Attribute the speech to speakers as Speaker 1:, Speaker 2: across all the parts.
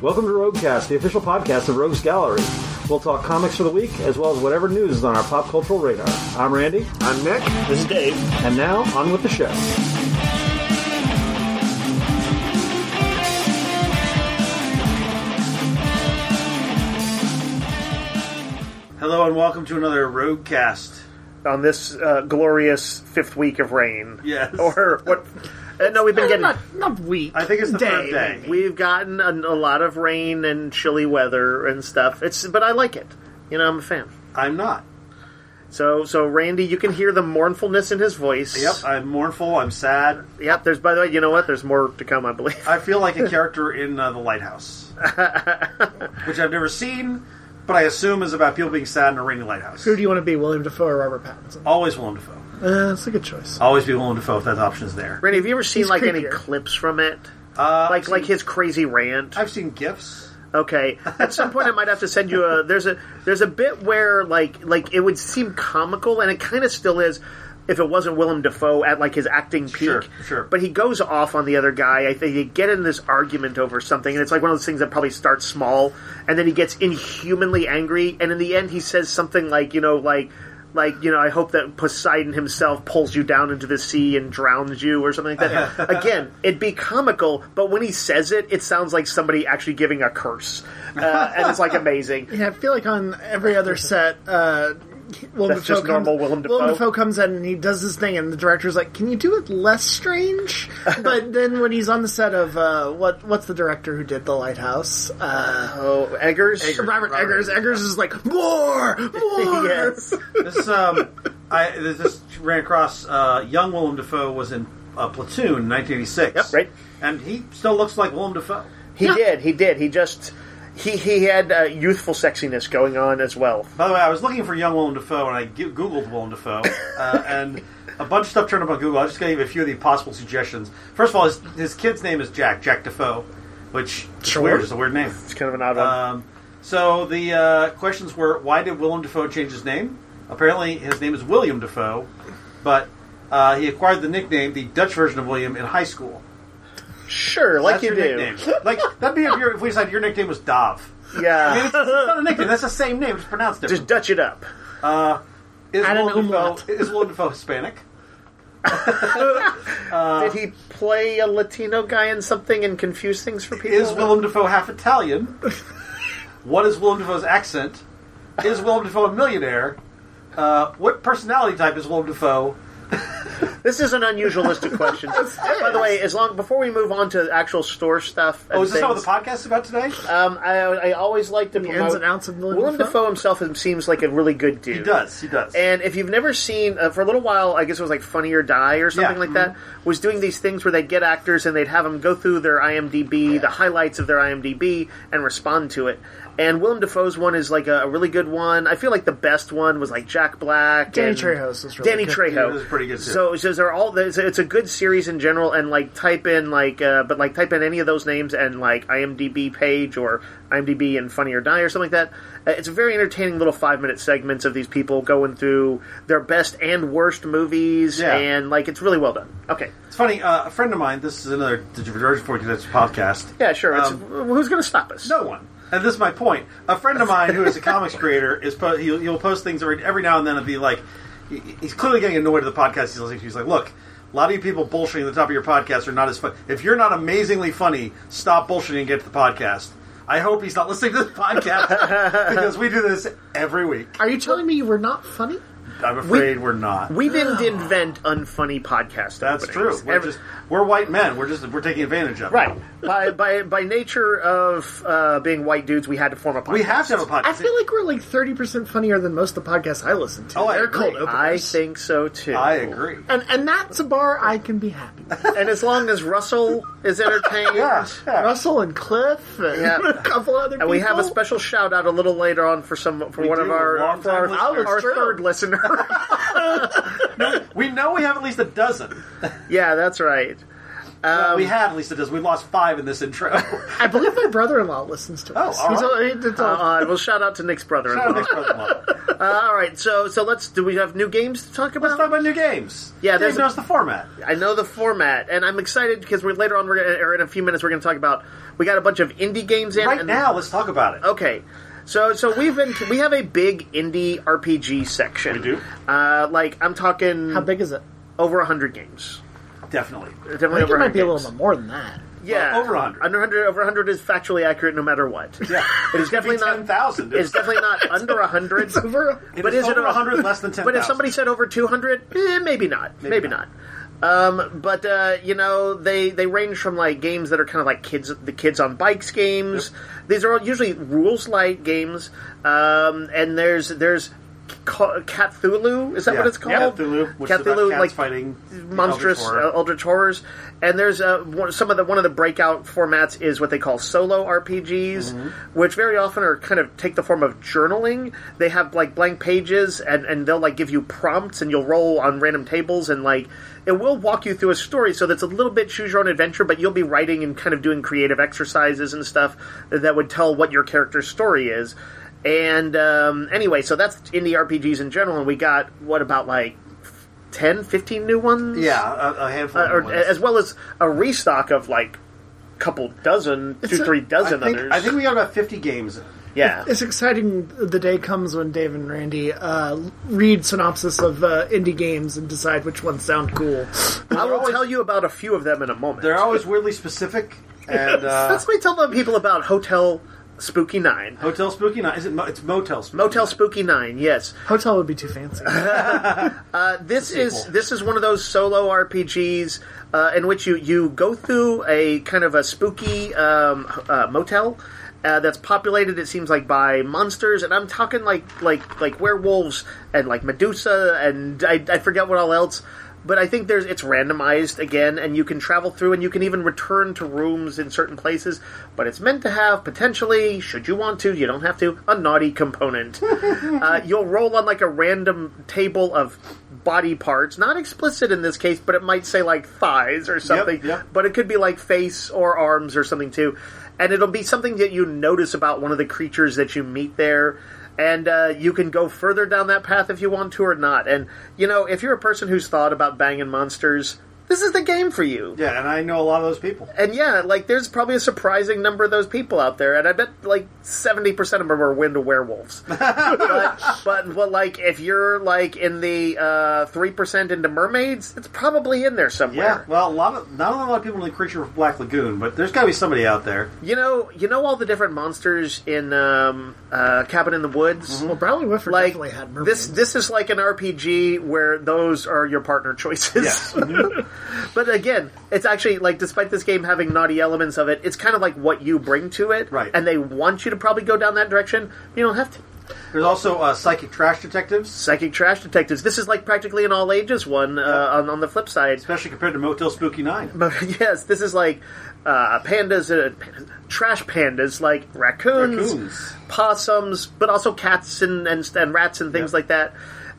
Speaker 1: Welcome to Roguecast, the official podcast of Rogues Gallery. We'll talk comics for the week, as well as whatever news is on our pop cultural radar. I'm Randy,
Speaker 2: I'm Nick.
Speaker 3: This is Dave.
Speaker 1: and now on with the show.
Speaker 3: Hello and welcome to another Roguecast.
Speaker 2: On this uh, glorious fifth week of rain.
Speaker 3: Yes.
Speaker 2: Or what? Uh, no, we've been getting.
Speaker 4: not, not weak.
Speaker 3: I think it's the
Speaker 2: day.
Speaker 3: third day.
Speaker 2: We've gotten a, a lot of rain and chilly weather and stuff. It's but I like it. You know, I'm a fan.
Speaker 3: I'm not.
Speaker 2: So so Randy, you can hear the mournfulness in his voice.
Speaker 3: Yep, I'm mournful. I'm sad.
Speaker 2: Yep. There's by the way, you know what? There's more to come, I believe.
Speaker 3: I feel like a character in uh, The Lighthouse, which I've never seen, but I assume is about people being sad in a rainy lighthouse.
Speaker 4: Who do you want to be, William Defoe or Robert Pattinson?
Speaker 3: Always Willem Dafoe.
Speaker 4: Uh, that's a good choice.
Speaker 3: Always be Willem Dafoe if that option's there.
Speaker 2: Randy, have you ever seen
Speaker 4: He's
Speaker 2: like any
Speaker 4: creepier.
Speaker 2: clips from it?
Speaker 3: Uh,
Speaker 2: Like like his crazy rant.
Speaker 3: I've seen gifs.
Speaker 2: Okay. At some point, I might have to send you a. There's a there's a bit where like like it would seem comical, and it kind of still is. If it wasn't Willem Dafoe at like his acting peak,
Speaker 3: Sure, sure.
Speaker 2: But he goes off on the other guy. I think you get in this argument over something, and it's like one of those things that probably starts small, and then he gets inhumanly angry, and in the end, he says something like, you know, like, like you know, I hope that Poseidon himself pulls you down into the sea and drowns you, or something like that. Again, it'd be comical, but when he says it, it sounds like somebody actually giving a curse, uh, and it's like amazing.
Speaker 4: Yeah, I feel like on every other set, uh, Willem
Speaker 2: That's
Speaker 4: Dafoe
Speaker 2: just
Speaker 4: comes,
Speaker 2: normal Willem Dafoe.
Speaker 4: comes in and he does this thing, and the director's like, "Can you do it less strange?" but then when he's on the set of uh, what what's the director who did The Lighthouse? Uh,
Speaker 2: Oh, Eggers,
Speaker 4: Robert, Eggers. Eggers is like more, more.
Speaker 2: yes.
Speaker 3: This um, I this just ran across uh, young Willem Dafoe was in uh, Platoon, 1986.
Speaker 2: Yep, right.
Speaker 3: And he still looks like Willem Dafoe.
Speaker 2: He did. He did. He just he he had uh, youthful sexiness going on as well.
Speaker 3: By the way, I was looking for young Willem Dafoe, and I g- googled Willem Dafoe, uh, and a bunch of stuff turned up on Google. I was just gave you a few of the possible suggestions. First of all, his, his kid's name is Jack Jack Dafoe, which is
Speaker 4: Sure.
Speaker 3: weird. It's a weird name.
Speaker 2: It's kind of an odd one.
Speaker 3: Um, so the uh, questions were: Why did Willem Dafoe change his name? Apparently, his name is William Dafoe, but uh, he acquired the nickname, the Dutch version of William, in high school.
Speaker 2: sure, like
Speaker 3: That's
Speaker 2: you
Speaker 3: your
Speaker 2: do.
Speaker 3: nickname. Like that'd be if, you're, if we decided your nickname was Dov. I mean,
Speaker 2: Yeah,
Speaker 3: it's, it's not a nickname. That's the same name. It's pronounced differently.
Speaker 2: just Dutch it up.
Speaker 3: Is
Speaker 4: Add an
Speaker 3: Willem, Dafoe,
Speaker 4: umlaut.
Speaker 3: is Willem Dafoe Hispanic? Uh,
Speaker 2: Did he play a Latino guy in something and confuse things for people?
Speaker 3: Is Willem Dafoe half Italian? what is Willem Dafoe's accent? Is Willem Dafoe a millionaire? Uh, what personality type is Willem Dafoe?
Speaker 2: This is an unusual list of questions. By the way, as long before we move on to actual store stuff, and
Speaker 3: Oh, is this
Speaker 2: things,
Speaker 3: not what the podcast is about today?
Speaker 2: um, I, I always like to promote.
Speaker 4: ins and outs of Willem
Speaker 2: Willem
Speaker 4: Dafoe?
Speaker 2: Dafoe himself seems like a really good dude.
Speaker 3: he does. He does.
Speaker 2: And if you've never seen, uh, for a little while, I guess it was like Funny or Die or something
Speaker 3: Yeah.
Speaker 2: like that,
Speaker 4: Mm-hmm.
Speaker 2: was doing these things where they'd get actors and they'd have them go through their IMDb, the highlights of their IMDb, and respond to it. And Willem Dafoe's one is like a, a really good one. I feel like the best one was like Jack Black.
Speaker 4: Danny
Speaker 2: and
Speaker 4: Trejo's is really
Speaker 2: Danny
Speaker 4: good.
Speaker 2: Trejo.
Speaker 3: Yeah, this is pretty good, too.
Speaker 2: So, so they're all. It's a, it's a good series in general. And like type in like, uh, but like type in any of those names and like IMDb page or IMDb and Funny or Die or something like that. Uh, It's very entertaining little five minute segments of these people going through their best and worst movies,
Speaker 3: Yeah.
Speaker 2: and like it's really well done. Okay,
Speaker 3: it's funny. Uh, a friend of mine. This is another diversion for you. That's a podcast.
Speaker 2: yeah, sure. It's,
Speaker 3: Um,
Speaker 2: who's going to stop us?
Speaker 3: No one. And this is my point. A friend of mine who is a comics creator is po- he'll, he'll post things every, every now and then and be like, he- he's clearly getting annoyed at the podcast he's listening to. He's like, look, a lot of you people bullshitting at the top of your podcast are not as fun. If you're not amazingly funny, stop bullshitting and get to the podcast. I hope he's not listening to this podcast because we do this every week.
Speaker 4: Are you telling me you were not funny?
Speaker 3: I'm afraid we, are not.
Speaker 2: We didn't invent unfunny podcast.
Speaker 3: That's true.
Speaker 2: openings.
Speaker 3: We're
Speaker 2: Every-
Speaker 3: just we're white men. We're just we're taking advantage of it.
Speaker 2: right by by by nature of uh, being white dudes, we had to form a podcast.
Speaker 3: We have to have a podcast.
Speaker 4: I feel like we're like thirty percent funnier than most of the podcasts I listen to.
Speaker 3: Oh, I
Speaker 4: They're
Speaker 3: agree.
Speaker 4: cold openers.
Speaker 2: I think so too.
Speaker 3: I agree.
Speaker 4: and and that's a bar I can be happy. With.
Speaker 2: And as long as Russell is entertained,
Speaker 3: Yeah, yeah.
Speaker 4: Russell and Cliff and
Speaker 2: Yeah.
Speaker 4: a couple other people.
Speaker 2: and we have a special shout out a little later on for some for
Speaker 3: We
Speaker 2: one of
Speaker 3: do,
Speaker 2: our
Speaker 3: long-time
Speaker 2: for our,
Speaker 3: listener. Oh,
Speaker 2: our
Speaker 4: it's true.
Speaker 2: third listener.
Speaker 3: We know we have at least a dozen.
Speaker 2: yeah, that's right.
Speaker 3: Well,
Speaker 2: Um,
Speaker 3: we had at least a dozen. We lost five in this intro.
Speaker 4: I believe my brother-in-law listens to us.
Speaker 2: Oh,
Speaker 3: all
Speaker 4: He's
Speaker 3: right.
Speaker 4: a- it's a-
Speaker 2: Uh, well, shout out to Nick's brother.
Speaker 3: Shout out to Nick's brother-in-law.
Speaker 2: all right, so so let's do we have new games to talk about?
Speaker 3: Let's talk about new games.
Speaker 2: Yeah,
Speaker 3: Dave
Speaker 2: there's a-
Speaker 3: knows the format.
Speaker 2: I know the format, and I'm excited because we're later on. We're gonna, or in a few minutes, we're going to talk about. We got a bunch of indie games in
Speaker 3: Right
Speaker 2: and- Oh.
Speaker 3: now, let's talk about it.
Speaker 2: Okay, so so we've been we have a big indie RPG section.
Speaker 3: We do.
Speaker 2: Uh, like I'm talking
Speaker 4: How big is it?
Speaker 2: over hundred games.
Speaker 3: Definitely.
Speaker 2: Definitely
Speaker 4: I think
Speaker 2: over
Speaker 4: it
Speaker 2: 100
Speaker 4: might be a
Speaker 2: games.
Speaker 4: little bit more than that.
Speaker 2: Yeah,
Speaker 3: Uh, over 100.
Speaker 2: Under 100, over 100 is factually accurate no matter what.
Speaker 3: Yeah,
Speaker 2: It is definitely not
Speaker 3: ten thousand.
Speaker 2: It's definitely not under 100.
Speaker 4: Over.
Speaker 3: It
Speaker 2: but
Speaker 3: is
Speaker 2: is it
Speaker 3: over
Speaker 2: a-
Speaker 3: 100 less than 10,000?
Speaker 2: But if somebody said over 200, eh, maybe not. Maybe,
Speaker 3: not.
Speaker 2: not. Um, but uh, you know, they they range from like games that are kind of like kids the kids on bikes games. These are all usually rules light games. Um, and there's there's Ca- Cthulhu. Is that
Speaker 3: Yeah.
Speaker 2: what it's called?
Speaker 3: Cthulhu, which is about cats
Speaker 2: like
Speaker 3: fighting the
Speaker 2: monstrous
Speaker 3: Eldritch Horror.
Speaker 2: uh, Eldritch horrors, and there's uh, one, some of the one of the breakout formats is what they call solo RPGs, which very often are kind of take the form of journaling. They have like blank pages, and and they'll like give you prompts, and you'll roll on random tables, and like it will walk you through a story. So that's a little bit choose your own adventure, but you'll be writing and kind of doing creative exercises and stuff that would tell what your character's story is. And um, anyway, so that's indie RPGs in general, and we got what about like 10, 15 new ones?
Speaker 3: yeah, a, a handful.
Speaker 2: Uh,
Speaker 3: of
Speaker 2: or,
Speaker 3: ones.
Speaker 2: as well as a restock of like couple dozen, two,
Speaker 4: It's a-
Speaker 2: three
Speaker 3: I
Speaker 2: dozen
Speaker 3: think,
Speaker 2: others.
Speaker 3: I think we got about fifty games.
Speaker 2: yeah.
Speaker 4: It's exciting. The day comes when Dave and Randy uh, read synopsis of uh, indie games and decide which ones sound cool.
Speaker 2: I will
Speaker 3: always-
Speaker 2: tell you about a few of them in a moment.
Speaker 3: They're always weirdly specific. And uh,
Speaker 2: Let's me tell the people about Hotel Spooky Nine.
Speaker 3: Hotel Spooky Night is it? Mo- it's Motel Spooky.
Speaker 2: Motel Spooky Nine, yes. Uh,
Speaker 4: Hotel would be too fancy.
Speaker 2: this is
Speaker 3: sequel.
Speaker 2: this is one of those solo RPGs uh, in which you you go through a kind of a spooky um, uh, motel. Uh, that's populated, it seems like, by monsters, and I'm talking like like like werewolves and like Medusa, and I, I forget what all else. But I think there's it's randomized again, and you can travel through, and you can even return to rooms in certain places. But it's meant to have potentially, should you want to, you don't have to, a naughty component. uh, you'll roll on like a random table of body parts, not explicit in this case, but it might say like thighs or something.
Speaker 3: yep.
Speaker 2: But it could be like face or arms or something too. And it'll be something that you notice about one of the creatures that you meet there. And uh, you can go further down that path if you want to or not. And, you know, if you're a person who's thought about banging monsters, this is the game for you.
Speaker 3: Yeah, and I know a lot of those people.
Speaker 2: And yeah, like there's probably a surprising number of those people out there, and I bet like seventy percent of them are into werewolves. but, but but like if you're like in the uh, three percent into mermaids, it's probably in there
Speaker 3: Yeah,
Speaker 2: somewhere.
Speaker 3: well, a lot of not a lot of people in the creature of Black Lagoon, but there's got to be somebody out there.
Speaker 2: You know, you know all the different monsters in um, uh, Cabin in the Woods.
Speaker 4: Mm-hmm. well, Bradley Whitford
Speaker 2: Like
Speaker 4: definitely had mermaids.
Speaker 2: this, this is like an RPG where those are your partner choices.
Speaker 3: Yes.
Speaker 2: But again, it's actually like despite this game having naughty elements of it, it's kind of like what you bring to it,
Speaker 3: Right.
Speaker 2: And they want you to probably go down that direction. You don't have to.
Speaker 3: There's also uh, psychic trash detectives,
Speaker 2: Psychic trash detectives. This is like practically an all ages one. Uh, on, on the flip side,
Speaker 3: especially compared to Motel Spooky Nine.
Speaker 2: but yes, this is like uh, pandas, uh, pandas- trash pandas, like raccoons,
Speaker 3: Raccoons.
Speaker 2: possums, but also cats and and, and rats and things
Speaker 3: Yeah.
Speaker 2: like that.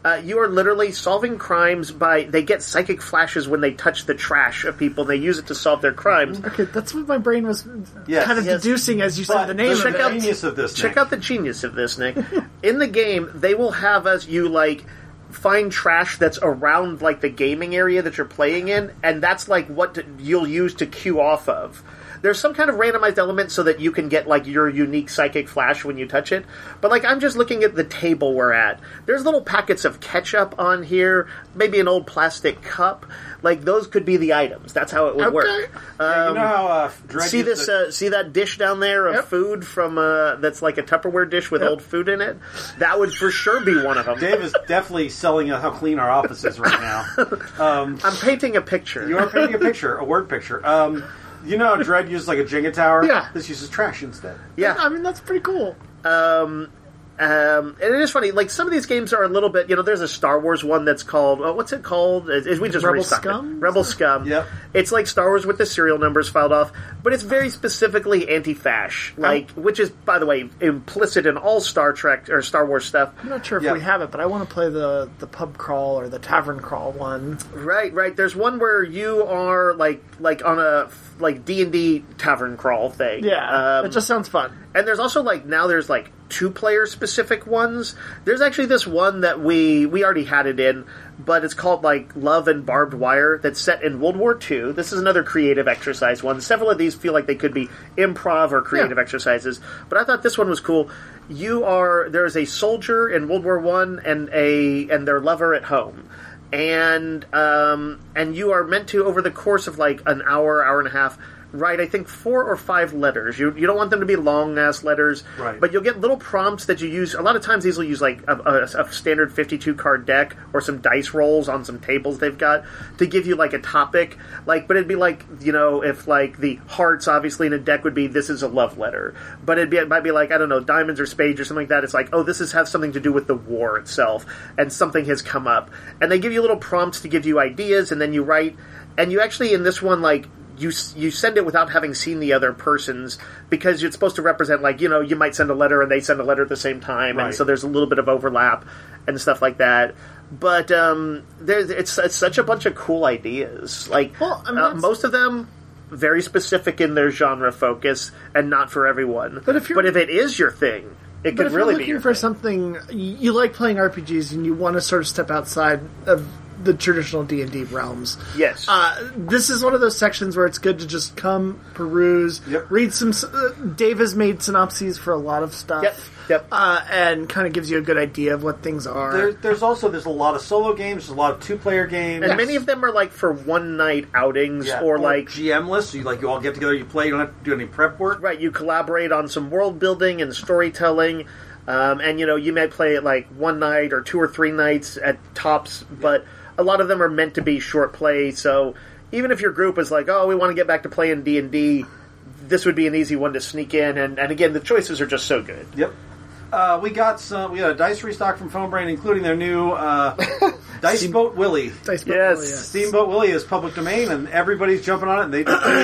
Speaker 2: Uh, you are literally solving crimes by they get psychic flashes when they touch the trash of people. and They use it to solve their crimes.
Speaker 4: Okay, that's what my brain was
Speaker 3: Yes.
Speaker 4: kind of
Speaker 2: Yes.
Speaker 4: deducing as you
Speaker 3: But
Speaker 4: said the name.
Speaker 2: check
Speaker 4: of it.
Speaker 2: out-
Speaker 3: the genius of this.
Speaker 2: check
Speaker 3: Nick.
Speaker 2: out the genius of this, Nick. In the game, they will have us you like find trash that's around like the gaming area that you're playing in, and that's like what to, you'll use to queue off of. There's some kind of randomized element so that you can get like your unique psychic flash when you touch it. But like I'm just looking at the table we're at. There's little packets of ketchup on here, maybe an old plastic cup. Like those could be the items. That's how it would work.
Speaker 4: Okay.
Speaker 3: you know how uh, Dredd
Speaker 2: See
Speaker 3: used
Speaker 2: this?
Speaker 3: to-
Speaker 2: Uh, see that dish down there of
Speaker 4: Yep.
Speaker 2: food from uh, that's like a Tupperware dish with old food in it. That would for sure be one of them.
Speaker 3: Dave is definitely selling us how clean our office is right now.
Speaker 2: I'm painting a picture.
Speaker 3: You are painting a picture, a word picture. Um, you know how Dredd uses like a Jenga tower?
Speaker 4: Yeah.
Speaker 3: This uses trash instead.
Speaker 2: yeah,
Speaker 4: I mean, that's pretty cool.
Speaker 2: um, and it is funny. Like some of these games are a little bit. You know, there's a Star Wars one that's called. Uh, what's it called? Is, is we just
Speaker 4: Rebel
Speaker 2: restocked it.
Speaker 4: Scum?
Speaker 2: Rebel Scum.
Speaker 3: Yep.
Speaker 2: It's like Star Wars with the serial numbers filed off, but it's very specifically anti-fash, like which is by the way implicit in all Star Trek or Star Wars stuff.
Speaker 4: I'm not sure if
Speaker 3: Yeah.
Speaker 4: we have it, but I want to play the the pub crawl or the tavern crawl one.
Speaker 2: Right, right. There's one where you are like like on a like D and D tavern crawl thing.
Speaker 4: Yeah,
Speaker 2: um,
Speaker 4: it just sounds fun.
Speaker 2: And there's also like now there's like two player specific ones. There's actually this one that we we already had it in, but it's called like Love and Barbed Wire that's set in World War II. This is another creative exercise one. Several of these feel like they could be improv or creative
Speaker 4: Yeah.
Speaker 2: exercises, but I thought this one was cool. You are there's a soldier in World War One and a and their lover at home and um, and you are meant to over the course of like an hour, hour and a half, write I think four or five letters. You you don't want them to be long ass letters,
Speaker 3: Right.
Speaker 2: but you'll get little prompts that you use. A lot of times these will use like a, a, a standard fifty-two card deck or some dice rolls on some tables they've got to give you like a topic. Like, but it'd be like you know if like the hearts obviously in a deck would be this is a love letter, but it'd be it might be like I don't know diamonds or spades or something like that. It's like oh this is have something to do with the war itself and something has come up and they give you little prompts to give you ideas and then you write and you actually in this one like you s- you send it without having seen the other person's because it's supposed to represent like you know you might send a letter and they send a letter at the same time
Speaker 3: Right.
Speaker 2: and so there's a little bit of overlap and stuff like that but um there's it's, it's such a bunch of cool ideas like
Speaker 4: Well, I mean,
Speaker 2: uh,
Speaker 4: that's-
Speaker 2: most of them very specific in their genre focus and not for everyone
Speaker 4: But if you're-
Speaker 2: but if it is your thing it
Speaker 4: But
Speaker 2: could
Speaker 4: if
Speaker 2: really
Speaker 4: you're
Speaker 2: be
Speaker 4: looking
Speaker 2: your
Speaker 4: for
Speaker 2: thing.
Speaker 4: something, you you like playing RPGs and you want to sort of step outside of the traditional D and D realms.
Speaker 2: yes
Speaker 4: Uh, this is one of those sections where it's good to just come peruse,
Speaker 3: Yep.
Speaker 4: read some. s- Uh, Dave has made synopses for a lot of stuff,
Speaker 2: Yep, yep.
Speaker 4: Uh, and kind of gives you a good idea of what things are.
Speaker 3: There, there's also there's a lot of solo games, there's a lot of two player games,
Speaker 2: and many of them are like for one night outings
Speaker 3: Yeah,
Speaker 2: or like
Speaker 3: GM lists. So you like you all get together, you play. You don't have to do any prep work.
Speaker 2: right you collaborate on some world building and storytelling um, and you know you may play it like one night or two or three nights at tops but a lot of them are meant to be short play so even if your group is like oh we want to get back to playing d&d this would be an easy one to sneak in and, and again the choices are just so good
Speaker 3: Yep. Uh, we got some. We got a dice restock from Phone Brain, including their new uh, Dice Boat Willie.
Speaker 4: Dice oh, Bowl,
Speaker 2: Yes.
Speaker 3: Steamboat Willie is public domain, and everybody's jumping on it. And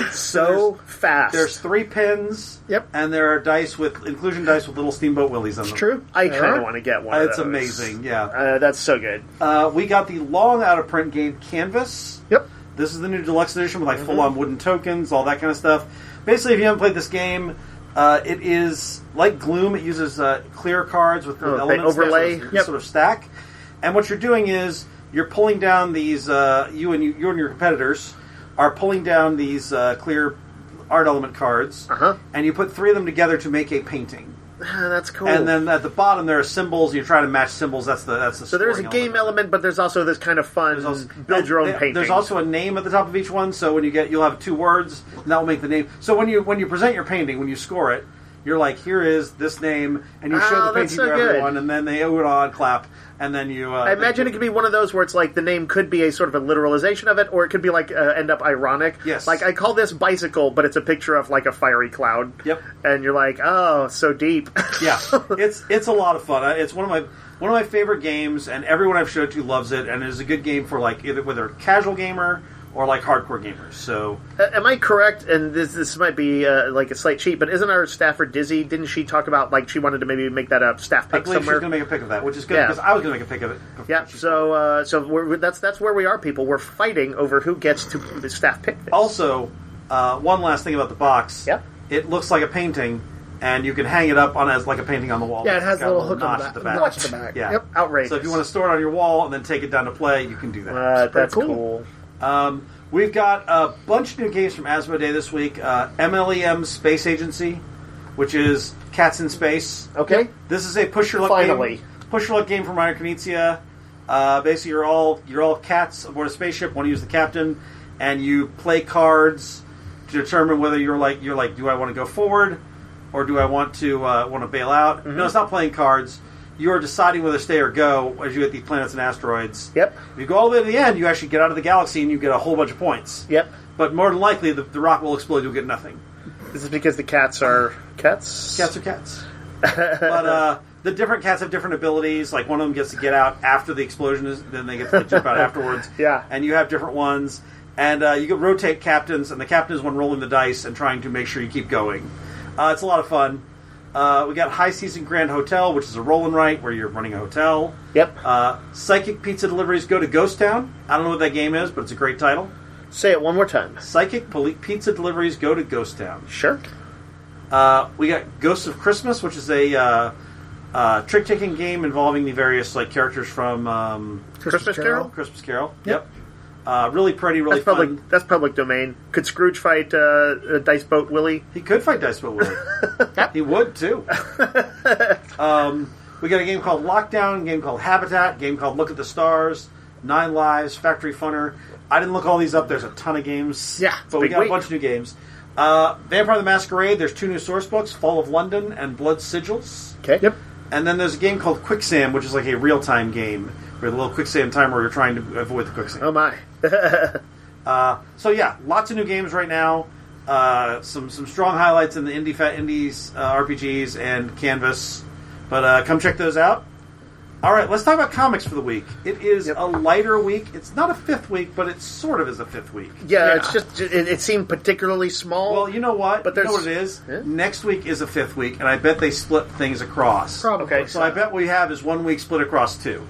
Speaker 3: they
Speaker 2: so fast
Speaker 3: there's three pins.
Speaker 4: Yep.
Speaker 3: And there are dice with inclusion dice with little Steamboat Willies on them.
Speaker 4: true.
Speaker 2: i
Speaker 4: There
Speaker 2: kind of
Speaker 4: are.
Speaker 2: want to get one
Speaker 3: Uh,
Speaker 2: of
Speaker 3: It's
Speaker 2: those.
Speaker 3: amazing. Yeah.
Speaker 2: uh, that's so good
Speaker 3: Uh, we got the long out of print game Canvas.
Speaker 4: Yep.
Speaker 3: This is the new deluxe edition with like
Speaker 2: Mm-hmm.
Speaker 3: full on wooden tokens, all that kind of stuff. Basically, if you haven't played this game, uh, it is like Gloom. It uses uh, clear cards with
Speaker 2: Oh, they
Speaker 3: elements that
Speaker 2: overlay?
Speaker 3: sort of,
Speaker 2: Yep.
Speaker 3: sort of stack. And what you're doing is you're pulling down these uh, you and you, you and your competitors are pulling down these uh, clear art element cards,
Speaker 2: Uh-huh.
Speaker 3: and you put three of them together to make a painting.
Speaker 2: Ah, that's cool
Speaker 3: And then at the bottom there are symbols. You try to match symbols. That's the that's the
Speaker 2: so there's a game element but there's also this kind of fun
Speaker 3: there's also-
Speaker 2: build your own
Speaker 3: there-
Speaker 2: painting
Speaker 3: There's also a name at the top of each one, so when you get, you'll have two words, and that will make the name. So when you when you present your painting, when you score it, you're like, here is this name, and you show
Speaker 2: Oh,
Speaker 3: the
Speaker 2: that's
Speaker 3: painting
Speaker 2: so
Speaker 3: to
Speaker 2: good.
Speaker 3: everyone, and then they ooh on clap, and then you. Uh,
Speaker 2: I imagine it could be one of those where it's like the name could be a sort of a literalization of it, or it could be like uh, end up ironic.
Speaker 3: Yes.
Speaker 2: Like I call this bicycle, but it's a picture of like a fiery cloud.
Speaker 3: Yep.
Speaker 2: And you're like, oh, so deep.
Speaker 3: yeah, it's it's a lot of fun. I- It's one of my one of my favorite games, and everyone I've showed to loves it, and it is a good game for like either whether a casual gamer or like hardcore gamers. So
Speaker 2: A- Uh, Am I correct? And this this might be uh, like a slight cheat, but isn't our staffer Dizzy? Didn't she talk about like she wanted to maybe make that a staff
Speaker 3: I believe
Speaker 2: pick
Speaker 3: she's
Speaker 2: somewhere?
Speaker 3: going to make a pick of that, which is good
Speaker 2: Yeah.
Speaker 3: because I was going to make a pick of it.
Speaker 2: yeah. So uh, so we're, we're- that's that's where we are, people. We're fighting over who gets to the staff pick.
Speaker 3: Oh,
Speaker 2: This.
Speaker 3: Also, uh, one last thing about the box.
Speaker 2: Yep.
Speaker 3: It looks like a painting, and you can hang it up on as like a painting on the wall.
Speaker 4: Yeah, it has
Speaker 3: It's got
Speaker 4: a little hook
Speaker 3: notch
Speaker 4: on the
Speaker 3: at
Speaker 4: back.
Speaker 3: the back.
Speaker 4: Notch at the back.
Speaker 3: Yeah.
Speaker 4: Yep.
Speaker 2: Outrageous.
Speaker 3: So if you want to store it on your wall and then take it down to play, you can do that.
Speaker 2: uh, that's
Speaker 4: cool.
Speaker 2: cool.
Speaker 3: Um, we've got a bunch of new games from Asmodee this week. Uh, MLEM Space Agency, which is Cats in Space.
Speaker 2: Okay.
Speaker 3: This is a push your luck
Speaker 2: Finally.
Speaker 3: game. Push your luck game from Micronesia. Uh, basically, you're all you're all cats aboard a spaceship. One of you is the captain, and you play cards to determine whether you're like you're like, do I want to go forward, or do I want to uh, want to bail out?
Speaker 2: Mm-hmm.
Speaker 3: No, it's not playing cards. You are deciding whether to stay or go as you hit these planets and asteroids.
Speaker 2: Yep.
Speaker 3: If you go all the way to the end, you actually get out of the galaxy and you get a whole bunch of points.
Speaker 2: Yep.
Speaker 3: But more than likely, the, the rock will explode. You'll get nothing.
Speaker 2: This is because the cats are cats.
Speaker 3: Cats are cats. but uh, the different cats have different abilities. Like one of them gets to get out after the explosion, is, then they get to like, jump out afterwards.
Speaker 2: Yeah.
Speaker 3: And you have different ones. And uh, you can rotate captains, and the captain is one rolling the dice and trying to make sure you keep going. Uh, it's a lot of fun. Uh, we got High Season Grand Hotel, which is a roll and write where you're running a hotel.
Speaker 2: Yep.
Speaker 3: Uh, Psychic Pizza Deliveries Go to Ghost Town. I don't know what that game is, but it's a great title.
Speaker 2: Say it one more time.
Speaker 3: Psychic Poli- Pizza Deliveries Go to Ghost Town.
Speaker 2: Sure.
Speaker 3: Uh, we got Ghosts of Christmas, which is a uh, uh, trick taking game involving the various like characters from um,
Speaker 2: Christmas Carol?
Speaker 3: Christmas Carol.
Speaker 4: Yep.
Speaker 3: Yep. Uh, really pretty, really
Speaker 2: That's public.
Speaker 3: fun.
Speaker 2: That's public domain. Could Scrooge fight uh, uh, Dice Boat Willie?
Speaker 3: He could fight Dice Bowl Willie. he would too. um, we got a game called Lockdown, a game called Habitat, a game called Look at the Stars, Nine Lives, Factory Funner. I didn't look all these up. There's a ton of games.
Speaker 4: Yeah,
Speaker 3: but we
Speaker 2: big
Speaker 3: got
Speaker 2: week.
Speaker 3: a bunch of new games. Uh, Vampire the Masquerade. There's two new source books: Fall of London and Blood Sigils.
Speaker 2: Okay.
Speaker 4: Yep.
Speaker 3: And then there's a game called Quicksand, which is like a real time game with a little quicksand timer where you're trying to avoid the quicksand.
Speaker 2: Oh my.
Speaker 3: So yeah, lots of new games right now. Uh, some some strong highlights in the indie fa- indies uh, RPGs and Canvas, but uh, come check those out. All right, let's talk about comics for the week. It is a lighter week. It's not a fifth week, but it sort of is a fifth week.
Speaker 2: Yeah,
Speaker 4: Yeah.
Speaker 2: It's just it, it seemed particularly small.
Speaker 3: Well, you know what?
Speaker 2: But
Speaker 3: you know
Speaker 2: there's-
Speaker 3: what it is.
Speaker 2: Yeah.
Speaker 3: Next week is a fifth week, and I bet they split things across.
Speaker 4: Probably.
Speaker 2: Okay,
Speaker 3: So I bet what we have is one week split across two.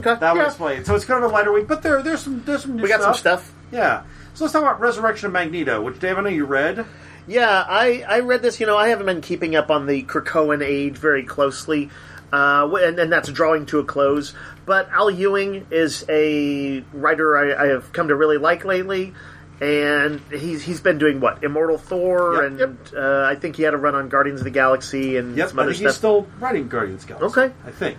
Speaker 2: Okay.
Speaker 3: That would
Speaker 2: Yeah.
Speaker 3: explain it. So it's kind of a lighter week, but there there's some there's some new
Speaker 2: We got some stuff.
Speaker 3: Yeah. So let's talk about Resurrection of Magneto, which Dave I know you read.
Speaker 2: Yeah, I, I read this. You know, I haven't been keeping up on the Krakoan age very closely, uh, wh- and, and that's drawing to a close. But Al Ewing is a writer I, I have come to really like lately, and he's he's been doing what Immortal Thor,
Speaker 3: Yep.
Speaker 2: and Uh, I think he had a run on Guardians of the Galaxy and
Speaker 3: Yep,
Speaker 2: some
Speaker 3: I
Speaker 2: other
Speaker 3: think
Speaker 2: stuff.
Speaker 3: he's still writing Guardians Galaxy.
Speaker 2: Okay.
Speaker 3: I think.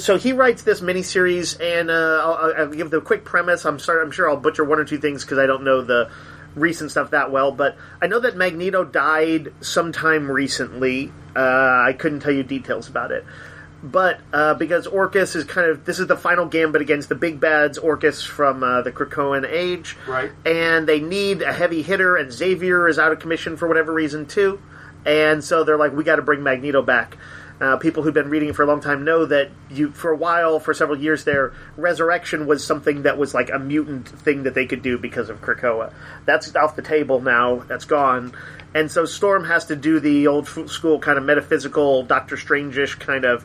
Speaker 2: so he writes this miniseries, and uh, I'll, I'll give the quick premise. I'm sorry, I'm sure I'll butcher one or two things because I don't know the recent stuff that well. But I know that Magneto died sometime recently. Uh, I couldn't tell you details about it, but uh, because Orcus is kind of this is the final gambit against the big bads, Orcus from uh, the Krakoan Age,
Speaker 3: Right.
Speaker 2: and they need a heavy hitter, and Xavier is out of commission for whatever reason too, and so they're like, we got to bring Magneto back. Uh, people who've been reading for a long time know that you, for a while, for several years there, resurrection was something that was like a mutant thing that they could do because of Krakoa. That's off the table now. That's gone, and so Storm has to do the old f- school kind of metaphysical Doctor Strange-ish kind of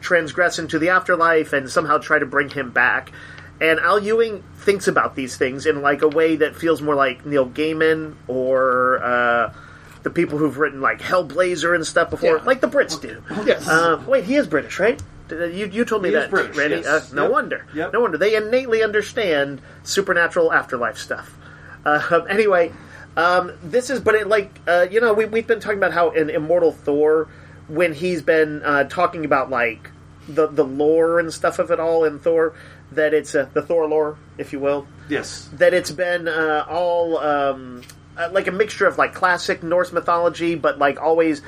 Speaker 2: transgress into the afterlife and somehow try to bring him back. And Al Ewing thinks about these things in like a way that feels more like Neil Gaiman or uh, the people who've written like Hellblazer and stuff before,
Speaker 4: Yeah.
Speaker 2: like the Brits do.
Speaker 4: Yes.
Speaker 2: Uh, wait, he is British, right? Did- uh, You, you told me
Speaker 3: He is
Speaker 2: that,
Speaker 3: British,
Speaker 2: Randy.
Speaker 3: yes.
Speaker 2: Uh, no
Speaker 3: Yep.
Speaker 2: wonder.
Speaker 3: Yep.
Speaker 2: No wonder they innately understand supernatural afterlife stuff. Uh, anyway, um, this is, but it like uh, you know we we've been talking about how in Immortal Thor, when he's been uh, talking about like the the lore and stuff of it all in Thor, that it's uh, the Thor lore, if you will
Speaker 3: Yes.
Speaker 2: that it's been uh, all um, uh, like a mixture of like classic Norse mythology, but like always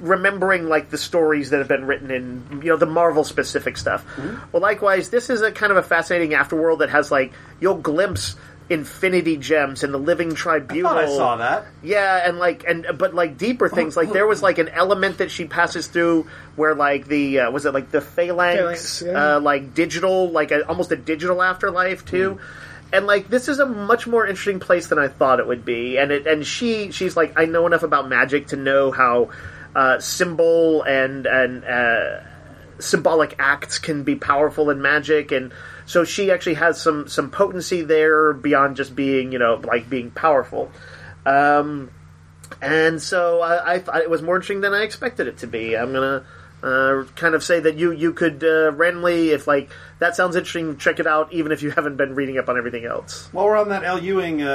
Speaker 2: remembering like the stories that have been written in you know the Marvel specific stuff.
Speaker 3: Mm-hmm.
Speaker 2: Well, likewise, this is a kind of a fascinating afterworld that has like you'll glimpse Infinity Gems and the Living Tribunal.
Speaker 3: Thought I saw that.
Speaker 2: Yeah, and like and but like deeper things like there was like an element that she passes through where like the uh, was it like the phalanx,
Speaker 4: Phalanx, yeah.
Speaker 2: uh, like digital like a, almost a digital afterlife too.
Speaker 4: Hmm.
Speaker 2: And like this is a much more interesting place than I thought it would be, and it and she she's like I know enough about magic to know how uh, symbol and and uh, symbolic acts can be powerful in magic and so she actually has some some potency there beyond just being you know like being powerful um, and so I, I thought it was more interesting than I expected it to be. I'm gonna uh, kind of say that you you could uh, randomly, if like that sounds interesting, check it out, even if you haven't been reading up on everything else.
Speaker 3: While we're on that L. Ewing uh,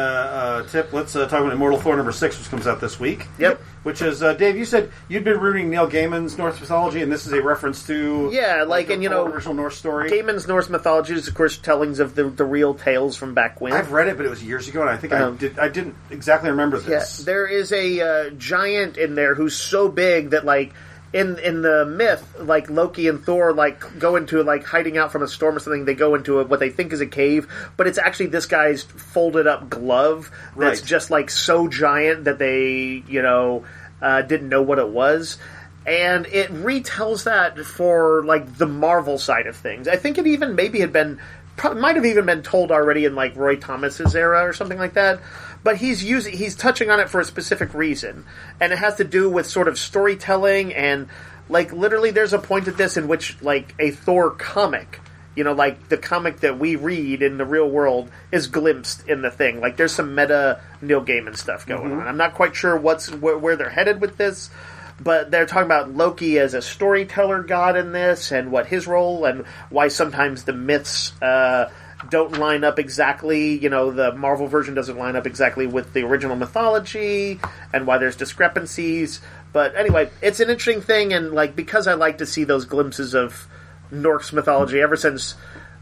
Speaker 3: uh, tip, let's uh, talk about Immortal Thor number six, which comes out this week.
Speaker 2: Yep.
Speaker 3: Which is uh, Dave. You said you'd been reading Neil Gaiman's Norse mythology, and this is a reference to
Speaker 2: Yeah, like,
Speaker 3: the
Speaker 2: and, you know,
Speaker 3: original Norse story.
Speaker 2: Gaiman's Norse mythology is, of course, tellings of the, the real tales from back when.
Speaker 3: I've read it, but it was years ago, and I think
Speaker 2: Um,
Speaker 3: I did. I didn't exactly remember this.
Speaker 2: Yeah, there is a uh, giant in there who's so big that like in in the myth, like Loki and Thor like go into like hiding out from a storm or something. They go into a, what they think is a cave, but it's actually this guy's folded up glove that's
Speaker 3: Right.
Speaker 2: just like so giant that they you know uh, didn't know what it was. And it retells that for like the Marvel side of things. I think it even maybe had been pro- might have even been told already in like Roy Thomas's era or something like that. But he's using he's touching on it for a specific reason, and it has to do with sort of storytelling and like literally there's a point at this in which like a Thor comic You know, like the comic that we read in the real world is glimpsed in the thing. Like there's some meta Neil Gaiman stuff going on. I'm not quite sure what's where, where they're headed with this, but they're talking about Loki as a storyteller god in this, and what his role, and why sometimes the myths uh, don't line up exactly. You know, the Marvel version doesn't line up exactly with the original mythology, and why there's discrepancies. But anyway, it's an interesting thing, and like because I like to see those glimpses of Norse mythology ever since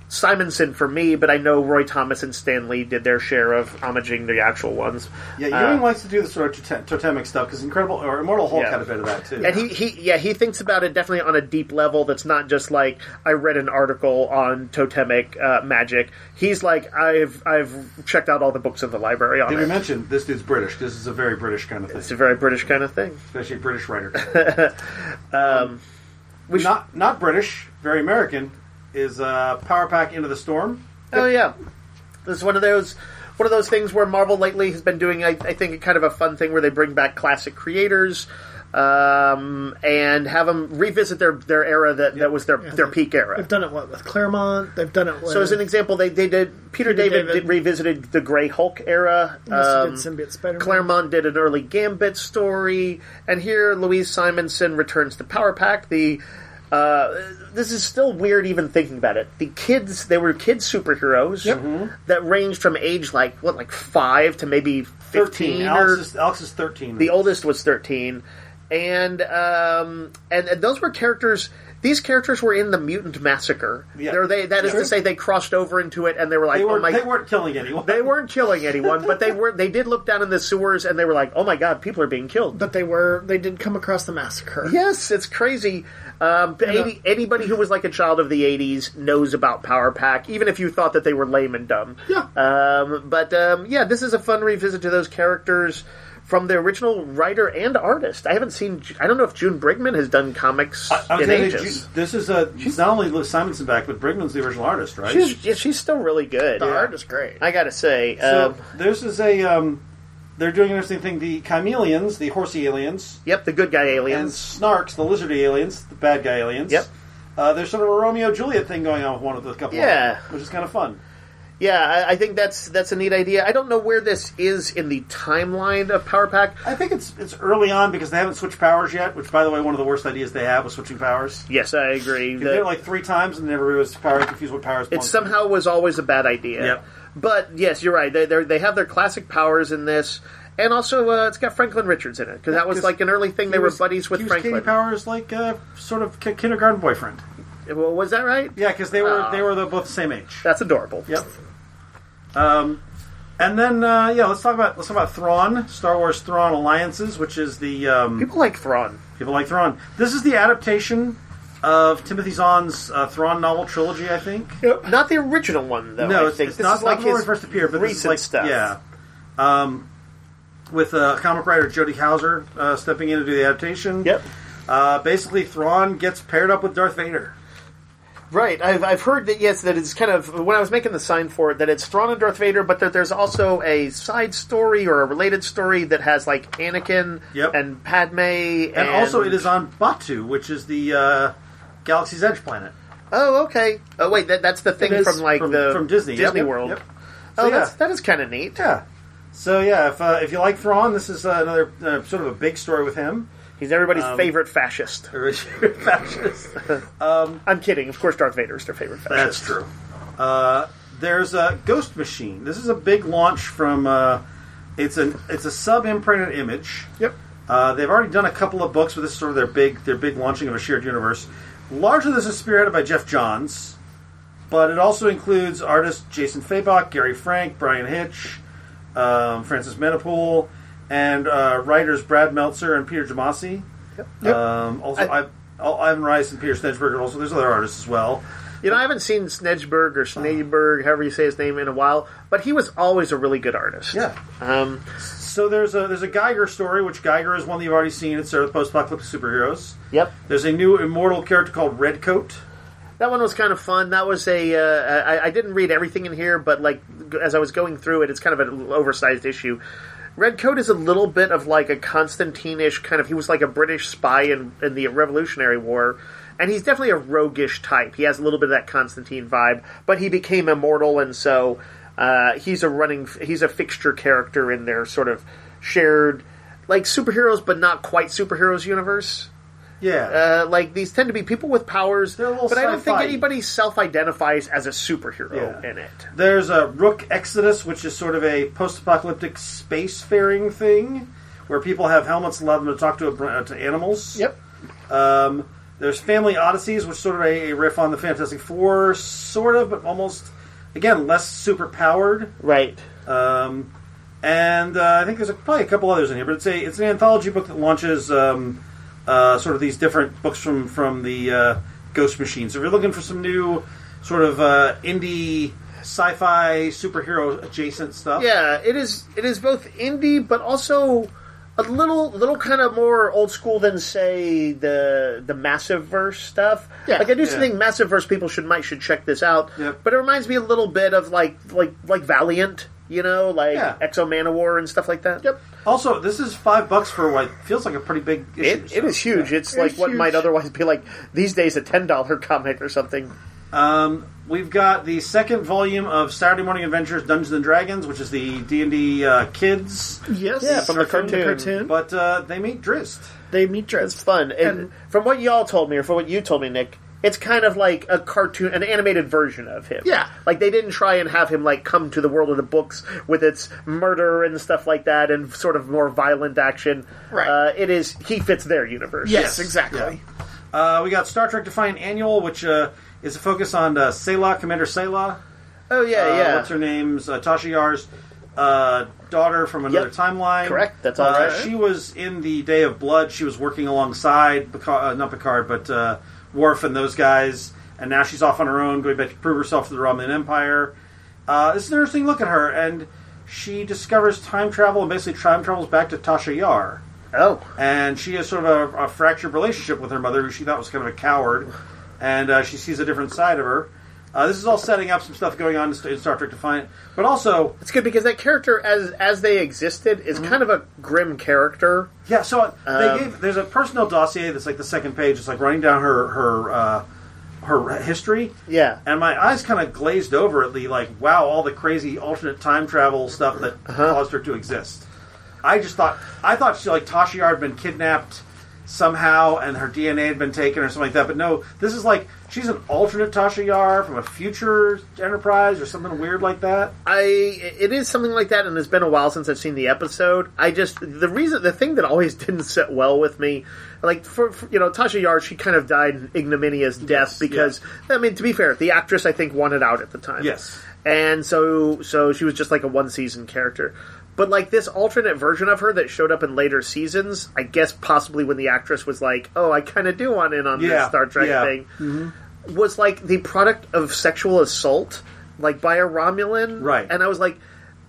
Speaker 2: Simonson for me, but I know Roy Thomas and Stan Lee did their share of homaging the actual ones.
Speaker 3: Yeah,
Speaker 2: Uh,
Speaker 3: Ewing likes to do the sort of totem- totemic stuff because Incredible or Immortal Hulk
Speaker 2: Yeah.
Speaker 3: had a bit of that too.
Speaker 2: And he, he, yeah, he thinks about it definitely on a deep level. That's not just like I read an article on totemic uh, magic. He's like I've I've checked out all the books in the library on
Speaker 3: Did we
Speaker 2: it.
Speaker 3: mention this dude's British? This is a very British kind of
Speaker 2: It's
Speaker 3: thing,
Speaker 2: a very British kind of thing.
Speaker 3: especially a British writer.
Speaker 2: Um, We should-
Speaker 3: not not British, very American is uh, Power Pack Into the Storm.
Speaker 2: Oh yeah, this is one of those one of those things where Marvel lately has been doing. I, I think kind of a fun thing where they bring back classic creators um, and have them revisit their their era that, that was their their peak era.
Speaker 4: They've done it what with Claremont. They've done it. With,
Speaker 2: So as an example, they, they did Peter, David,
Speaker 4: David.
Speaker 2: Did, revisited the Gray Hulk era.
Speaker 4: um,
Speaker 2: um,
Speaker 4: symbiote Spider-Man.
Speaker 2: Claremont did an early Gambit story, and here Louise Simonson returns to Power Pack. The uh, this is still weird, even thinking about it. The kids, they were kids superheroes
Speaker 4: Mm-hmm.
Speaker 2: that ranged from age like what, like five to maybe fifteen.
Speaker 3: Thirteen.
Speaker 2: or,
Speaker 3: Alex is, Alex is thirteen.
Speaker 2: the oldest was 13 and um and, and those were characters these characters were in the mutant massacre
Speaker 3: Yeah.
Speaker 2: They're- they, that is
Speaker 3: Sure.
Speaker 2: to say they crossed over into it and they were like
Speaker 3: they
Speaker 2: oh
Speaker 3: weren't
Speaker 2: my
Speaker 3: they weren't killing anyone.
Speaker 2: they weren't killing anyone but they were they did look down in the sewers and they were like oh my god people are being killed
Speaker 4: but they were they did come across the massacre.
Speaker 2: Yes, it's crazy. Um, but any, anybody who was like a child of the '80s knows about Power Pack, even if you thought that they were lame and dumb.
Speaker 4: Yeah.
Speaker 2: Um, but um, yeah, this is a fun revisit to those characters from the original writer and artist. I haven't seen. I don't know if June Brigman has done comics
Speaker 3: I was
Speaker 2: in
Speaker 3: gonna say,
Speaker 2: ages.
Speaker 3: Ju- this is a. She's not only Liz Simonson back, but Brigman's the original artist, right?
Speaker 2: she's yeah, she's still really good.
Speaker 4: The art is great.
Speaker 2: I gotta say.
Speaker 3: so
Speaker 2: um,
Speaker 3: this is a. Um, they're doing an interesting thing. The chameleons, the horsey aliens,
Speaker 2: yep, the good guy
Speaker 3: and
Speaker 2: aliens.
Speaker 3: snarks, the lizardy aliens, the bad guy aliens.
Speaker 2: Yep.
Speaker 3: Uh, there's sort of a Romeo Juliet thing going on with one of the couple. of
Speaker 2: Yeah.
Speaker 3: them, which is kind of fun.
Speaker 2: yeah, I, I think that's that's a neat idea. I don't know where this is in the timeline of Power Pack.
Speaker 3: I think it's it's early on because they haven't switched powers yet. Which, by the way, one of the worst ideas they have was switching powers.
Speaker 2: Yes, I agree.
Speaker 3: They
Speaker 2: The-
Speaker 3: did it like three times and never realized powers confused what powers.
Speaker 2: It
Speaker 3: belong to.
Speaker 2: somehow was always a bad idea.
Speaker 3: Yep.
Speaker 2: But yes, you're right. They they're- they have their classic powers in this, and also uh, it's got Franklin Richards in it because that was
Speaker 3: 'cause
Speaker 2: like an early thing. They
Speaker 3: He
Speaker 2: were
Speaker 3: was-
Speaker 2: buddies with
Speaker 3: he was
Speaker 2: Franklin.
Speaker 3: Katie Powers, like uh, sort of ki- kindergarten boyfriend.
Speaker 2: Well, was that right?
Speaker 3: Yeah, because they were
Speaker 2: Aw.
Speaker 3: they were the, both the same age.
Speaker 2: That's adorable.
Speaker 3: Yep. Um, and then uh, yeah, let's talk about let's talk about Thrawn, Star Wars Thrawn Alliances, which is the um,
Speaker 2: People like Thrawn.
Speaker 3: people like Thrawn. This is the adaptation of Timothy Zahn's uh, Thrawn novel trilogy, I think.
Speaker 2: Not the original one though.
Speaker 3: No,
Speaker 2: I
Speaker 3: it's,
Speaker 2: think.
Speaker 3: it's
Speaker 2: this
Speaker 3: not
Speaker 2: is like
Speaker 3: not the one
Speaker 2: his
Speaker 3: that first appeared, but this is
Speaker 2: recent
Speaker 3: like
Speaker 2: stuff.
Speaker 3: Yeah, um, with uh, comic writer Jody Hauser uh, stepping in to do the adaptation.
Speaker 2: Yep.
Speaker 3: Uh, basically, Thrawn gets paired up with Darth Vader.
Speaker 2: Right. I've, I've heard that yes, that it's kind of when I was making the sign for it that it's Thrawn and Darth Vader, but that there's also a side story or a related story that has like Anakin
Speaker 3: Yep.
Speaker 2: and Padme, and,
Speaker 3: And, also, it is on Batu, which is the uh, Galaxy's Edge planet
Speaker 2: Oh, okay. Oh, wait, that, that's the thing
Speaker 4: is
Speaker 2: from like
Speaker 3: from,
Speaker 2: the
Speaker 3: from Disney. Yep,
Speaker 2: Disney
Speaker 3: yep,
Speaker 2: World.
Speaker 3: yep. So,
Speaker 2: Oh,
Speaker 3: yeah.
Speaker 2: that's, that is kind of neat.
Speaker 3: yeah. So yeah, if uh, if you like Thrawn, this is uh, another uh, sort of a big story with him.
Speaker 2: He's everybody's
Speaker 3: Um,
Speaker 2: favorite fascist.
Speaker 3: Richard Fascist.
Speaker 2: I'm kidding. Of course, Darth Vader is their favorite
Speaker 3: That's
Speaker 2: fascist.
Speaker 3: true. Uh, there's a Ghost Machine. This is a big launch from. Uh, it's an it's a sub imprinted image.
Speaker 2: Yep.
Speaker 3: Uh, they've already done a couple of books, but this is sort of their big their big launching of a shared universe. Largely, this is spearheaded by Jeff Johns, but it also includes artists Jason Fabok, Gary Frank, Brian Hitch, um, Francis Menopoul, and uh, writers Brad Meltzer and Peter Jamasi.
Speaker 2: Yep.
Speaker 3: Um, also,
Speaker 2: I-
Speaker 3: I, Ivan Rice and Peter Stensberger. Also, there's other artists as well.
Speaker 2: You know, I haven't seen Snedgeberg or Schneeberg, however you say his name, in a while, but he was always a really good artist.
Speaker 3: Yeah.
Speaker 2: Um,
Speaker 3: So there's a there's a Geiger story, which Geiger is one that you've already seen. It's sort of post-apocalyptic superheroes.
Speaker 2: yep.
Speaker 3: There's a new immortal character called Redcoat.
Speaker 2: That one was kind of fun. That was a. Uh, I, I didn't read everything in here, but like g- as I was going through it, it's kind of an oversized issue. Red Coat is a little bit of like a Constantine-ish kind of. He was like a British spy in, in the Revolutionary War, and he's definitely a roguish type. He has a little bit of that Constantine vibe, but he became immortal, and so uh, he's a running, he's a fixture character in their sort of shared, like superheroes, but not quite superheroes universe.
Speaker 3: Yeah.
Speaker 2: Uh, like these tend to be people with powers,
Speaker 3: They're a little
Speaker 2: but I don't think
Speaker 3: sci-fi.
Speaker 2: anybody self-identifies as a superhero
Speaker 3: Yeah.
Speaker 2: in it.
Speaker 3: There's a Rook Exodus, which is sort of a post-apocalyptic spacefaring thing, where people have helmets allow them to talk to a, uh, to animals.
Speaker 2: Yep.
Speaker 3: Um, there's Family Odysseys, which is sort of a, a riff on the Fantastic Four, sort of, but almost again less super powered.
Speaker 2: Right.
Speaker 3: Um, and uh, I think there's a, probably a couple others in here, but it's a it's an anthology book that launches um, uh, sort of these different books from from the uh, Ghost Machine. So if you're looking for some new sort of uh, indie sci-fi superhero adjacent stuff,
Speaker 2: Yeah, it is. It is both indie, but also a little, little kind of more old school than say the the massive verse stuff.
Speaker 4: Yeah.
Speaker 2: like I do
Speaker 3: Yeah.
Speaker 2: think massive verse people should might should check this out.
Speaker 3: Yep.
Speaker 2: But it reminds me a little bit of like like like Valiant, you know, like
Speaker 3: Yeah.
Speaker 2: Exo Manowar and stuff like that.
Speaker 4: Yep.
Speaker 3: Also, this is five bucks for what feels like a pretty big issue.
Speaker 2: It,
Speaker 3: so-
Speaker 2: it is huge. It's
Speaker 4: It
Speaker 2: like
Speaker 4: is
Speaker 2: what
Speaker 4: huge.
Speaker 2: might otherwise be like these days a ten dollar comic or something.
Speaker 3: Um, we've got the second volume of Saturday Morning Adventures: Dungeons and Dragons, which is the D and D uh, kids,
Speaker 4: Yes.
Speaker 2: Yeah, from the cartoon.
Speaker 3: but uh, they meet Drizzt.
Speaker 4: They meet
Speaker 2: It's
Speaker 4: Drizzt.
Speaker 2: fun. And,
Speaker 4: And-
Speaker 2: from what y'all told me, or from what you told me, Nick, it's kind of like a cartoon, an animated version of him.
Speaker 4: Yeah.
Speaker 2: Like they didn't try and have him like come to the world of the books with its murder and stuff like that, and sort of more violent action.
Speaker 4: Right.
Speaker 2: Uh, it is he fits their universe.
Speaker 4: Yes,
Speaker 3: Yes,
Speaker 4: exactly.
Speaker 3: Uh, we got Star Trek Defiant Annual, which uh, is a focus on uh, Selah, Commander Selah.
Speaker 2: Oh yeah,
Speaker 3: Uh,
Speaker 2: yeah.
Speaker 3: What's her name's uh, Tasha Yar's uh, daughter from another
Speaker 2: Yep.
Speaker 3: timeline.
Speaker 2: Correct, that's
Speaker 3: uh,
Speaker 2: all right.
Speaker 3: She was in the Day of Blood. She was working alongside Picard, uh, not Picard, but uh, Worf and those guys. And now she's off on her own, going back to prove herself to the Romulan Empire. Uh, it's an interesting look at her, and she discovers time travel and basically time travels back to Tasha Yar
Speaker 2: oh.
Speaker 3: and she has sort of a, a fractured relationship with her mother, who she thought was kind of a coward, and uh, she sees a different side of her. Uh, this is all setting up some stuff going on in St- in Star Trek Defiant, but also,
Speaker 2: It's good because that character, as as they existed, is
Speaker 4: Mm-hmm.
Speaker 2: kind of a grim character.
Speaker 3: yeah. So uh,
Speaker 2: Um,
Speaker 3: they gave there's a personnel dossier that's like the second page. It's like running down her her uh, her history.
Speaker 2: Yeah.
Speaker 3: And my eyes kind of glazed over at the like, wow, all the crazy alternate time travel stuff that
Speaker 2: Uh-huh.
Speaker 3: caused her to exist. I just thought, I thought she like Tasha Yar had been kidnapped somehow, and her DNA had been taken or something like that. But no, this is like she's an alternate Tasha Yar from a future Enterprise or something weird like that.
Speaker 2: I it is something like that, and it's been a while since I've seen the episode. I just the reason the thing that always didn't sit well with me, like for, for you know Tasha Yar, she kind of died an ignominious death because I mean to be fair, the actress I think wanted out at the time.
Speaker 3: Yes.
Speaker 2: and so so she was just like a one season character. But like this alternate version of her that showed up in later seasons, I guess possibly when the actress was like, "Oh, I kind of do want in on this
Speaker 3: Yeah,
Speaker 2: Star Trek
Speaker 3: yeah.
Speaker 2: thing," was like the product of sexual assault, like by a Romulan,
Speaker 3: Right.
Speaker 2: And I was like,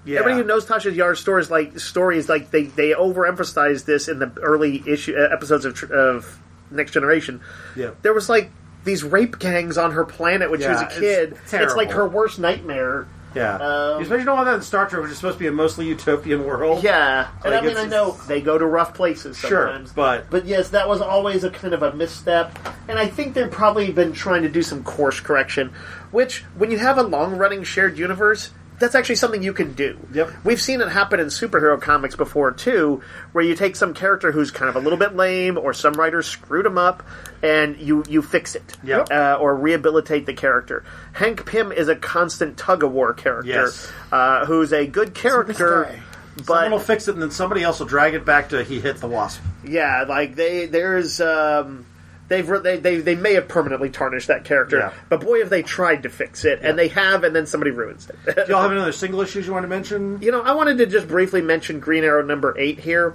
Speaker 3: Yeah.
Speaker 2: everybody who knows Tasha Yar's story is like stories like they they overemphasized this in the early issue uh, episodes of tr- of Next Generation.
Speaker 3: Yeah.
Speaker 2: there was like these rape gangs on her planet when
Speaker 3: Yeah,
Speaker 2: she was
Speaker 3: it's
Speaker 2: a kid. It's,
Speaker 3: terrible.
Speaker 2: like her worst nightmare.
Speaker 3: Yeah,
Speaker 2: Um,
Speaker 3: especially all that in Star Trek, which is supposed to be a mostly utopian world.
Speaker 2: Yeah, and
Speaker 3: Like,
Speaker 2: I mean
Speaker 3: it's-
Speaker 2: I know they go to rough places
Speaker 3: Sure,
Speaker 2: sometimes,
Speaker 3: but-
Speaker 2: but yes, that was always a kind of a misstep, and I think they've probably been trying to do some course correction, which when you have a long running shared universe. That's actually something you can do.
Speaker 3: Yep.
Speaker 2: We've seen it happen in superhero comics before too, where you take some character who's kind of a little bit lame, or some writer screwed him up, and you you fix it,
Speaker 3: Yep.
Speaker 2: uh, or rehabilitate the character. Hank Pym is a constant tug of war character,
Speaker 3: Yes.
Speaker 2: uh, who's a good character,
Speaker 4: guy.
Speaker 2: but
Speaker 3: Someone will fix it, and then somebody else will drag it back to he hit the wasp.
Speaker 2: yeah, like they there's um they've re- they, they they may have permanently tarnished that character,
Speaker 3: Yeah.
Speaker 2: but boy have they tried to fix it, and they have, and then somebody ruins it.
Speaker 3: Do y'all have any other single issues you want to mention?
Speaker 2: you know, I wanted to just briefly mention Green Arrow number eight here.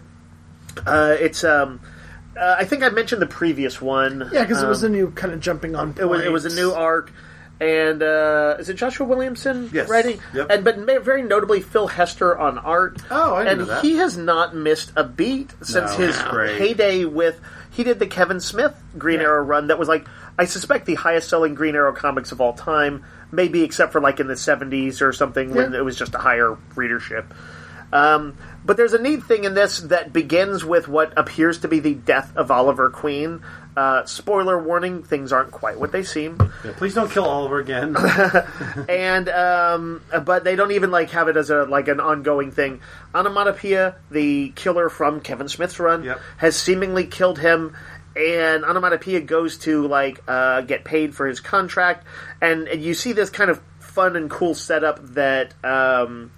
Speaker 2: Uh, it's um. Uh, I think I mentioned the previous one.
Speaker 4: Yeah, because it was
Speaker 2: Um,
Speaker 4: a new kind of jumping on. Point.
Speaker 2: it was it was a new arc, and uh, is it Joshua Williamson
Speaker 3: Yes.
Speaker 2: writing?
Speaker 3: Yep.
Speaker 2: And but ma- very notably Phil Hester on art.
Speaker 3: Oh, I didn't
Speaker 2: and
Speaker 3: know that.
Speaker 2: he has not missed a beat since
Speaker 3: No,
Speaker 2: his
Speaker 3: that's great.
Speaker 2: heyday with he did the Kevin Smith Green
Speaker 4: Yeah.
Speaker 2: Arrow run that was like I suspect the highest selling Green Arrow comics of all time, maybe except for like in the seventies or something when
Speaker 4: Yeah.
Speaker 2: it was just a higher readership. Um, but there's a neat thing in this that begins with what appears to be the death of Oliver Queen. Uh, spoiler warning: things aren't quite what they seem.
Speaker 3: Yeah, please don't kill Oliver again.
Speaker 2: and um, but they don't even like have it as a like an ongoing thing. Onomatopoeia, the killer from Kevin Smith's run,
Speaker 3: Yep.
Speaker 2: has seemingly killed him, and Onomatopoeia goes to like uh, get paid for his contract, and, and you see this kind of fun and cool setup that um,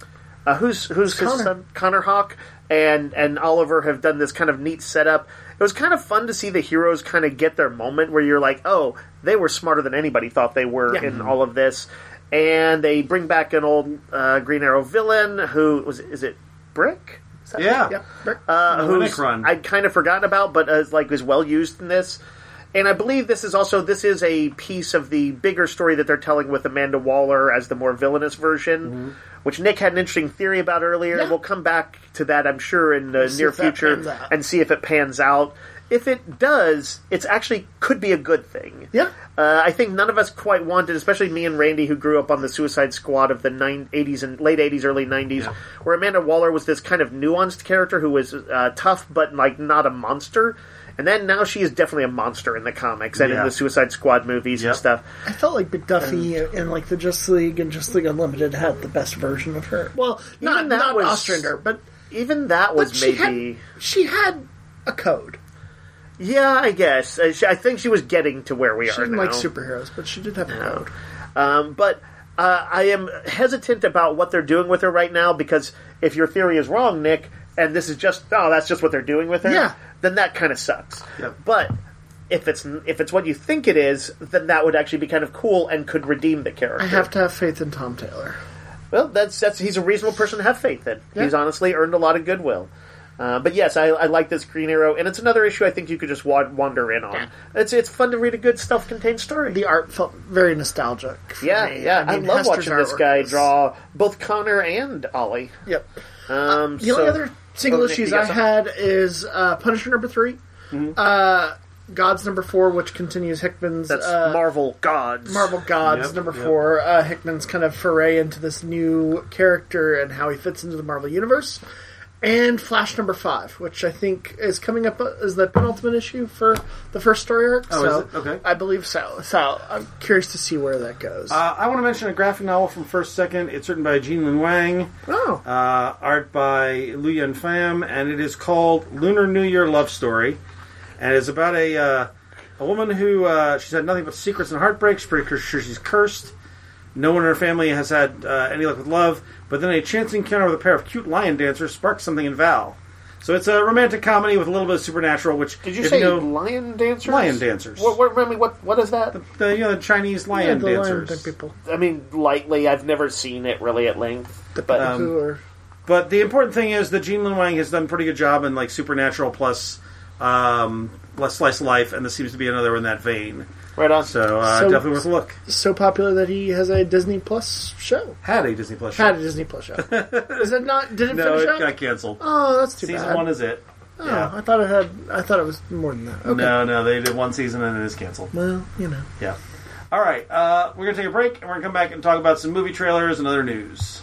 Speaker 2: uh, who's who's his
Speaker 4: Connor.
Speaker 2: son Connor Hawk and and Oliver have done this kind of neat setup. It was kind of fun to see the heroes kind of get their moment where you're like, oh, they were smarter than anybody thought they were
Speaker 4: Yeah.
Speaker 2: in all of this, and they bring back an old uh, Green Arrow villain who was is it Brick? Is that-
Speaker 3: Yeah.
Speaker 4: Yep. Rick.
Speaker 2: uh,
Speaker 3: the Winnick
Speaker 2: who's
Speaker 3: run.
Speaker 2: I'd kind of forgotten about, but uh, like is well used in this. And I believe this is also this is a piece of the bigger story that they're telling with Amanda Waller as the more villainous version, which Nick had an interesting theory about earlier.
Speaker 4: Yeah.
Speaker 2: We'll come back to that, I'm sure, in the
Speaker 4: see
Speaker 2: near
Speaker 4: if that
Speaker 2: future
Speaker 4: pans out.
Speaker 2: and see if it pans out. If it does, it's actually could be a good thing.
Speaker 4: Yeah.
Speaker 2: Uh, I think none of us quite wanted, especially me and Randy, who grew up on the Suicide Squad of the nine, 80s and late 80s, early 90s,
Speaker 3: Yeah.
Speaker 2: where Amanda Waller was this kind of nuanced character who was uh, tough but like not a monster. And then now she is definitely a monster in the comics and
Speaker 3: Yeah.
Speaker 2: in the Suicide Squad movies
Speaker 3: Yep.
Speaker 2: and stuff.
Speaker 4: I felt like McDuffie in like the Justice League and Justice League Unlimited had the best version of her. Well, not
Speaker 2: Even that
Speaker 4: not
Speaker 2: was-
Speaker 4: Ostrander, but
Speaker 2: Even that
Speaker 4: but
Speaker 2: was
Speaker 4: she
Speaker 2: maybe.
Speaker 4: had she had a code.
Speaker 2: Yeah, I guess. Uh, she, I think she was getting to where we
Speaker 4: She
Speaker 2: are
Speaker 4: didn't
Speaker 2: now.
Speaker 4: like superheroes, but she did have a code.
Speaker 2: Um, but uh, I am hesitant about what they're doing with her right now because if your theory is wrong, Nick, and this is just oh that's just what they're doing with her,
Speaker 4: Yeah.
Speaker 2: then that kind of sucks.
Speaker 3: Yep.
Speaker 2: But if it's if it's what you think it is, then that would actually be kind of cool and could redeem the character.
Speaker 4: I have to have faith in Tom Taylor.
Speaker 2: Well, that's that's he's a reasonable person to have faith in.
Speaker 4: Yeah.
Speaker 2: He's honestly earned a lot of goodwill. Uh, but yes, I, I like this Green Arrow, and it's another issue I think you could just wa- wander in on. It's it's fun to read a good self contained story.
Speaker 4: The art felt very nostalgic. for
Speaker 2: Yeah,
Speaker 4: me.
Speaker 2: yeah. I,
Speaker 4: mean,
Speaker 2: love
Speaker 4: Hester's
Speaker 2: watching this
Speaker 4: artwork
Speaker 2: guy
Speaker 4: is-
Speaker 2: draw both Connor and Ollie.
Speaker 4: Yep.
Speaker 2: Um,
Speaker 4: The
Speaker 2: so-
Speaker 4: only other single
Speaker 2: Oh, Nick,
Speaker 4: issues
Speaker 2: you got Mm-hmm.
Speaker 4: I
Speaker 2: something?
Speaker 4: had is uh, Punisher number 3 uh, God's number four, which continues Hickman's
Speaker 2: That's
Speaker 4: uh,
Speaker 2: Marvel gods.
Speaker 4: Marvel Gods
Speaker 3: Yep,
Speaker 4: number
Speaker 3: yep.
Speaker 4: four, uh, Hickman's kind of foray into this new character and how he fits into the Marvel universe, and Flash number five, which I think is coming up as the penultimate issue for the first story arc.
Speaker 3: Oh,
Speaker 4: so
Speaker 3: is it? Okay.
Speaker 4: I believe so. So I'm curious to see where that goes.
Speaker 3: Uh, I want to mention a graphic novel from First Second. It's written by Jean Lin Wang,
Speaker 4: oh,
Speaker 3: uh, art by Lu Yun Pham, and it is called Lunar New Year Love Story. And it's about a uh, a woman who uh, she's had nothing but secrets and heartbreaks. Pretty cur- sure she's cursed. No one in her family has had uh, any luck with love. But then a chance encounter with a pair of cute lion dancers sparks something in Val. So it's a romantic comedy with a little bit of supernatural. Which
Speaker 2: Did you
Speaker 3: if
Speaker 2: say
Speaker 3: know,
Speaker 2: lion dancers?
Speaker 3: Lion dancers.
Speaker 2: What, what, remind me, what, what is that?
Speaker 3: the you know the Chinese
Speaker 4: yeah,
Speaker 3: lion
Speaker 4: the
Speaker 3: dancers?
Speaker 4: Lion King people,
Speaker 2: I mean, lightly. I've never seen it really at length. But
Speaker 4: people who
Speaker 3: um,
Speaker 4: are
Speaker 3: But the important thing is that Gene Lin Wang has done a pretty good job in like Supernatural plus um, plus Slice of Life, and this seems to be another in that vein.
Speaker 2: um, right on.
Speaker 3: So, uh,
Speaker 4: So-
Speaker 3: definitely worth a look.
Speaker 4: so popular that he has a Disney Plus show.
Speaker 3: Had a Disney Plus. show.
Speaker 4: Had a Disney Plus show. is it not? Did it
Speaker 3: no, it
Speaker 4: finish up?
Speaker 3: got canceled.
Speaker 4: Oh, that's too
Speaker 3: Season
Speaker 4: bad.
Speaker 3: one is it.
Speaker 4: oh,
Speaker 3: yeah.
Speaker 4: I thought it had. I thought it was more than that. Okay.
Speaker 3: No, no, they did one season and it is canceled.
Speaker 4: Well, you know.
Speaker 3: Yeah. All right, uh, we're gonna take a break and we're gonna come back and talk about some movie trailers and other news.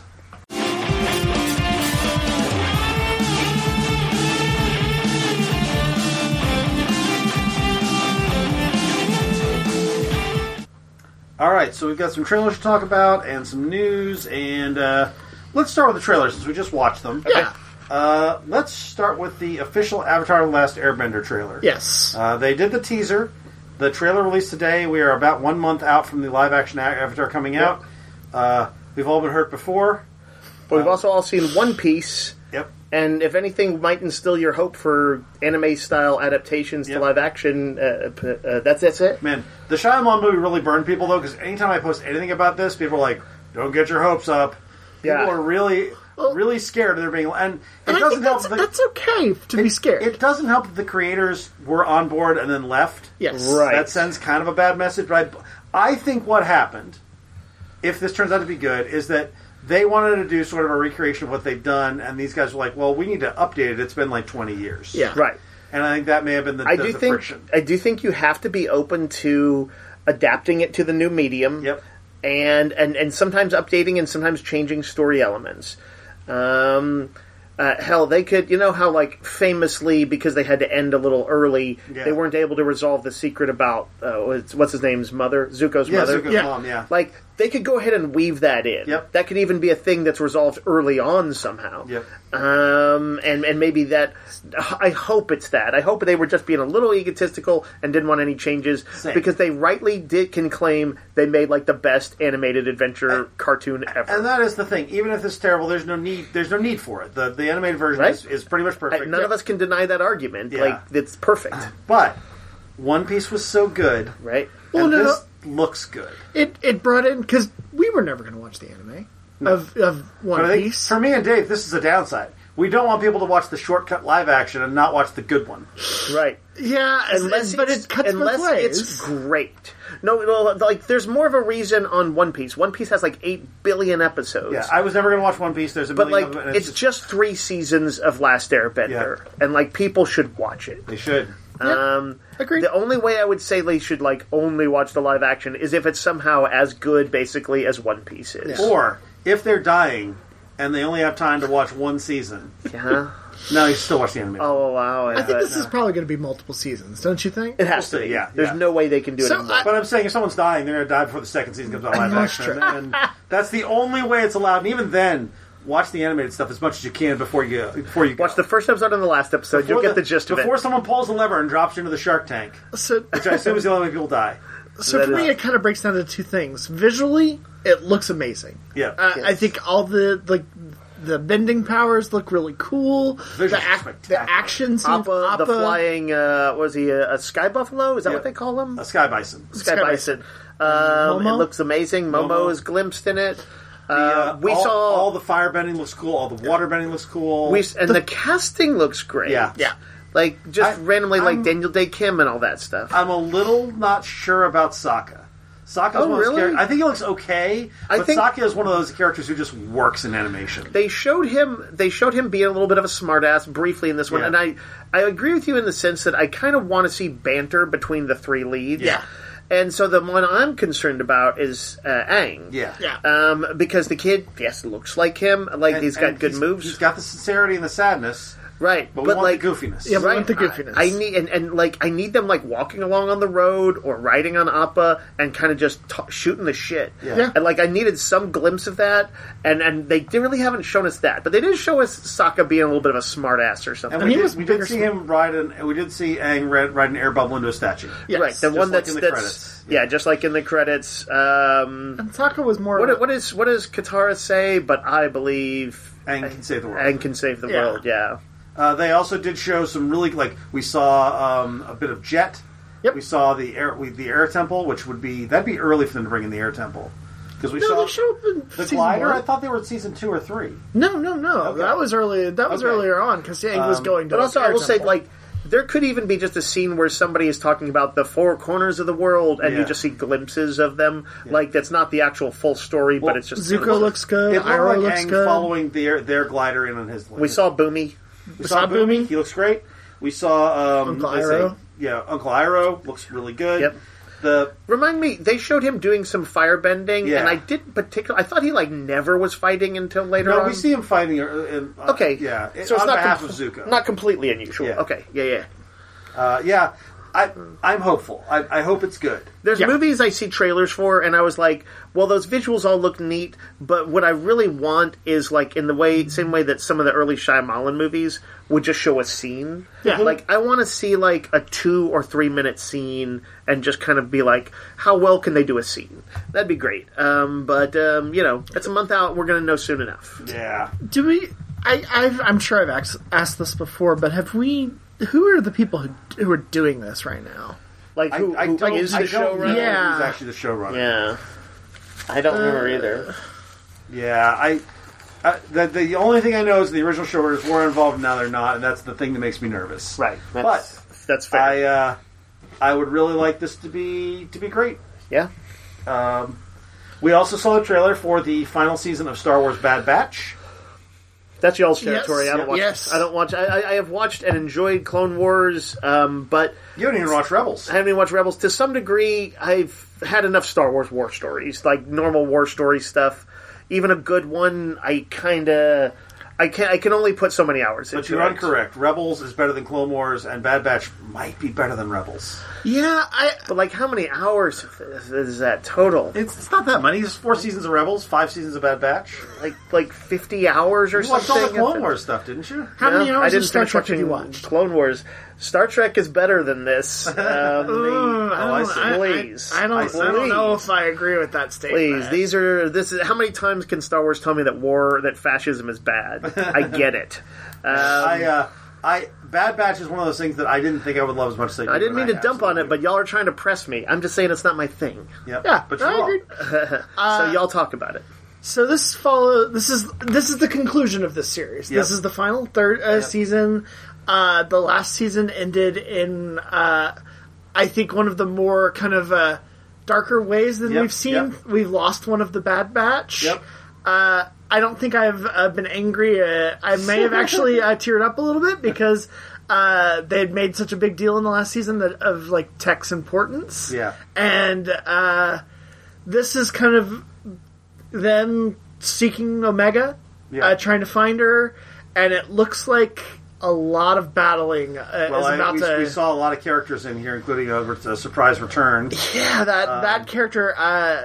Speaker 3: All right, so we've got some trailers to talk about and some news, and uh, let's start with the trailers since we just watched them.
Speaker 4: Yeah.
Speaker 3: Uh, let's start with the official Avatar: The Last Airbender trailer.
Speaker 4: Yes.
Speaker 3: Uh, they did the teaser. The trailer released today. We are about one month out from the live action a- Avatar coming out. Uh, we've all been hurt before.
Speaker 2: but we've also all seen One Piece,
Speaker 3: Yep.
Speaker 2: and if anything might instill your hope for anime style adaptations
Speaker 3: Yep.
Speaker 2: to live action, uh, p- uh, that's that's it.
Speaker 3: Man, the Shyamalan movie really burned people, though, because anytime I post anything about this, people are like, don't get your hopes up. People
Speaker 2: Yeah.
Speaker 3: are really,
Speaker 4: Well-
Speaker 3: really scared of there being. And it
Speaker 4: And I
Speaker 3: doesn't
Speaker 4: think
Speaker 3: help.
Speaker 4: that's,
Speaker 3: that
Speaker 4: that's okay to be scared.
Speaker 3: It doesn't help that the creators were on board and then left.
Speaker 4: yes.
Speaker 2: Right.
Speaker 3: That sends kind of a bad message, but I, I think what happened, if this turns out to be good, is that they wanted to do sort of a recreation of what they've done, and these guys were like, well, we need to update it. It's been like 20 years.
Speaker 4: Yeah.
Speaker 2: Right.
Speaker 3: And I think that may have been the,
Speaker 2: I
Speaker 3: the,
Speaker 2: do
Speaker 3: the
Speaker 2: think
Speaker 3: friction.
Speaker 2: I do think you have to be open to adapting it to the new medium.
Speaker 3: Yep.
Speaker 2: And and and sometimes updating and sometimes changing story elements. Um, Uh, hell, they could, you know how like famously because they had to end a little early,
Speaker 3: Yeah.
Speaker 2: they weren't able to resolve the secret about uh, what's, what's his name's mother, Zuko's
Speaker 3: Yeah,
Speaker 2: mother.
Speaker 3: Zuko's
Speaker 4: Yeah.
Speaker 3: mom. Yeah,
Speaker 2: Like they could go ahead and weave that in.
Speaker 3: Yep.
Speaker 2: That could even be a thing that's resolved early on somehow.
Speaker 3: Yep.
Speaker 2: Um, and and maybe that. I hope it's that. I hope they were just being a little egotistical and didn't want any changes
Speaker 3: Same.
Speaker 2: because they rightly did can claim they made like the best animated adventure cartoon ever.
Speaker 3: and that is the thing. Even if it's terrible, there's no need. There's no need for it. The the animated version
Speaker 2: Right.
Speaker 3: is, is pretty much
Speaker 2: I-
Speaker 3: perfect.
Speaker 2: none of us can deny that argument.
Speaker 3: Yeah.
Speaker 2: Like it's perfect,
Speaker 3: But One Piece was so good.
Speaker 2: right? Oh,
Speaker 4: Well,
Speaker 3: and
Speaker 4: no,
Speaker 3: this looks good.
Speaker 4: It it brought in because we were never going to watch the anime of of One
Speaker 3: But I think
Speaker 4: Piece.
Speaker 3: for me and Dave, this is a downside. We don't want people to watch the shortcut live action and not watch the good one.
Speaker 2: Right.
Speaker 4: yeah,
Speaker 2: Unless
Speaker 4: but
Speaker 2: it's,
Speaker 4: it cuts
Speaker 2: unless
Speaker 4: both ways.
Speaker 2: it's great. No, no, like there's more of a reason on One Piece. One Piece has like eight billion episodes.
Speaker 3: Yeah, I was never going to watch One Piece. There's a
Speaker 2: but
Speaker 3: million
Speaker 2: like
Speaker 3: of them, and
Speaker 2: it's just three seasons of Last Airbender,
Speaker 3: Yeah.
Speaker 2: and like people should watch it.
Speaker 3: they should.
Speaker 2: Um,
Speaker 4: Agreed.
Speaker 2: The only way I would say they should like only watch the live action is if it's somehow as good, basically, as One Piece is.
Speaker 4: Yeah.
Speaker 3: Or if they're dying and they only have time to watch one season,
Speaker 2: Yeah.
Speaker 3: no, you still watch the anime.
Speaker 2: I'll allow it.
Speaker 4: I think
Speaker 2: but
Speaker 3: uh,
Speaker 4: this is probably going to be multiple seasons, don't you think?
Speaker 2: it has
Speaker 3: We'll
Speaker 2: to
Speaker 3: see,
Speaker 2: be.
Speaker 3: yeah,
Speaker 2: There's
Speaker 3: yeah.
Speaker 2: no way they can do it.
Speaker 4: So
Speaker 2: anymore.
Speaker 4: I-
Speaker 3: But I'm saying if someone's dying, they're going to die before the second season comes out live
Speaker 4: That's
Speaker 3: action,
Speaker 4: true.
Speaker 3: and that's the only way it's allowed. And even then, watch the animated stuff as much as you can before you before you go.
Speaker 2: Watch the first episode and the last episode.
Speaker 3: Before
Speaker 2: You'll get the gist of it.
Speaker 3: Before someone pulls the lever and drops you into the shark tank,
Speaker 4: So
Speaker 3: which I assume is the only way people die.
Speaker 4: so for me, it kind of breaks down to two things. Visually, it looks amazing.
Speaker 3: Yeah.
Speaker 4: Uh, I think all the like the bending powers look really cool.
Speaker 3: Visuals are
Speaker 4: The, ac- the
Speaker 3: spectacular.
Speaker 4: action scene,
Speaker 2: Appa, the flying uh, was he a, a sky buffalo? Is that
Speaker 3: Yeah.
Speaker 2: what they call him?
Speaker 3: A sky bison.
Speaker 2: sky,
Speaker 4: Sky
Speaker 2: bison. Um, it
Speaker 4: Momo?
Speaker 2: looks amazing. Momo,
Speaker 3: Momo.
Speaker 2: is glimpsed in it.
Speaker 3: Uh,
Speaker 2: Uh, we
Speaker 3: all,
Speaker 2: saw
Speaker 3: all the fire bending looks cool. All the water bending looks cool.
Speaker 2: we s- and the, casting looks great.
Speaker 3: Yeah.
Speaker 2: yeah. Like just
Speaker 3: I-
Speaker 2: randomly,
Speaker 3: I'm-
Speaker 2: like Daniel Day Kim and all that stuff.
Speaker 3: I'm a little not sure about Sokka. Sokka's
Speaker 2: Oh,
Speaker 3: one of those
Speaker 2: really?
Speaker 3: characters. I think he looks okay,
Speaker 2: I
Speaker 3: but
Speaker 2: think-
Speaker 3: Sokka is one of those characters who just works in animation.
Speaker 2: they showed him. They showed him being a little bit of a smartass briefly in this one,
Speaker 3: Yeah.
Speaker 2: and I I agree with you in the sense that I kind of want to see banter between the three leads.
Speaker 3: Yeah.
Speaker 2: And so the one I'm concerned about is uh, Aang.
Speaker 3: yeah,
Speaker 4: Yeah.
Speaker 2: Um, because the kid, yes, looks like him. Like
Speaker 3: And-
Speaker 2: he's got
Speaker 3: and
Speaker 2: good
Speaker 3: he's-
Speaker 2: moves,
Speaker 3: He's got the sincerity and the sadness,
Speaker 2: right?
Speaker 3: but,
Speaker 2: But,
Speaker 3: we want
Speaker 2: like
Speaker 3: the goofiness.
Speaker 4: Yeah, but-
Speaker 2: Right,
Speaker 4: want the goofiness.
Speaker 2: I, I need and, and like I need them like walking along on the road or riding on Appa and kind of just t- shooting the shit.
Speaker 3: Yeah. Yeah.
Speaker 2: And like I needed some glimpse of that, and and they d- really haven't shown us that. But they did show us Sokka being a little bit of a smartass or something.
Speaker 3: and we
Speaker 4: he
Speaker 3: did,
Speaker 4: was
Speaker 3: we did
Speaker 4: bigger
Speaker 3: see him ride an. We did see Aang ride, ride an air bubble into a statue.
Speaker 4: Yes.
Speaker 2: right, the
Speaker 4: Just
Speaker 2: one
Speaker 3: like
Speaker 2: that's
Speaker 3: in the
Speaker 2: that's
Speaker 3: credits.
Speaker 2: yeah. just like in the credits. Um,
Speaker 4: And Taka was more.
Speaker 2: what what is what does Katara say? But I believe
Speaker 3: Aang can save the world.
Speaker 2: and can save the
Speaker 4: Yeah.
Speaker 2: world. Yeah.
Speaker 3: Uh, they also did show some really like we saw um, a bit of Jet.
Speaker 4: Yep.
Speaker 3: We saw the air we, the air temple, which would be that'd be early for them to bring in the air temple because we
Speaker 4: no,
Speaker 3: saw
Speaker 4: they showed up in
Speaker 3: the
Speaker 4: season
Speaker 3: glider.
Speaker 4: one.
Speaker 3: I thought they were in season two or three.
Speaker 4: No, no, no.
Speaker 3: Okay.
Speaker 4: That was early. That was
Speaker 3: Okay. Um,
Speaker 4: earlier on because Yang was going to.
Speaker 2: But also, I
Speaker 4: Air
Speaker 2: will say,
Speaker 4: Temple.
Speaker 2: like, there could even be just a scene where somebody is talking about the four corners of the world, and
Speaker 3: Yeah.
Speaker 2: you just see glimpses of them. Like, that's not the actual full story, but it's just
Speaker 4: Zuko looks good.
Speaker 3: It looked
Speaker 4: Iroh
Speaker 3: like
Speaker 4: looks
Speaker 3: Aang
Speaker 4: good.
Speaker 3: following their their glider in on his.
Speaker 2: We saw Boomy.
Speaker 3: we saw
Speaker 4: Saw Boomy.
Speaker 3: Boomy. He looks great. We saw um,
Speaker 4: Uncle
Speaker 3: let's see.
Speaker 4: Iroh.
Speaker 3: Yeah, Uncle Iroh looks really good.
Speaker 2: Yep.
Speaker 3: The
Speaker 2: Remind me, they showed him doing some firebending,
Speaker 3: Yeah.
Speaker 2: and I didn't particular. I thought he like never was fighting until later
Speaker 3: no,
Speaker 2: on.
Speaker 4: Um,
Speaker 3: we see him fighting. Uh, in, uh,
Speaker 2: okay,
Speaker 3: yeah, so
Speaker 2: so it's
Speaker 3: on
Speaker 2: not
Speaker 3: behalf
Speaker 2: com-
Speaker 3: of Zuko.
Speaker 2: not completely unusual.
Speaker 3: Yeah.
Speaker 2: Okay, yeah, yeah.
Speaker 3: uh, yeah, I I'm hopeful. I, I hope it's good.
Speaker 2: There's
Speaker 4: Yeah.
Speaker 2: movies I see trailers for, and I was like, "Well, those visuals all look neat, but what I really want is like in the way, same way that some of the early Shyamalan movies would just show a scene.
Speaker 4: Yeah.
Speaker 2: like I want to see like a two or three minute scene and just kind of be like, how well can they do a scene? That'd be great. Um, but um, you know, it's a month out. We're gonna know soon enough.
Speaker 3: Yeah.
Speaker 4: do we? I, I've, I'm sure I've asked, asked this before, but have we? Who are the people who, who are doing this right now?
Speaker 2: Like
Speaker 3: I,
Speaker 2: who,
Speaker 3: I
Speaker 2: who
Speaker 3: don't,
Speaker 2: is the
Speaker 3: I don't
Speaker 2: showrunner?
Speaker 3: know
Speaker 4: Yeah.
Speaker 3: who's actually the showrunner.
Speaker 2: Yeah, I don't remember either.
Speaker 3: Yeah, I. I the, the only thing I know is the original showrunners were involved, now they're not, and that's the thing that makes me nervous.
Speaker 2: Right,
Speaker 3: but
Speaker 2: that's, that's fair.
Speaker 3: I, uh, I would really like this to be to be great.
Speaker 2: yeah.
Speaker 3: We also saw a trailer for the final season of Star Wars Bad Batch.
Speaker 2: That's y'all's territory.
Speaker 4: Yes.
Speaker 2: I don't watch.
Speaker 4: Yes.
Speaker 2: I don't watch. I, I, I have watched and enjoyed Clone Wars, um, but
Speaker 3: You don't even watch Rebels.
Speaker 2: I haven't even watched Rebels. To some degree, I've had enough Star Wars war stories, like normal war story stuff. Even a good one, I kind of. I can I can only put so many hours.
Speaker 3: But
Speaker 2: into
Speaker 3: you are
Speaker 2: it.
Speaker 3: correct. Rebels is better than Clone Wars, and Bad Batch might be better than Rebels.
Speaker 4: Yeah, I
Speaker 2: But like, how many hours is is that total?
Speaker 3: It's, it's not that many. There's four seasons of Rebels, five seasons of Bad Batch.
Speaker 2: Like like fifty hours or
Speaker 3: You watched
Speaker 2: something.
Speaker 3: all the
Speaker 2: If it-
Speaker 3: Clone Wars stuff, didn't you?
Speaker 4: how
Speaker 2: No,
Speaker 4: many
Speaker 2: I
Speaker 4: hours
Speaker 2: didn't
Speaker 4: of Star
Speaker 2: finish
Speaker 4: Trek did
Speaker 2: watching
Speaker 4: you watch?
Speaker 2: Clone Wars. Star Trek is better than this. Um, they-
Speaker 3: Oh, I see.
Speaker 4: I,
Speaker 2: Please.
Speaker 4: I, I don't.
Speaker 3: I see.
Speaker 4: I don't know
Speaker 2: Please.
Speaker 4: if I agree with that statement.
Speaker 2: please, these are this is how many times can Star Wars tell me that war that fascism is bad? I get it. Um,
Speaker 3: I, uh, I Bad Batch is one of those things that I didn't think I would love as much as I did.
Speaker 2: I didn't mean
Speaker 3: and
Speaker 2: to dump on it,
Speaker 3: absolutely
Speaker 2: but y'all are trying to press me. I'm just saying it's not my thing.
Speaker 3: do. Yep.
Speaker 4: Yeah,
Speaker 3: but
Speaker 4: I
Speaker 3: you're wrong.
Speaker 4: agree. Uh,
Speaker 2: so y'all talk about it.
Speaker 4: So this follow. This is this is the conclusion of this series.
Speaker 3: Yep.
Speaker 4: This is the final third uh, season. Uh, the last season ended in, uh, I think, one of the more kind of uh, darker ways than
Speaker 3: Yep,
Speaker 4: we've seen.
Speaker 3: yep.
Speaker 4: We've lost one of the Bad Batch.
Speaker 3: Yep.
Speaker 4: Uh, I don't think I've uh, been angry. Uh, I may have actually uh, teared up a little bit because uh, they had made such a big deal in the last season that of like Tech's importance.
Speaker 3: Yeah.
Speaker 4: and uh, this is kind of them seeking Omega,
Speaker 3: Yeah.
Speaker 4: uh, trying to find her, and it looks like a lot of battling uh,
Speaker 3: Well,
Speaker 4: is
Speaker 3: I,
Speaker 4: about
Speaker 3: we,
Speaker 4: to.
Speaker 3: we saw a lot of characters in here, including a, a surprise return.
Speaker 4: yeah, that
Speaker 3: Um,
Speaker 4: that character uh,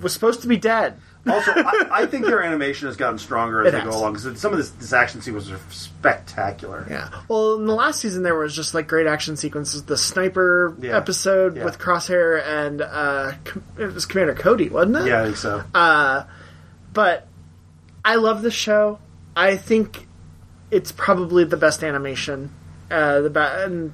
Speaker 4: was supposed to be dead.
Speaker 3: Also, I, I think their animation has gotten stronger as
Speaker 4: It
Speaker 3: they
Speaker 4: has.
Speaker 3: go along because some of this, this action sequences are spectacular.
Speaker 4: Yeah. Well, in the last season, there was just like great action sequences. The sniper
Speaker 3: Yeah.
Speaker 4: episode
Speaker 3: Yeah.
Speaker 4: with Crosshair and uh, com- it was Commander Cody, wasn't it?
Speaker 3: Yeah, I think so.
Speaker 4: Uh, But I love this show. I think it's probably the best animation. Uh, the ba- and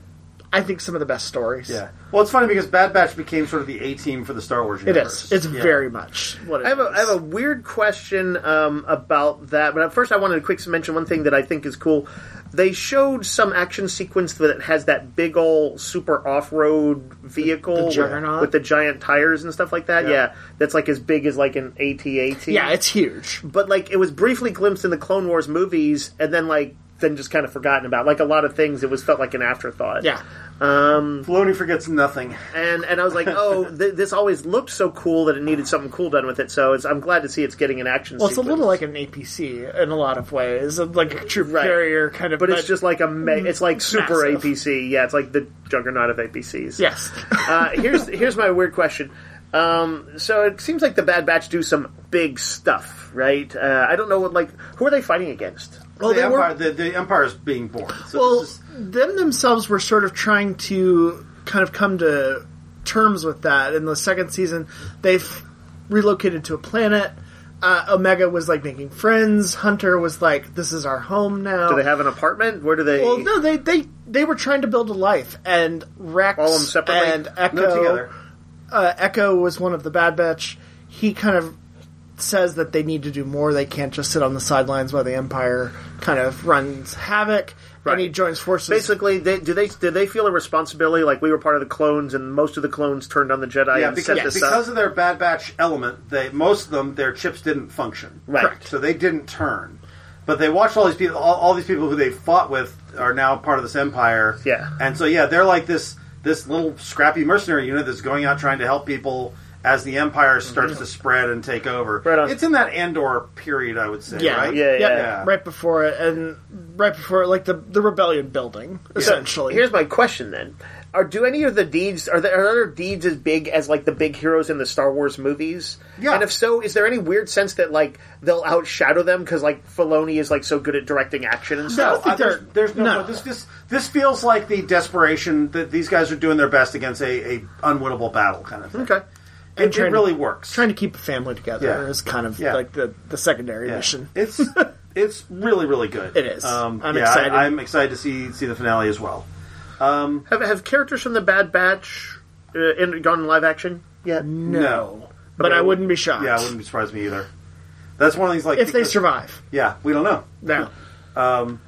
Speaker 4: I think some of the best stories.
Speaker 3: yeah. Well, it's funny because Bad Batch became sort of the A team for the Star Wars
Speaker 4: It
Speaker 3: universe.
Speaker 4: is. It's
Speaker 3: Yeah.
Speaker 4: very much what it
Speaker 2: I have a, I
Speaker 4: is.
Speaker 2: have a weird question um, about that, but at first I wanted to quick mention one thing that I think is cool. They showed some action sequence that has that big old super off-road vehicle
Speaker 4: The- the
Speaker 2: with-
Speaker 4: Juggernaut?
Speaker 2: with the giant tires and stuff like that.
Speaker 3: Yeah.
Speaker 2: Yeah, that's like as big as like an AT-AT.
Speaker 4: yeah, it's huge.
Speaker 2: but like it was briefly glimpsed in the Clone Wars movies, and then like then just kind of forgotten about. Like a lot of things, it was felt like an afterthought.
Speaker 4: Yeah.
Speaker 3: Filoni forgets nothing.
Speaker 2: and and I was like, oh, th- this always looked so cool that it needed something cool done with it. So it's, I'm glad to see it's getting an action.
Speaker 4: Well, it's a
Speaker 2: sequence.
Speaker 4: little like an APC in a lot of ways, like a troop
Speaker 2: Right.
Speaker 4: carrier kind of.
Speaker 2: but it's just like a ma- it's like super
Speaker 4: Mm, Massive.
Speaker 2: APC. Yeah, it's like the juggernaut of APCs.
Speaker 4: yes,
Speaker 2: uh, here's here's my weird question. Um, so it seems like the Bad Batch do some big stuff, right? Uh, I don't know what like who are they fighting against?
Speaker 4: Well,
Speaker 3: the,
Speaker 4: they
Speaker 3: Empire,
Speaker 4: were
Speaker 3: the, the Empire's being born. So
Speaker 4: well.
Speaker 3: this is,
Speaker 4: Them themselves were sort of trying to kind of come to terms with that. In the second season, they've relocated to a planet. Uh, Omega was like making friends. Hunter was like, "This is our home now."
Speaker 2: Do they have an apartment? Where do they?
Speaker 4: well, no, they they they were trying to build a life, and Rex
Speaker 2: All of them separately?
Speaker 4: and Echo.
Speaker 3: no together.
Speaker 4: uh, Echo was one of the Bad Batch. He kind of says that they need to do more. They can't just sit on the sidelines while the Empire kind of runs havoc.
Speaker 2: Right.
Speaker 4: And he joins forces.
Speaker 2: Basically, they, do they do they feel a responsibility? Like we were part of the clones, and most of the clones turned on the Jedi
Speaker 3: Yeah,
Speaker 2: and
Speaker 3: because,
Speaker 2: set this up.
Speaker 3: because of their Bad Batch element, they most of them their chips didn't function.
Speaker 2: Right. Correct.
Speaker 3: So they didn't turn. But they watched all these people. All, all these people who they fought with are now part of this empire.
Speaker 2: Yeah.
Speaker 3: And so yeah, they're like this this little scrappy mercenary unit that's going out trying to help people as the empire starts to spread and take over.
Speaker 2: Mm-hmm. Right on.
Speaker 3: It's in that Andor period, I would say.
Speaker 4: yeah,
Speaker 3: Right?
Speaker 2: Yeah,
Speaker 4: Yep,
Speaker 2: yeah.
Speaker 4: right before it, and right before it, like the the rebellion building essentially.
Speaker 2: Here's my question then: Are do any of the deeds are there are other deeds as big as like the big heroes in the Star Wars movies?
Speaker 3: Yeah.
Speaker 2: And if so, is there any weird sense that like they'll outshadow them because like Filoni is like so good at directing action and
Speaker 4: I
Speaker 2: stuff?
Speaker 4: don't think
Speaker 3: Uh, there's,
Speaker 4: they're-
Speaker 3: there's no,
Speaker 4: no.
Speaker 3: This, this this feels like the desperation that these guys are doing their best against a, a unwinnable battle kind of thing.
Speaker 2: Okay.
Speaker 3: It,
Speaker 4: And
Speaker 3: it
Speaker 4: trying to-
Speaker 3: really works.
Speaker 4: Trying to keep a family together
Speaker 3: Yeah.
Speaker 4: is kind of
Speaker 3: Yeah.
Speaker 4: like the the secondary
Speaker 3: Yeah.
Speaker 4: mission.
Speaker 3: It's it's really really good. Um,
Speaker 4: It is. I'm
Speaker 3: yeah,
Speaker 4: excited.
Speaker 3: I, am excited to see see the finale as well.
Speaker 2: Have have characters from the Bad Batch uh, in, gone in live action yet?
Speaker 4: No, but I wouldn't be shocked
Speaker 3: Yeah, it wouldn't surprise me either. That's one of these like
Speaker 4: if they
Speaker 3: because-
Speaker 4: survive.
Speaker 3: Yeah, we don't know.
Speaker 4: No,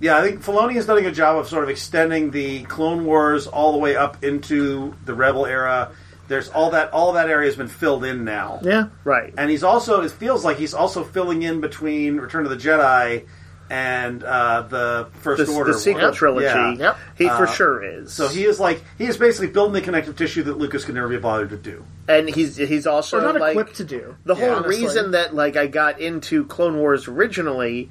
Speaker 3: Yeah, I think Filoni has done a good job of sort of extending the Clone Wars all the way up into the Rebel era. There's all that all that area has been filled in now.
Speaker 4: yeah,
Speaker 2: Right.
Speaker 3: and he's also it feels like he's also filling in between Return of the Jedi and uh, the First
Speaker 2: the, the
Speaker 3: Order
Speaker 2: sequel
Speaker 3: one.
Speaker 2: trilogy,
Speaker 3: Yeah. Uh,
Speaker 4: Yep.
Speaker 2: he for sure is.
Speaker 3: So he is like he is basically building the connective tissue that Lucas could never be bothered to do.
Speaker 2: and he's he's also
Speaker 4: we're not
Speaker 2: like
Speaker 4: equipped to do
Speaker 2: the
Speaker 3: Yeah,
Speaker 2: whole
Speaker 4: honestly.
Speaker 2: reason that like I got into Clone Wars originally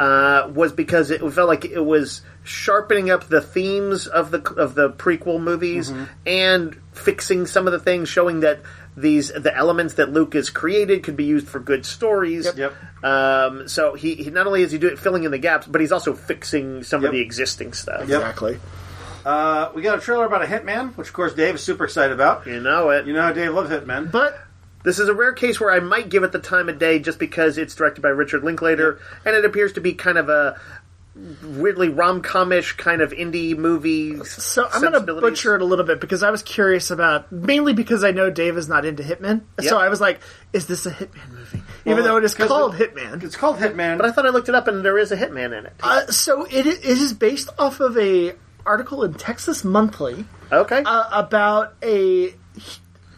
Speaker 2: uh, was because it felt like it was sharpening up the themes of the of the prequel movies and fixing some of the things, showing that these the elements that Luke has created could be used for good stories.
Speaker 3: Yep.
Speaker 2: Um, so he, he not only is he doing filling in the gaps, but he's also fixing some
Speaker 3: Yep.
Speaker 2: of the existing stuff.
Speaker 3: Yep.
Speaker 4: Exactly.
Speaker 3: Uh, we got a trailer about a hitman, which of course Dave is super excited about.
Speaker 2: You know it.
Speaker 3: You know how Dave loves hitmen.
Speaker 4: But
Speaker 2: This is a rare case where I might give it the time of day just because it's directed by Richard Linklater, and it appears to be kind of a weirdly rom comish kind of indie movie.
Speaker 4: So I'm going to
Speaker 2: sensibilities.
Speaker 4: butcher it a little bit because I was curious about mainly because I know Dave is not into Hitman. So I was like, is this a Hitman movie? Even
Speaker 3: Well,
Speaker 4: though it is
Speaker 3: 'cause
Speaker 4: called
Speaker 3: the-
Speaker 4: Hitman.
Speaker 3: It's called Hitman.
Speaker 2: But I thought I looked it up, and there is a hitman in it.
Speaker 4: Uh, so it, i- it is based off of a article in Texas Monthly
Speaker 2: Okay,
Speaker 4: uh, about a.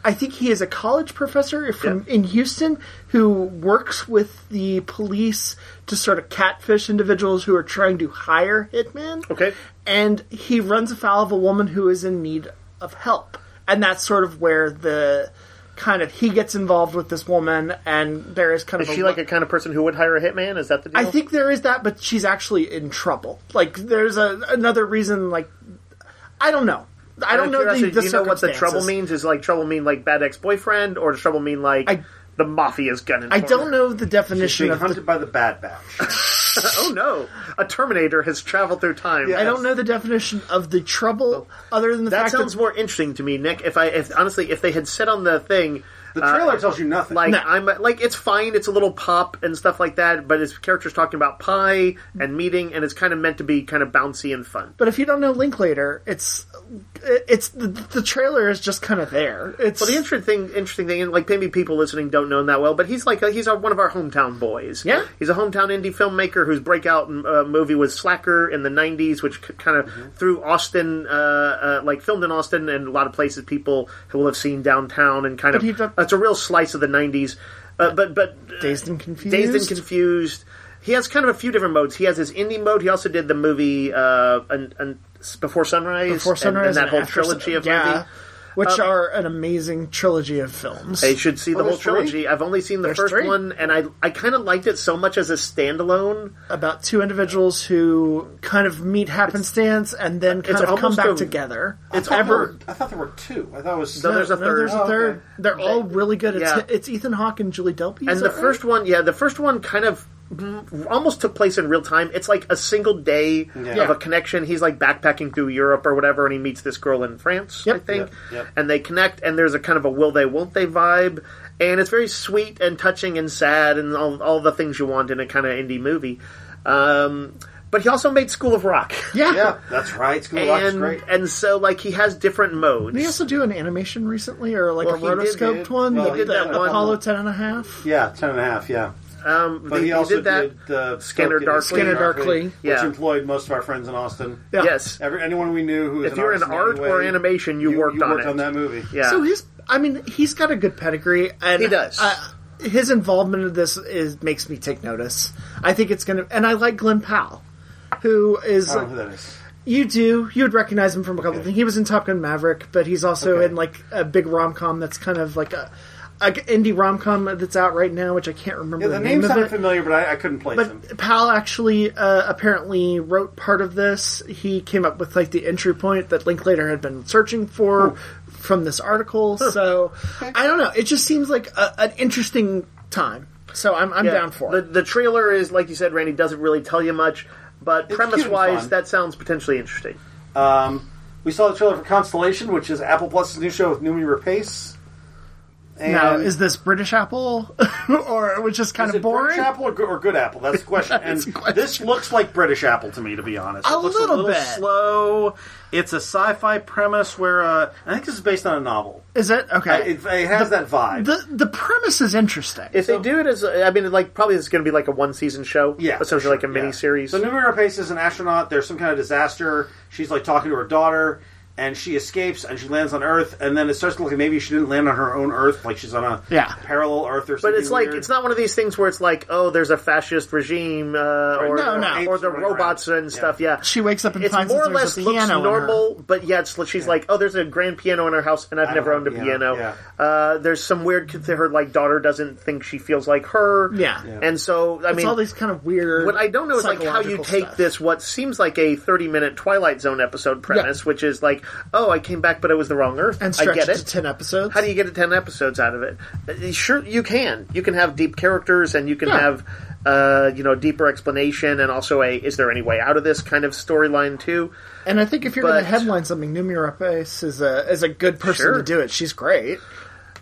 Speaker 4: I think he is a college professor from in Houston who works with the police to sort of catfish individuals who are trying to hire hitmen.
Speaker 2: Okay.
Speaker 4: and he runs afoul of a woman who is in need of help, and that's sort of where the kind of he gets involved with this woman, and there is kind
Speaker 2: is
Speaker 4: of
Speaker 2: she
Speaker 4: lo-
Speaker 2: like a kind of person who would hire a hitman? Is that the deal?
Speaker 4: I think there is that, but she's actually in trouble. Like there's a another reason. Like I don't know. I don't
Speaker 2: Out of
Speaker 4: know. The,
Speaker 2: curiosity,
Speaker 4: the
Speaker 2: do you know what the trouble
Speaker 4: circumstances.
Speaker 2: means? Is like trouble mean like bad ex boyfriend, or does trouble mean like
Speaker 4: I-
Speaker 2: the mafia's gun?
Speaker 4: I don't know the definition
Speaker 3: being
Speaker 4: of
Speaker 3: hunted
Speaker 4: the,
Speaker 3: by the Bad Batch.
Speaker 2: oh no, a Terminator has traveled through time.
Speaker 4: I don't know the definition of the
Speaker 2: Oh.
Speaker 4: trouble other than the
Speaker 2: That
Speaker 4: fact
Speaker 2: sounds
Speaker 4: that
Speaker 2: more interesting to me, Nick. If I, if honestly, if they had said on the thing,
Speaker 3: The
Speaker 2: uh,
Speaker 3: trailer tells you nothing.
Speaker 2: like
Speaker 4: No.
Speaker 2: I'm like it's fine, it's a little pop and stuff like that, but his character's talking about pie and meeting, and it's kind of meant to be kind of bouncy and fun.
Speaker 4: but if you don't know Linklater, it's it's the, the trailer is just kind of there. It's
Speaker 2: Well, the interesting thing, interesting thing, and like maybe people listening don't know him that well, but he's like a, he's a, one of our hometown boys.
Speaker 4: Yeah.
Speaker 2: he's a hometown indie filmmaker whose breakout uh, movie was Slacker in the '90s, which c- kind of
Speaker 4: Mm-hmm.
Speaker 2: threw Austin, uh, uh, like filmed in Austin and a lot of places people will have seen downtown and kind
Speaker 4: he
Speaker 2: of
Speaker 4: done-
Speaker 2: it's a real slice of the '90s. Uh, but but uh,
Speaker 4: dazed and confused.
Speaker 2: Dazed and Confused. He has kind of a few different modes. He has his indie mode. He also did the movie uh, and, and Before Sunrise,
Speaker 4: Before
Speaker 2: and, and
Speaker 4: Sunrise
Speaker 2: that whole
Speaker 4: After Sun-
Speaker 2: trilogy of
Speaker 4: yeah,
Speaker 2: movies. Um,
Speaker 4: which are an amazing trilogy of films.
Speaker 2: I should see the
Speaker 3: Oh,
Speaker 2: whole
Speaker 3: there's three?
Speaker 2: trilogy. I've only seen the
Speaker 4: There's
Speaker 2: first
Speaker 4: three.
Speaker 2: one, and I I kind of liked it so much as a standalone.
Speaker 4: about two individuals who kind of meet happenstance and then kind of come
Speaker 2: almost
Speaker 4: back
Speaker 2: a-
Speaker 4: together.
Speaker 3: I
Speaker 4: It's
Speaker 3: thought there
Speaker 4: ever.
Speaker 3: were- I thought there were two. I thought it was.
Speaker 2: No, there's a
Speaker 4: no,
Speaker 2: third.
Speaker 4: There's
Speaker 3: Oh,
Speaker 4: a
Speaker 3: okay.
Speaker 4: third. They're all really good. It's,
Speaker 2: yeah.
Speaker 4: it's Ethan Hawke and Julie Delpy. is
Speaker 2: And the
Speaker 4: that right?
Speaker 2: first one, yeah, the first one kind of mm, almost took place in real time. It's like a single day of a connection. He's like backpacking through Europe or whatever, and he meets this girl in France, I
Speaker 4: Yep.
Speaker 2: think.
Speaker 3: Yep.
Speaker 2: And they connect, and there's a kind of a will they, won't they vibe. And it's very sweet and touching and sad and all, all the things you want in a kind of indie movie. Um, but he also made School of Rock.
Speaker 4: Yeah.
Speaker 3: Yeah, that's right. School of Rock is
Speaker 2: and,
Speaker 3: great.
Speaker 2: and so, like, he has different modes.
Speaker 4: Did he also do an animation recently, or like
Speaker 2: Well,
Speaker 4: a
Speaker 2: he did,
Speaker 4: rotoscoped
Speaker 3: dude.
Speaker 4: one?
Speaker 3: Well,
Speaker 4: the,
Speaker 3: he did
Speaker 4: the
Speaker 2: that one.
Speaker 4: Apollo ten and a half.
Speaker 3: Yeah, ten and a half. Yeah,
Speaker 2: um,
Speaker 3: but
Speaker 2: the-
Speaker 3: he also
Speaker 2: did that.
Speaker 3: uh,
Speaker 2: Scanner
Speaker 3: Darkly-
Speaker 2: Darkly.
Speaker 4: Scanner Darkly.
Speaker 3: which
Speaker 2: Yeah.
Speaker 3: employed most of our friends in Austin.
Speaker 4: Yeah.
Speaker 2: Yes.
Speaker 3: Every, anyone we knew who was
Speaker 2: If you're in
Speaker 3: artist any
Speaker 2: art or
Speaker 3: way,
Speaker 2: animation, you worked on it.
Speaker 3: that movie.
Speaker 2: Yeah.
Speaker 4: So his, I mean, he's got a good pedigree, and
Speaker 2: He does.
Speaker 4: Uh, his involvement in this is makes me take notice. I think it's gonna, and I like Glenn Powell, who is
Speaker 3: I don't know who that is.
Speaker 4: You do. You would recognize him from a couple things. He was in Top Gun Maverick, but he's also
Speaker 3: Okay.
Speaker 4: in like a big rom com that's kind of like a, a indie rom com that's out right now, which I can't remember
Speaker 3: Yeah, the
Speaker 4: the
Speaker 3: name
Speaker 4: name
Speaker 3: sounded
Speaker 4: of it.
Speaker 3: familiar, but I, I couldn't place him.
Speaker 4: But Powell actually uh, apparently wrote part of this. He came up with like the entry point that Linklater had been searching for from this article. So I don't know. It just seems like a, an interesting time. So I'm, I'm
Speaker 2: Yeah.
Speaker 4: down for
Speaker 2: the,
Speaker 4: it.
Speaker 2: The trailer is, like you said, Randy, doesn't really tell you much, but
Speaker 3: It's
Speaker 2: premise
Speaker 3: cute and
Speaker 2: wise,
Speaker 3: fun.
Speaker 2: that sounds potentially interesting.
Speaker 3: Um, we saw the trailer for Constellation, which is Apple Plus's new show with Numi Rapace. And
Speaker 4: Now, is this British Apple, or which is kind
Speaker 3: is
Speaker 4: of
Speaker 3: it
Speaker 4: boring?
Speaker 3: British Apple or good, or good Apple? That's the question. and
Speaker 4: the question.
Speaker 3: this looks like British Apple to me, to be honest.
Speaker 4: A
Speaker 3: it looks
Speaker 4: little
Speaker 3: a little
Speaker 4: bit.
Speaker 3: slow. It's a sci-fi premise where uh, I think this is based on a novel.
Speaker 4: Is it okay?
Speaker 3: It, it has that vibe.
Speaker 4: the the premise is interesting.
Speaker 2: If they do it as, I mean, like probably it's going to be like a one season show,
Speaker 3: Yeah,
Speaker 2: essentially
Speaker 3: for
Speaker 2: like a
Speaker 3: sure,
Speaker 2: mini series.
Speaker 3: Yeah. So Numi Rapace is an astronaut. There's some kind of disaster. She's like talking to her daughter, and she escapes and she lands on Earth, and then it starts to look like maybe she didn't land on her own Earth, like she's on a
Speaker 2: Yeah.
Speaker 3: parallel Earth or something.
Speaker 2: But it's like
Speaker 3: weird.
Speaker 2: it's not one of these things where it's like, oh, there's a fascist regime, uh, or,
Speaker 4: No, no.
Speaker 2: or the robots and stuff. Yeah,
Speaker 4: She wakes up and
Speaker 2: it's
Speaker 4: finds
Speaker 2: more
Speaker 4: that
Speaker 2: or less
Speaker 4: there's a
Speaker 2: looks
Speaker 4: piano in her.
Speaker 2: normal, but yeah, it's, she's like, oh, there's a grand piano in her house, and I've never
Speaker 3: don't
Speaker 2: owned a
Speaker 3: know, yeah,
Speaker 2: piano.
Speaker 3: yeah.
Speaker 2: Uh, there's some weird. Her like daughter doesn't think she feels like her.
Speaker 4: Yeah. Yeah.
Speaker 2: and so I
Speaker 4: It's
Speaker 2: mean,
Speaker 4: all these kind of weird.
Speaker 2: what I don't know is like how you
Speaker 4: psychological
Speaker 2: take
Speaker 4: stuff.
Speaker 2: this what seems like a 30 minute Twilight Zone episode premise, which is like, oh, I came back, but I was the wrong Earth.
Speaker 4: and
Speaker 2: I
Speaker 4: stretch
Speaker 2: get
Speaker 4: it
Speaker 2: it.
Speaker 4: to ten episodes.
Speaker 2: How do you get a 10 episodes out of it? Uh, Sure, you can. You can have deep characters and you can
Speaker 4: Yeah.
Speaker 2: have, uh, you know, deeper explanation and also a is there any way out of this kind of storyline too.
Speaker 4: And I think if you're
Speaker 2: But-
Speaker 4: going to headline something, Numi Rapace is a is a good person
Speaker 2: Sure.
Speaker 4: to do it. She's great.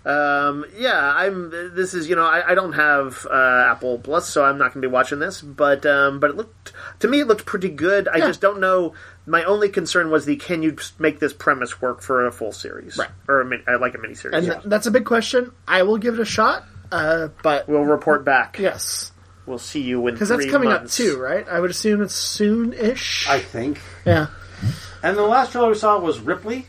Speaker 2: Um, yeah, I'm. This is you know I, I don't have uh, Apple Plus, so I'm not going to be watching this. But um, but it looked to me it looked pretty good. I
Speaker 4: Yeah.
Speaker 2: just don't know. My only concern was the can you make this premise work for a full series
Speaker 4: Right.
Speaker 2: or a, min- uh, like a mini series?
Speaker 4: And th- that's a big question. I will give it a shot, uh, but
Speaker 2: we'll report back.
Speaker 4: yes,
Speaker 2: We'll see you in
Speaker 4: because that's coming up too, right? I would assume it's soon-ish.
Speaker 3: I think.
Speaker 4: yeah,
Speaker 3: And the last trailer we saw was Ripley,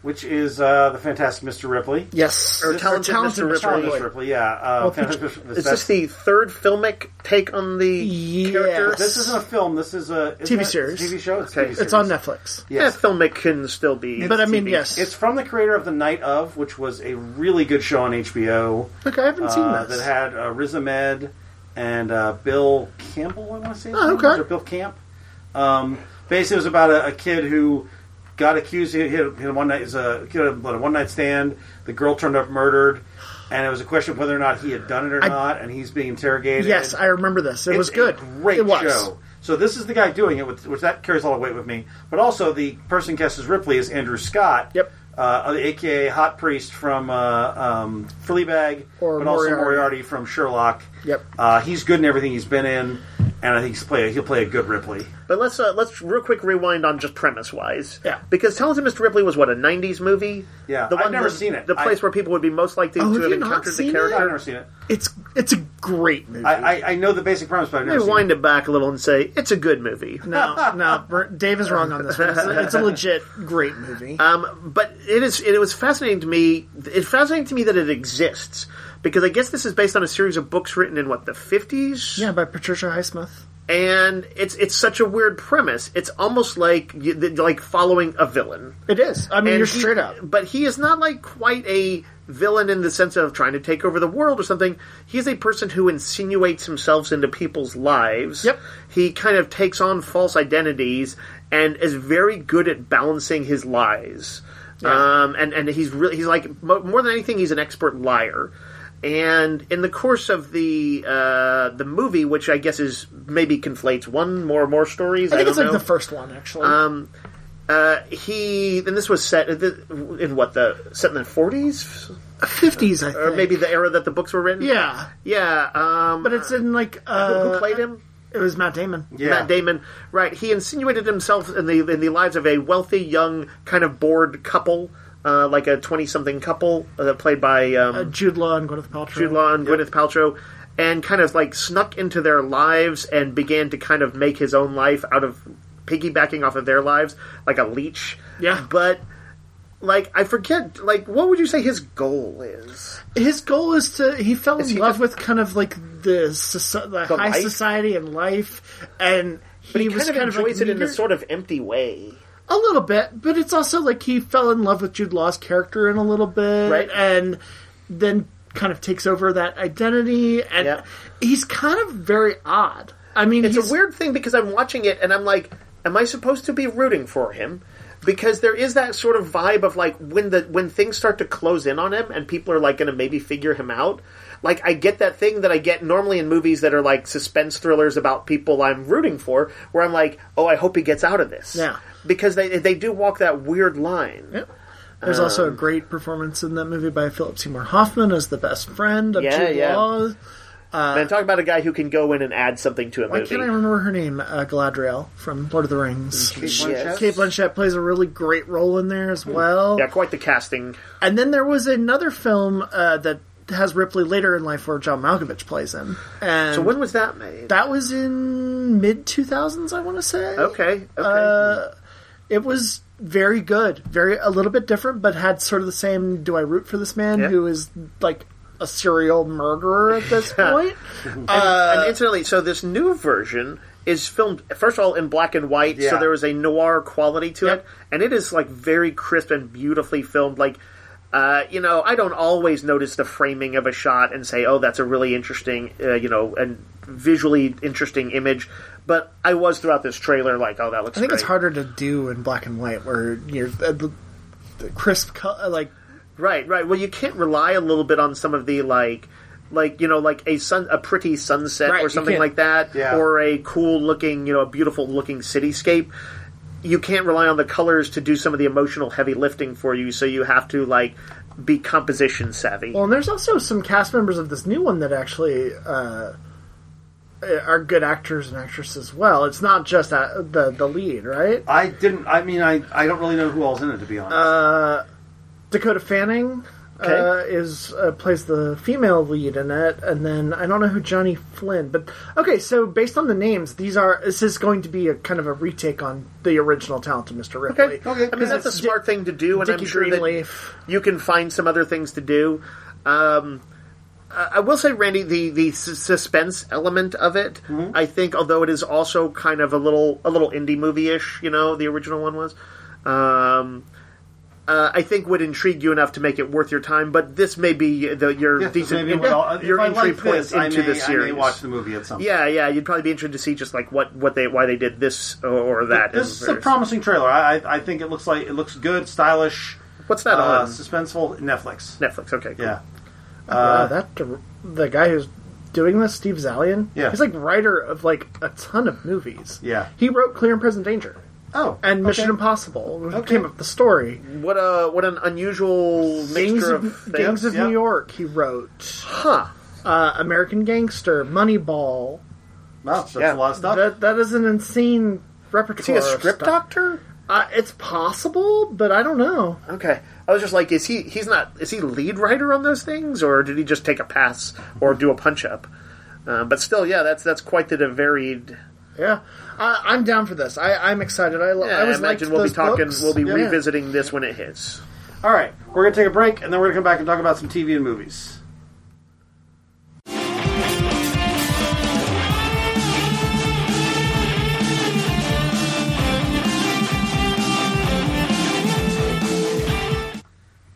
Speaker 3: which is uh, the Fantastic Mr. Ripley.
Speaker 4: yes,
Speaker 2: Or Talented Mr. Ripley.
Speaker 3: Sorry,
Speaker 2: Ripley.
Speaker 3: Mr. Ripley, yeah. Uh,
Speaker 2: Oh,
Speaker 3: Fantastic Mr. Ripley.
Speaker 2: Is this the third filmic take on the
Speaker 4: Yes.
Speaker 2: character?
Speaker 3: This isn't a film. This is a isn't
Speaker 4: TV
Speaker 3: it?
Speaker 4: series.
Speaker 3: It's a TV show. It's, a
Speaker 2: Okay.
Speaker 3: TV
Speaker 4: It's
Speaker 3: series.
Speaker 4: on Netflix.
Speaker 2: yeah,
Speaker 3: Yes.
Speaker 2: Eh, filmic can still be.
Speaker 4: But I mean,
Speaker 2: TV.
Speaker 4: yes,
Speaker 3: It's from the creator of The Night of, which was a really good show on HBO
Speaker 4: okay. I haven't seen
Speaker 3: uh,
Speaker 4: this.
Speaker 3: that had uh, Riz Ahmed and uh, Bill Campbell. I want to say, his
Speaker 4: Oh,
Speaker 3: name
Speaker 4: okay.
Speaker 3: was, or Bill Camp. Um, basically, it was about a, a kid who got accused. He had, he had a one night, he was a kid had a one night stand. The girl turned up murdered, and it was a question of whether or not he had done it or
Speaker 4: I-
Speaker 3: not. And he's being interrogated.
Speaker 4: yes, I remember this. It
Speaker 3: It's
Speaker 4: was good.
Speaker 3: A great
Speaker 4: it was.
Speaker 3: show. So this is the guy doing it, with, which that carries a lot of weight with me. But also the person cast as Ripley is Andrew Scott.
Speaker 4: Yep.
Speaker 3: Uh, AKA Hot Priest from uh, um, Fleabag,
Speaker 4: Or
Speaker 3: but also
Speaker 4: Moriarty.
Speaker 3: Moriarty from Sherlock.
Speaker 4: Yep.
Speaker 3: Uh, he's good in everything he's been in, and I think he's play, he'll play a good Ripley.
Speaker 2: But let's uh, let's real quick rewind on just premise wise.
Speaker 4: Yeah.
Speaker 2: Because Talented Mr. Ripley was what a '90s movie.
Speaker 3: Yeah,
Speaker 2: The
Speaker 3: I've
Speaker 2: one
Speaker 3: never
Speaker 2: that-
Speaker 3: seen it.
Speaker 2: The place
Speaker 3: I-
Speaker 2: where people would be most likely
Speaker 4: Oh,
Speaker 2: to
Speaker 4: have
Speaker 2: have
Speaker 4: you not
Speaker 2: encountered the
Speaker 4: seen
Speaker 3: I've never
Speaker 2: character.
Speaker 3: seen it.
Speaker 4: It's it's a great movie.
Speaker 3: I, I, I know the basic premise, but I've
Speaker 2: Let
Speaker 3: never
Speaker 2: me
Speaker 3: seen
Speaker 2: wind
Speaker 3: it.
Speaker 2: it back a little and say it's a good movie.
Speaker 4: no, no, Ber- Dave is wrong on this one. It's a, it's a legit great movie.
Speaker 3: Uh,
Speaker 2: Um, but it is. It was fascinating to me. It fascinating to me that it exists because I guess this is based on a series of books written in what the fifties.
Speaker 4: yeah, by Patricia Highsmith.
Speaker 2: And it's it's such a weird premise. It's almost like you, like following a villain.
Speaker 4: It is. I mean,
Speaker 2: And
Speaker 4: you're
Speaker 2: he-
Speaker 4: straight up.
Speaker 2: But he is not like quite a villain in the sense of trying to take over the world or something. He's a person who insinuates himself into people's lives.
Speaker 4: Yep.
Speaker 2: He kind of takes on false identities and is very good at balancing his lies.
Speaker 4: Yeah.
Speaker 2: Um, and, and he's really, he's like, mo- more than anything, he's an expert liar. And in the course of the uh, the movie, which I guess is maybe conflates one more more stories,
Speaker 4: I
Speaker 2: I, don't
Speaker 4: think it's like
Speaker 2: know Um,
Speaker 4: the first one, actually.
Speaker 2: he and this was set in the- in what the set in the forties
Speaker 4: 50s, I think.
Speaker 2: or maybe the era that the books were written.
Speaker 4: Yeah.
Speaker 2: yeah. Um,
Speaker 4: But it's in like. Uh,
Speaker 2: who played him?
Speaker 4: It was Matt Damon.
Speaker 3: Yeah.
Speaker 2: Matt Damon, right? He insinuated himself in the in the lives of a wealthy, young, kind of bored couple, uh, like a twenty-something couple uh, played by um,
Speaker 4: Uh, Jude Law and Gwyneth Paltrow.
Speaker 2: Jude Law and Gwyneth Paltrow, and kind of like snuck into their lives and began to kind of make his own life out of piggybacking off of their lives, like a leech.
Speaker 4: Yeah.
Speaker 2: But like I forget, like what would you say his goal is?
Speaker 4: His goal is to. He fell in
Speaker 2: he
Speaker 4: love
Speaker 2: the-
Speaker 4: with kind of like the, soci- the, high
Speaker 2: life?
Speaker 4: society and life, and he,
Speaker 2: But he,
Speaker 4: was
Speaker 2: kind of enjoys
Speaker 4: like,
Speaker 2: it in a
Speaker 4: meager-
Speaker 2: sort of empty way.
Speaker 4: A little bit, but it's also like he fell in love with Jude Law's character in a little bit,
Speaker 2: Right.
Speaker 4: and then kind of takes over that identity, and
Speaker 2: Yeah.
Speaker 4: he's kind of very odd. I mean,
Speaker 2: It's
Speaker 4: he's,
Speaker 2: a weird thing because I'm watching it and I'm like, am I supposed to be rooting for him? Because there is that sort of vibe of like when the when things start to close in on him and people are like going to maybe figure him out. Like I get that thing that I get normally in movies that are like suspense thrillers about people I'm rooting for, where I'm like, oh, I hope he gets out of this.
Speaker 4: Yeah.
Speaker 2: because they they do walk that weird line.
Speaker 4: Yeah. There's also
Speaker 2: Um,
Speaker 4: a great performance in that movie by Philip Seymour Hoffman as the best friend of
Speaker 2: Yeah,
Speaker 4: Jude
Speaker 2: yeah.
Speaker 4: Law.
Speaker 2: and talk about a guy who can go in and add something to a
Speaker 4: Why
Speaker 2: movie.
Speaker 4: can't I remember her name? Uh, Galadriel from Lord of the Rings.
Speaker 3: Kate
Speaker 2: Yes.
Speaker 3: Blanchett?
Speaker 4: Kate Blanchett plays a really great role in there
Speaker 2: Mm.
Speaker 4: as well.
Speaker 2: yeah, quite the casting.
Speaker 4: And then there was another film uh, that has Ripley later in life where John Malkovich plays him. And
Speaker 2: So when was that made?
Speaker 4: that
Speaker 2: Oh,
Speaker 4: was in mid 2000s, I want to say.
Speaker 2: okay, okay.
Speaker 4: It was very good, very a little bit different, but had sort of the same. Do I root for this man
Speaker 2: Yeah.
Speaker 4: who is like a serial murderer at this point? Uh,
Speaker 2: and incidentally, so this new version is filmed first of all in black and white, so
Speaker 3: Yeah.
Speaker 2: there is a noir quality to
Speaker 4: Yep.
Speaker 2: it, and it is like very crisp and beautifully filmed. Like, uh, you know, I don't always notice the framing of a shot and say, "Oh, that's a really interesting," uh, you know, and visually interesting image. But I was throughout this trailer like, "Oh, that looks."
Speaker 4: I think it's
Speaker 2: great."
Speaker 4: harder to do in black and white, where you're uh, the, the crisp, co- uh, like
Speaker 2: Right, right. Well, you can't rely a little bit on some of the like, like you know, like a sun, a pretty sunset
Speaker 4: Right,
Speaker 2: or
Speaker 4: you
Speaker 2: something
Speaker 4: can't-
Speaker 2: like that,
Speaker 3: Yeah.
Speaker 2: or a cool looking, you know, a beautiful looking cityscape. You can't rely on the colors to do some of the emotional heavy lifting for you, so you have to like be composition savvy.
Speaker 4: Well, and there's also some cast members of this new one that actually uh, are good actors and actresses as well. It's not just that, the the lead, right?
Speaker 3: I didn't. I mean, I, I don't really know who all's in it to be honest.
Speaker 4: Uh, Dakota Fanning uh,
Speaker 2: Okay.
Speaker 4: is uh, plays the female lead in it, and then I don't know who Johnny Flynn. But okay, so based on the names, these are this is going to be a kind of a retake on the original talent of Mr. Ripley.
Speaker 3: okay.
Speaker 2: I mean that's a
Speaker 4: Di-
Speaker 2: smart thing to do, and
Speaker 4: Dickie
Speaker 2: I'm sure that
Speaker 4: Greenleaf.
Speaker 2: you can find some other things to do. Um, I I will say, Randy, the the s- suspense element of it,
Speaker 3: Mm-hmm.
Speaker 2: I think, although it is also kind of a little a little indie movie ish, you know, the original one was. Um, uh, I think would intrigue you enough to make it worth your time, but this may be the, your
Speaker 3: Yes,
Speaker 2: decent
Speaker 3: maybe what I'll- if
Speaker 2: your
Speaker 3: I
Speaker 2: entry
Speaker 3: like
Speaker 2: point
Speaker 3: this, I
Speaker 2: into
Speaker 3: may,
Speaker 2: the series.
Speaker 3: I may watch the movie at some. point.
Speaker 2: yeah, yeah, you'd probably be interested to see just like what, what they why they did this or, or that. and
Speaker 3: This is a
Speaker 2: various-
Speaker 3: promising trailer. I, I I think it looks like it looks good, stylish,
Speaker 2: What's that
Speaker 3: uh,
Speaker 2: on
Speaker 3: suspenseful. Netflix.
Speaker 2: Netflix? Okay, cool.
Speaker 3: Yeah. Uh,
Speaker 4: wow, uh, that dir- the guy who's doing this, Steve Zalian,
Speaker 3: Yeah.
Speaker 4: he's like writer of like a ton of movies.
Speaker 3: Yeah.
Speaker 4: he wrote Clear and Present Danger
Speaker 3: Oh,
Speaker 4: and Mission
Speaker 3: okay.
Speaker 4: Impossible. which
Speaker 3: Okay.
Speaker 4: Came up with the story.
Speaker 2: What a what an unusual
Speaker 4: Gangs
Speaker 2: mixture of
Speaker 4: of,
Speaker 2: things.
Speaker 4: Gangs of
Speaker 3: yeah.
Speaker 4: New York. He wrote
Speaker 2: Huh.
Speaker 4: uh, American Gangster, Moneyball.
Speaker 3: Wow, that's a
Speaker 2: Yeah.
Speaker 3: lot of stuff.
Speaker 4: That that is an insane repertoire.
Speaker 2: Is he a
Speaker 4: of
Speaker 2: script
Speaker 4: stuff.
Speaker 2: doctor?
Speaker 4: Uh, it's possible, but I don't know.
Speaker 2: Okay. I was just like, is he he's not is he lead writer on those things, or did he just take a pass or do a punch up? Uh, but still, yeah, that's that's quite the varied.
Speaker 4: Yeah, I, I'm down for this. I, I'm excited. I, lo-
Speaker 2: Yeah,
Speaker 4: I
Speaker 2: I,
Speaker 4: always liked
Speaker 2: imagine we'll be
Speaker 4: those
Speaker 2: talking,
Speaker 4: books.
Speaker 2: we'll be
Speaker 4: Yeah.
Speaker 2: revisiting this when it hits.
Speaker 3: All right, we're gonna take a break, and then we're gonna come back and talk about some TV and movies.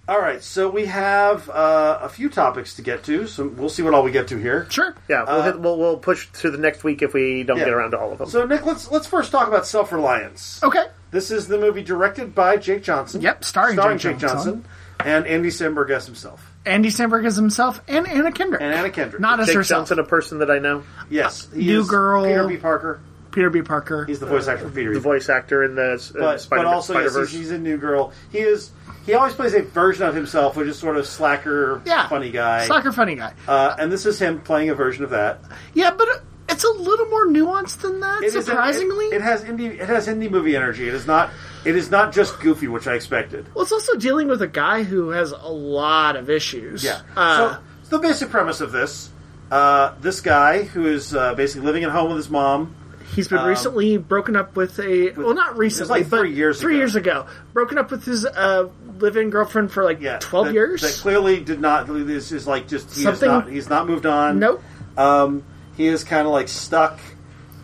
Speaker 3: All right, so we have uh, a few topics to get to, so we'll see what all we get to here.
Speaker 4: Sure.
Speaker 2: Yeah, we'll,
Speaker 3: Uh,
Speaker 2: hit, we'll we'll push to the next week if we don't
Speaker 3: Yeah.
Speaker 2: get around to all of them.
Speaker 3: So, Nick, let's let's first talk about Self Reliance.
Speaker 4: Okay.
Speaker 3: This is the movie directed by Jake Johnson.
Speaker 4: Yep, starring Jake
Speaker 3: Jake Johnson. and Andy Samberg as himself
Speaker 4: Andy Samberg is himself and Anna Kendrick.
Speaker 3: and Anna Kendrick.
Speaker 4: Not as
Speaker 2: Jake
Speaker 4: herself.
Speaker 2: Johnson, a person that I know,
Speaker 3: yes, he
Speaker 4: New
Speaker 3: is
Speaker 4: Girl.
Speaker 3: Peter B. Parker.
Speaker 4: Peter B. Parker.
Speaker 3: He's the voice actor for Peter.
Speaker 2: the
Speaker 3: B.
Speaker 2: voice actor in the uh,
Speaker 3: but,
Speaker 2: Spider-
Speaker 3: but also yes,
Speaker 2: Spider-Verse.
Speaker 3: he's, he's in New Girl. He is. He always plays a version of himself, which is sort of slacker,
Speaker 4: yeah.
Speaker 3: funny guy.
Speaker 4: Soccer funny guy.
Speaker 3: Uh, and this is him playing a version of that.
Speaker 4: yeah, but it's a little more nuanced than that,
Speaker 3: It is a- it-
Speaker 4: surprisingly.
Speaker 3: it, has indie. It has indie movie energy. It is not. It is not just goofy, which I expected.
Speaker 4: well, it's also dealing with a guy who has a lot of issues.
Speaker 3: Yeah.
Speaker 4: Uh,
Speaker 3: so, so the basic premise of this, uh, this guy who is uh, basically living at home with his mom.
Speaker 4: he's been recently broken up with a. well, not recently,
Speaker 3: Um, like
Speaker 4: but
Speaker 3: three years
Speaker 4: three
Speaker 3: ago.
Speaker 4: years ago. Broken up with his uh, live in girlfriend for like
Speaker 3: Yeah,
Speaker 4: 12
Speaker 3: that-
Speaker 4: years.
Speaker 3: That clearly did not. This is like just he has
Speaker 4: Something-
Speaker 3: not. He's not moved on.
Speaker 4: nope.
Speaker 3: Um, he is kind of like stuck.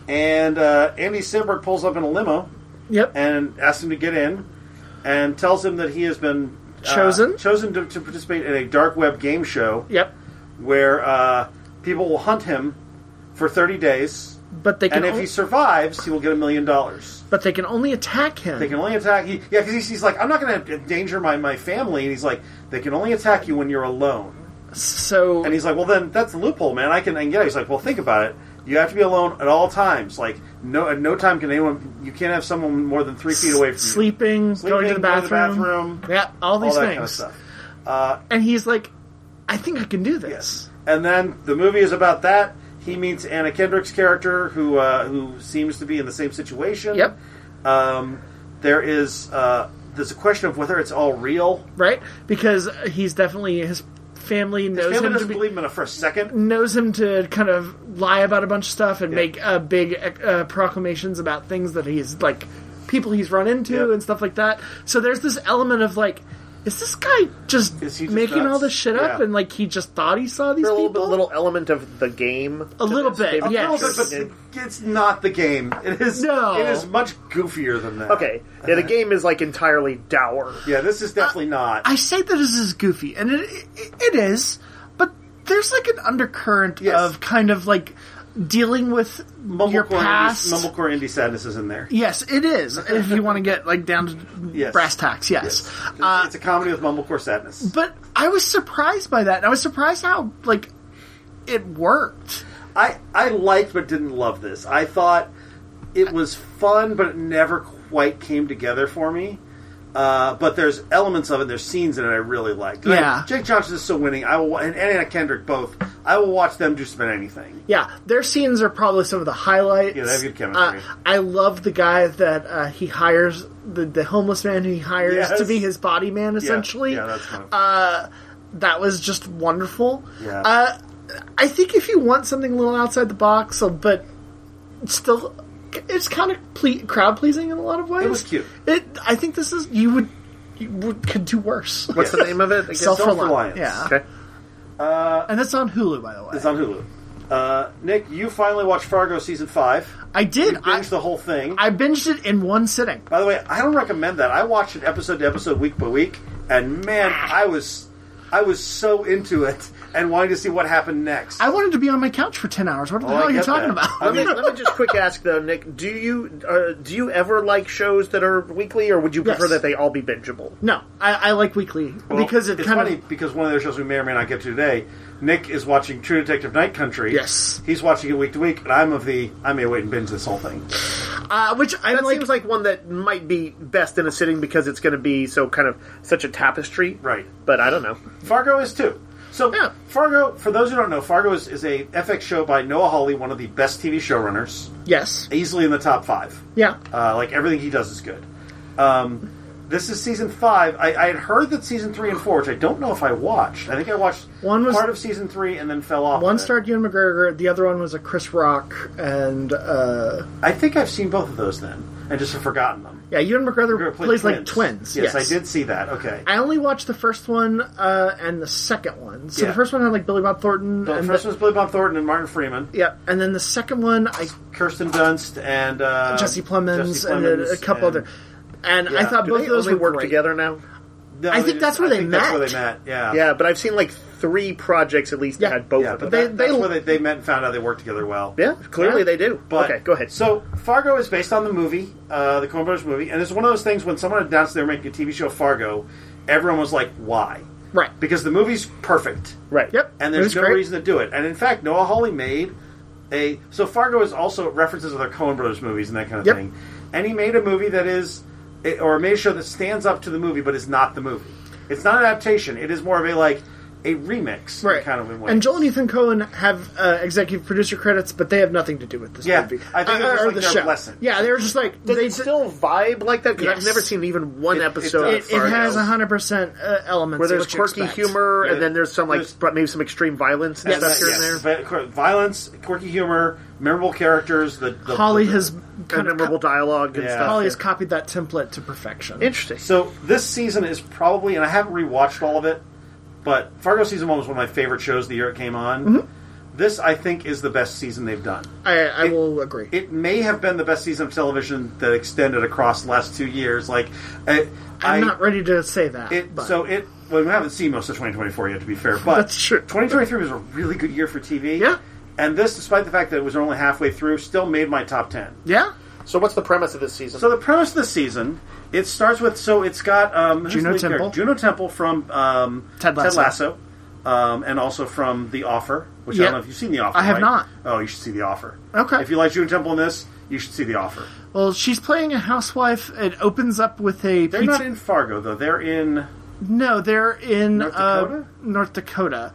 Speaker 3: And uh, Andy Simberg pulls up in a limo
Speaker 4: Yep.
Speaker 3: and asks him to get in, and tells him that he has been uh,
Speaker 4: Chosen?
Speaker 3: chosen to, to participate in a dark web game show
Speaker 4: yep.
Speaker 3: where uh, people will hunt him for thirty days.
Speaker 4: But they can
Speaker 3: And if
Speaker 4: only,
Speaker 3: he survives, he will get a million dollars.
Speaker 4: but they can only attack him.
Speaker 3: They can only attack you. Yeah, because he's, he's like, I'm not going to endanger my, my family. And he's like, they can only attack you when you're alone.
Speaker 4: so
Speaker 3: And he's like, well, then that's a loophole, man. I can, I can get it. He's like, well, think about it. You have to be alone at all times. Like, no, at no time can anyone, you can't have someone more than three feet away from
Speaker 4: sleeping,
Speaker 3: you.
Speaker 4: going
Speaker 3: going to
Speaker 4: to the
Speaker 3: the
Speaker 4: bathroom.
Speaker 3: bathroom,
Speaker 4: Yeah, all
Speaker 3: all
Speaker 4: these
Speaker 3: that
Speaker 4: things.
Speaker 3: kind of stuff.
Speaker 4: And he's like, I think I can do this.
Speaker 3: Yes. And then the movie is about that. He meets Anna Kendrick's character, who uh, who seems to be in the same situation.
Speaker 4: Yep.
Speaker 3: Um, there is uh, there's a question of whether it's all real.
Speaker 4: Right? Because he's definitely his family knows
Speaker 3: Family
Speaker 4: him to
Speaker 3: doesn't
Speaker 4: be,
Speaker 3: believe him in a first second.
Speaker 4: knows him to kind uh, of lie about a bunch of stuff and make uh, big uh, proclamations about things that he's like people he's run into
Speaker 3: Yep.
Speaker 4: and stuff like that. So there's this element of like, is this guy just
Speaker 3: Is he just
Speaker 4: making
Speaker 3: nuts?
Speaker 4: all this shit up
Speaker 3: Yeah.
Speaker 4: and like he just thought he saw these
Speaker 2: a little,
Speaker 4: people?
Speaker 2: bit, little element of the game.
Speaker 4: a little
Speaker 2: this
Speaker 4: bit,
Speaker 2: game.
Speaker 3: A little
Speaker 4: yes.
Speaker 2: Yeah.
Speaker 3: bit, but it's not the game. It is.
Speaker 4: No.
Speaker 3: It is much goofier than that.
Speaker 2: Okay, yeah,
Speaker 4: Uh-huh.
Speaker 2: the game is like entirely dour.
Speaker 3: Yeah, this is definitely not.
Speaker 4: I say that this is goofy, and it, it, it is, but there's like an undercurrent
Speaker 3: Yes.
Speaker 4: of kind of like dealing with your
Speaker 3: Mumblecore
Speaker 4: past.
Speaker 3: indie, mumblecore indie sadness is in there.
Speaker 4: Yes, it is. if you want to get like down to
Speaker 3: Yes.
Speaker 4: brass tacks, yes.
Speaker 3: It's,
Speaker 4: Uh,
Speaker 3: it's a comedy with mumblecore sadness.
Speaker 4: but I was surprised by that. And I was surprised how like it worked.
Speaker 3: I I liked but didn't love this. I thought it was fun, but it never quite came together for me. Uh, but there's elements of it. There's scenes in it I really liked. And
Speaker 4: Yeah.
Speaker 3: I- Jake Johnson is so winning. I will wa- and Anna Kendrick both. I will watch them do spin anything.
Speaker 4: Yeah, their scenes are probably some of the highlights.
Speaker 3: Yeah, they have good chemistry.
Speaker 4: Uh, I love the guy that uh, he hires, the, the homeless man who he hires
Speaker 3: Yes.
Speaker 4: to be his body man,
Speaker 3: Yeah,
Speaker 4: essentially. uh,
Speaker 3: yeah, that's kind of
Speaker 4: that was just wonderful.
Speaker 3: Yeah.
Speaker 4: Uh, I think if you want something a little outside the box, uh, but still, it's kind of ple- crowd pleasing in a lot of ways.
Speaker 3: was cute.
Speaker 4: It, I think this is you would you would, could do worse.
Speaker 2: What's
Speaker 3: Yes.
Speaker 2: the name of it? again?
Speaker 4: Self reliant,
Speaker 3: Self-Reliance.
Speaker 4: yeah,
Speaker 2: Okay.
Speaker 4: and that's on Hulu, by the way.
Speaker 3: It's on Hulu. Uh, Nick, you finally watched Fargo season five.
Speaker 4: I did. I,
Speaker 3: Binged the whole thing.
Speaker 4: I binged it in one sitting.
Speaker 3: By the way, I don't recommend that. I watched it episode to episode, week by week, and man, I was I was so into it and wanting to see what happened next.
Speaker 4: I wanted to be on my couch for ten hours. What the
Speaker 3: Oh, I
Speaker 4: hell are you
Speaker 3: get
Speaker 4: talking
Speaker 3: that.
Speaker 4: about?
Speaker 3: I
Speaker 2: Let me,
Speaker 3: mean,
Speaker 2: let me just quick ask though, Nick. Do you uh, do you ever like shows that are weekly, or would you prefer
Speaker 4: Yes.
Speaker 2: that they all be bingeable?
Speaker 4: No, I, I like weekly
Speaker 3: Well,
Speaker 4: because it
Speaker 3: it's
Speaker 4: kind
Speaker 3: funny
Speaker 4: of
Speaker 3: because one of the shows we may or may not get to today, Nick is watching True Detective Night Country.
Speaker 4: Yes.
Speaker 3: he's watching it week to week, and I'm of the I may wait and binge this whole thing.
Speaker 4: uh, which I
Speaker 2: That
Speaker 4: like.
Speaker 2: seems like one that might be best in a sitting because it's going to be so kind of such a tapestry,
Speaker 3: Right.
Speaker 2: But I don't know.
Speaker 3: Fargo is too. So
Speaker 4: Yeah.
Speaker 3: Fargo, for those who don't know, Fargo is, is a FX show by Noah Hawley, one of the best TV showrunners,
Speaker 4: yes,
Speaker 3: easily in the top five.
Speaker 4: yeah.
Speaker 3: Uh, like everything he does is good. Um, this is season five. I, I had heard that season three and four, which I don't know if I watched. I think I watched
Speaker 4: One was-
Speaker 3: part of season three and then fell off.
Speaker 4: One
Speaker 3: of it.
Speaker 4: starred Ewan McGregor, the other one was a Chris Rock, and uh,
Speaker 3: I think I've seen both of those then, and just have forgotten them.
Speaker 4: yeah, Ewan McGregor
Speaker 3: They're playing
Speaker 4: plays like twins.
Speaker 3: Yes, I did see that. Okay.
Speaker 4: I only watched the first one uh, and the second one. So
Speaker 3: Yeah.
Speaker 4: the first one had like Billy Bob Thornton,
Speaker 3: The
Speaker 4: and
Speaker 3: first
Speaker 4: the,
Speaker 3: one's Billy Bob Thornton and Martin Freeman,
Speaker 4: yeah, and then the second one I
Speaker 3: Kirsten Dunst and uh,
Speaker 4: Jesse Plemons,
Speaker 3: Jesse
Speaker 4: and then a
Speaker 3: Plemons
Speaker 4: couple
Speaker 3: and-
Speaker 4: other, and I
Speaker 3: Yeah.
Speaker 4: thought
Speaker 2: Do
Speaker 4: Uh, both
Speaker 2: they
Speaker 4: of those
Speaker 2: only
Speaker 4: were
Speaker 2: work
Speaker 4: great.
Speaker 2: together now?
Speaker 3: No,
Speaker 4: I think
Speaker 3: it
Speaker 4: that's
Speaker 3: is-
Speaker 4: where
Speaker 3: I
Speaker 4: they
Speaker 3: think That's where
Speaker 4: met.
Speaker 3: they met. Yeah.
Speaker 2: Yeah, but I've seen like three projects at least
Speaker 4: Yeah.
Speaker 2: that had both
Speaker 3: Yeah,
Speaker 2: of them.
Speaker 3: but
Speaker 4: They-
Speaker 3: that,
Speaker 4: they-
Speaker 3: that's where they, they met and found out they worked together well.
Speaker 2: yeah, clearly
Speaker 4: Yeah.
Speaker 2: they do.
Speaker 3: But,
Speaker 2: okay, go ahead.
Speaker 3: So Fargo is based on the movie, uh, the Coen Brothers movie, and it's one of those things when someone announced they were making a TV show Fargo, everyone was like, "Why?"
Speaker 4: Right.
Speaker 3: Because the movie's perfect,
Speaker 2: right.
Speaker 4: Yep.
Speaker 3: and
Speaker 4: It was
Speaker 3: there's no
Speaker 4: great.
Speaker 3: reason to do it. And in fact, Noah Hawley made a so Fargo is also references other Coen Brothers movies and that kind of
Speaker 4: Yep.
Speaker 3: thing, and he made a movie that is it- or made a show that stands up to the movie but is not the movie. It's not an adaptation. It is more of a like a remix
Speaker 4: Right.
Speaker 3: kind of a way.
Speaker 4: and Joel and Ethan Cohen have uh, executive producer credits, but they have nothing to do with this
Speaker 3: Yeah,
Speaker 4: movie.
Speaker 3: I think it was just
Speaker 4: Uh, or
Speaker 3: like
Speaker 4: the
Speaker 3: their
Speaker 4: show.
Speaker 3: blessing.
Speaker 4: Yeah, they were just like
Speaker 2: Does
Speaker 4: they
Speaker 2: it still vibe like that? Because
Speaker 4: Yes.
Speaker 2: I've never seen even one
Speaker 3: It- it
Speaker 2: episode.
Speaker 3: does.
Speaker 2: of
Speaker 4: it, it
Speaker 2: Fargo.
Speaker 4: has hundred percent uh, elements
Speaker 2: where
Speaker 4: of
Speaker 2: there's
Speaker 4: what you
Speaker 2: quirky
Speaker 4: expect.
Speaker 2: humor,
Speaker 3: Yeah.
Speaker 2: and then there's some like
Speaker 3: There's-
Speaker 2: sp- maybe some extreme violence and
Speaker 4: Yes.
Speaker 2: stuff here
Speaker 4: Uh, Yes.
Speaker 2: and there.
Speaker 3: But qu- violence, quirky humor, memorable characters. The, the
Speaker 4: Holly
Speaker 3: the-
Speaker 4: has
Speaker 2: Kind
Speaker 4: kind
Speaker 2: of
Speaker 4: of
Speaker 2: memorable dialogue and
Speaker 3: Yeah.
Speaker 2: stuff.
Speaker 4: Holly has copied that template to perfection.
Speaker 2: Interesting.
Speaker 3: So this season is probably, and I haven't rewatched all of it, but Fargo season one was one of my favorite shows the year it came on.
Speaker 4: Mm-hmm.
Speaker 3: This I think is the best season they've done.
Speaker 4: I, I will agree.
Speaker 3: It may have been the best season of television that extended across the last two years. Like, I,
Speaker 4: I'm
Speaker 3: I-
Speaker 4: not ready to say that.
Speaker 3: It,
Speaker 4: but.
Speaker 3: so it. Well, we haven't seen most of 2024 yet, to be fair. But
Speaker 4: That's true.
Speaker 3: 2023 was a really good year for TV.
Speaker 4: Yeah.
Speaker 3: And this, despite the fact that it was only halfway through, still made my top ten.
Speaker 4: yeah,
Speaker 2: So, what's the premise of this season?
Speaker 3: So the premise of the season, it starts with so it's got um, who's
Speaker 4: Juno
Speaker 3: the lead character?
Speaker 4: Temple.
Speaker 3: Juno Temple from um,
Speaker 4: Ted Lasso.
Speaker 3: um, and also from The Offer, which I
Speaker 4: Yeah.
Speaker 3: don't know if you've seen The Offer.
Speaker 4: I have
Speaker 3: right?
Speaker 4: not.
Speaker 3: Oh, you should see The Offer.
Speaker 4: Okay.
Speaker 3: If you like Juno Temple in this, you should see The Offer.
Speaker 4: well, she's playing a housewife. It opens up with a
Speaker 3: They're
Speaker 4: pizza.
Speaker 3: not in Fargo though. They're in
Speaker 4: no, they're in
Speaker 3: North
Speaker 4: uh,
Speaker 3: Dakota?
Speaker 4: North Dakota.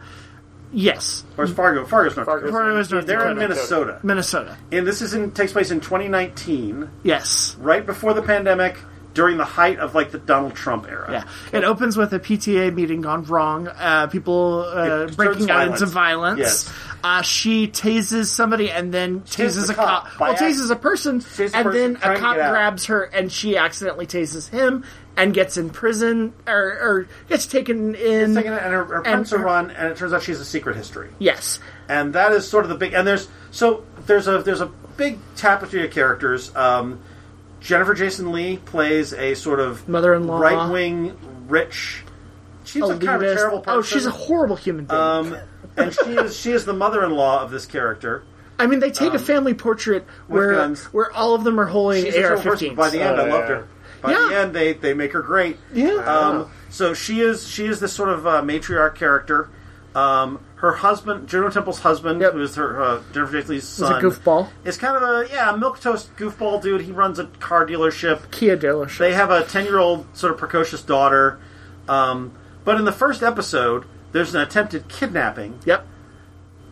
Speaker 4: Yes,
Speaker 3: or is Fargo. Fargo's not.
Speaker 2: Fargo's-
Speaker 4: Florida is North
Speaker 3: They're in
Speaker 4: Dakota.
Speaker 3: Minnesota,
Speaker 4: Minnesota.
Speaker 3: and this is in takes place in 2019,
Speaker 4: Yes,
Speaker 3: right before the pandemic. during the height of like the Donald Trump era.
Speaker 4: Yeah, it opens with a PTA meeting gone wrong. Uh, people uh,
Speaker 3: It
Speaker 4: breaking
Speaker 3: turns
Speaker 4: out
Speaker 3: violent.
Speaker 4: into violence.
Speaker 3: Yes.
Speaker 4: Uh, she tases somebody and then tases
Speaker 3: the
Speaker 4: a
Speaker 3: cop
Speaker 4: cop.
Speaker 3: by
Speaker 4: Well,
Speaker 3: accident.
Speaker 4: tases a person,
Speaker 3: Tases a
Speaker 4: and
Speaker 3: person
Speaker 4: then
Speaker 3: trying
Speaker 4: a
Speaker 3: to
Speaker 4: cop
Speaker 3: get out.
Speaker 4: grabs her, and she accidentally tases him and gets in prison or, or gets taken in.
Speaker 3: It's taken- and her, her
Speaker 4: And
Speaker 3: prints are
Speaker 4: her-
Speaker 3: run, and it turns out she has a secret history.
Speaker 4: yes,
Speaker 3: and that is sort of the big and there's so there's a there's a big tapestry of characters um, jennifer jason lee plays a sort of
Speaker 4: Mother-in-law.
Speaker 3: right-wing rich she's a kind of a
Speaker 4: elitist.
Speaker 3: terrible person
Speaker 4: Oh, she's a horrible human being.
Speaker 3: um, and she is she is the mother-in-law of this character
Speaker 4: I mean, they take a family portrait where
Speaker 3: um, guns.
Speaker 4: where all of them are holding
Speaker 3: she's a terrible person
Speaker 4: AR-15s.
Speaker 3: by the end i
Speaker 2: Oh,
Speaker 3: loved
Speaker 2: yeah.
Speaker 3: her by the
Speaker 4: Yeah.
Speaker 3: end they they make her great
Speaker 4: Yeah.
Speaker 3: um, so she is she is this sort of uh, matriarch character um, her husband, Juno Temple's husband,
Speaker 4: Yep.
Speaker 3: who is her uh, Jennifer Jason Lee's
Speaker 4: It's a
Speaker 3: son,
Speaker 4: goofball
Speaker 3: It's kind of a yeah, milk toast goofball dude. He runs a car dealership.
Speaker 4: Kia dealership.
Speaker 3: They have a ten year old sort of precocious daughter. Um, but in the first episode, there's an attempted kidnapping,
Speaker 4: yep.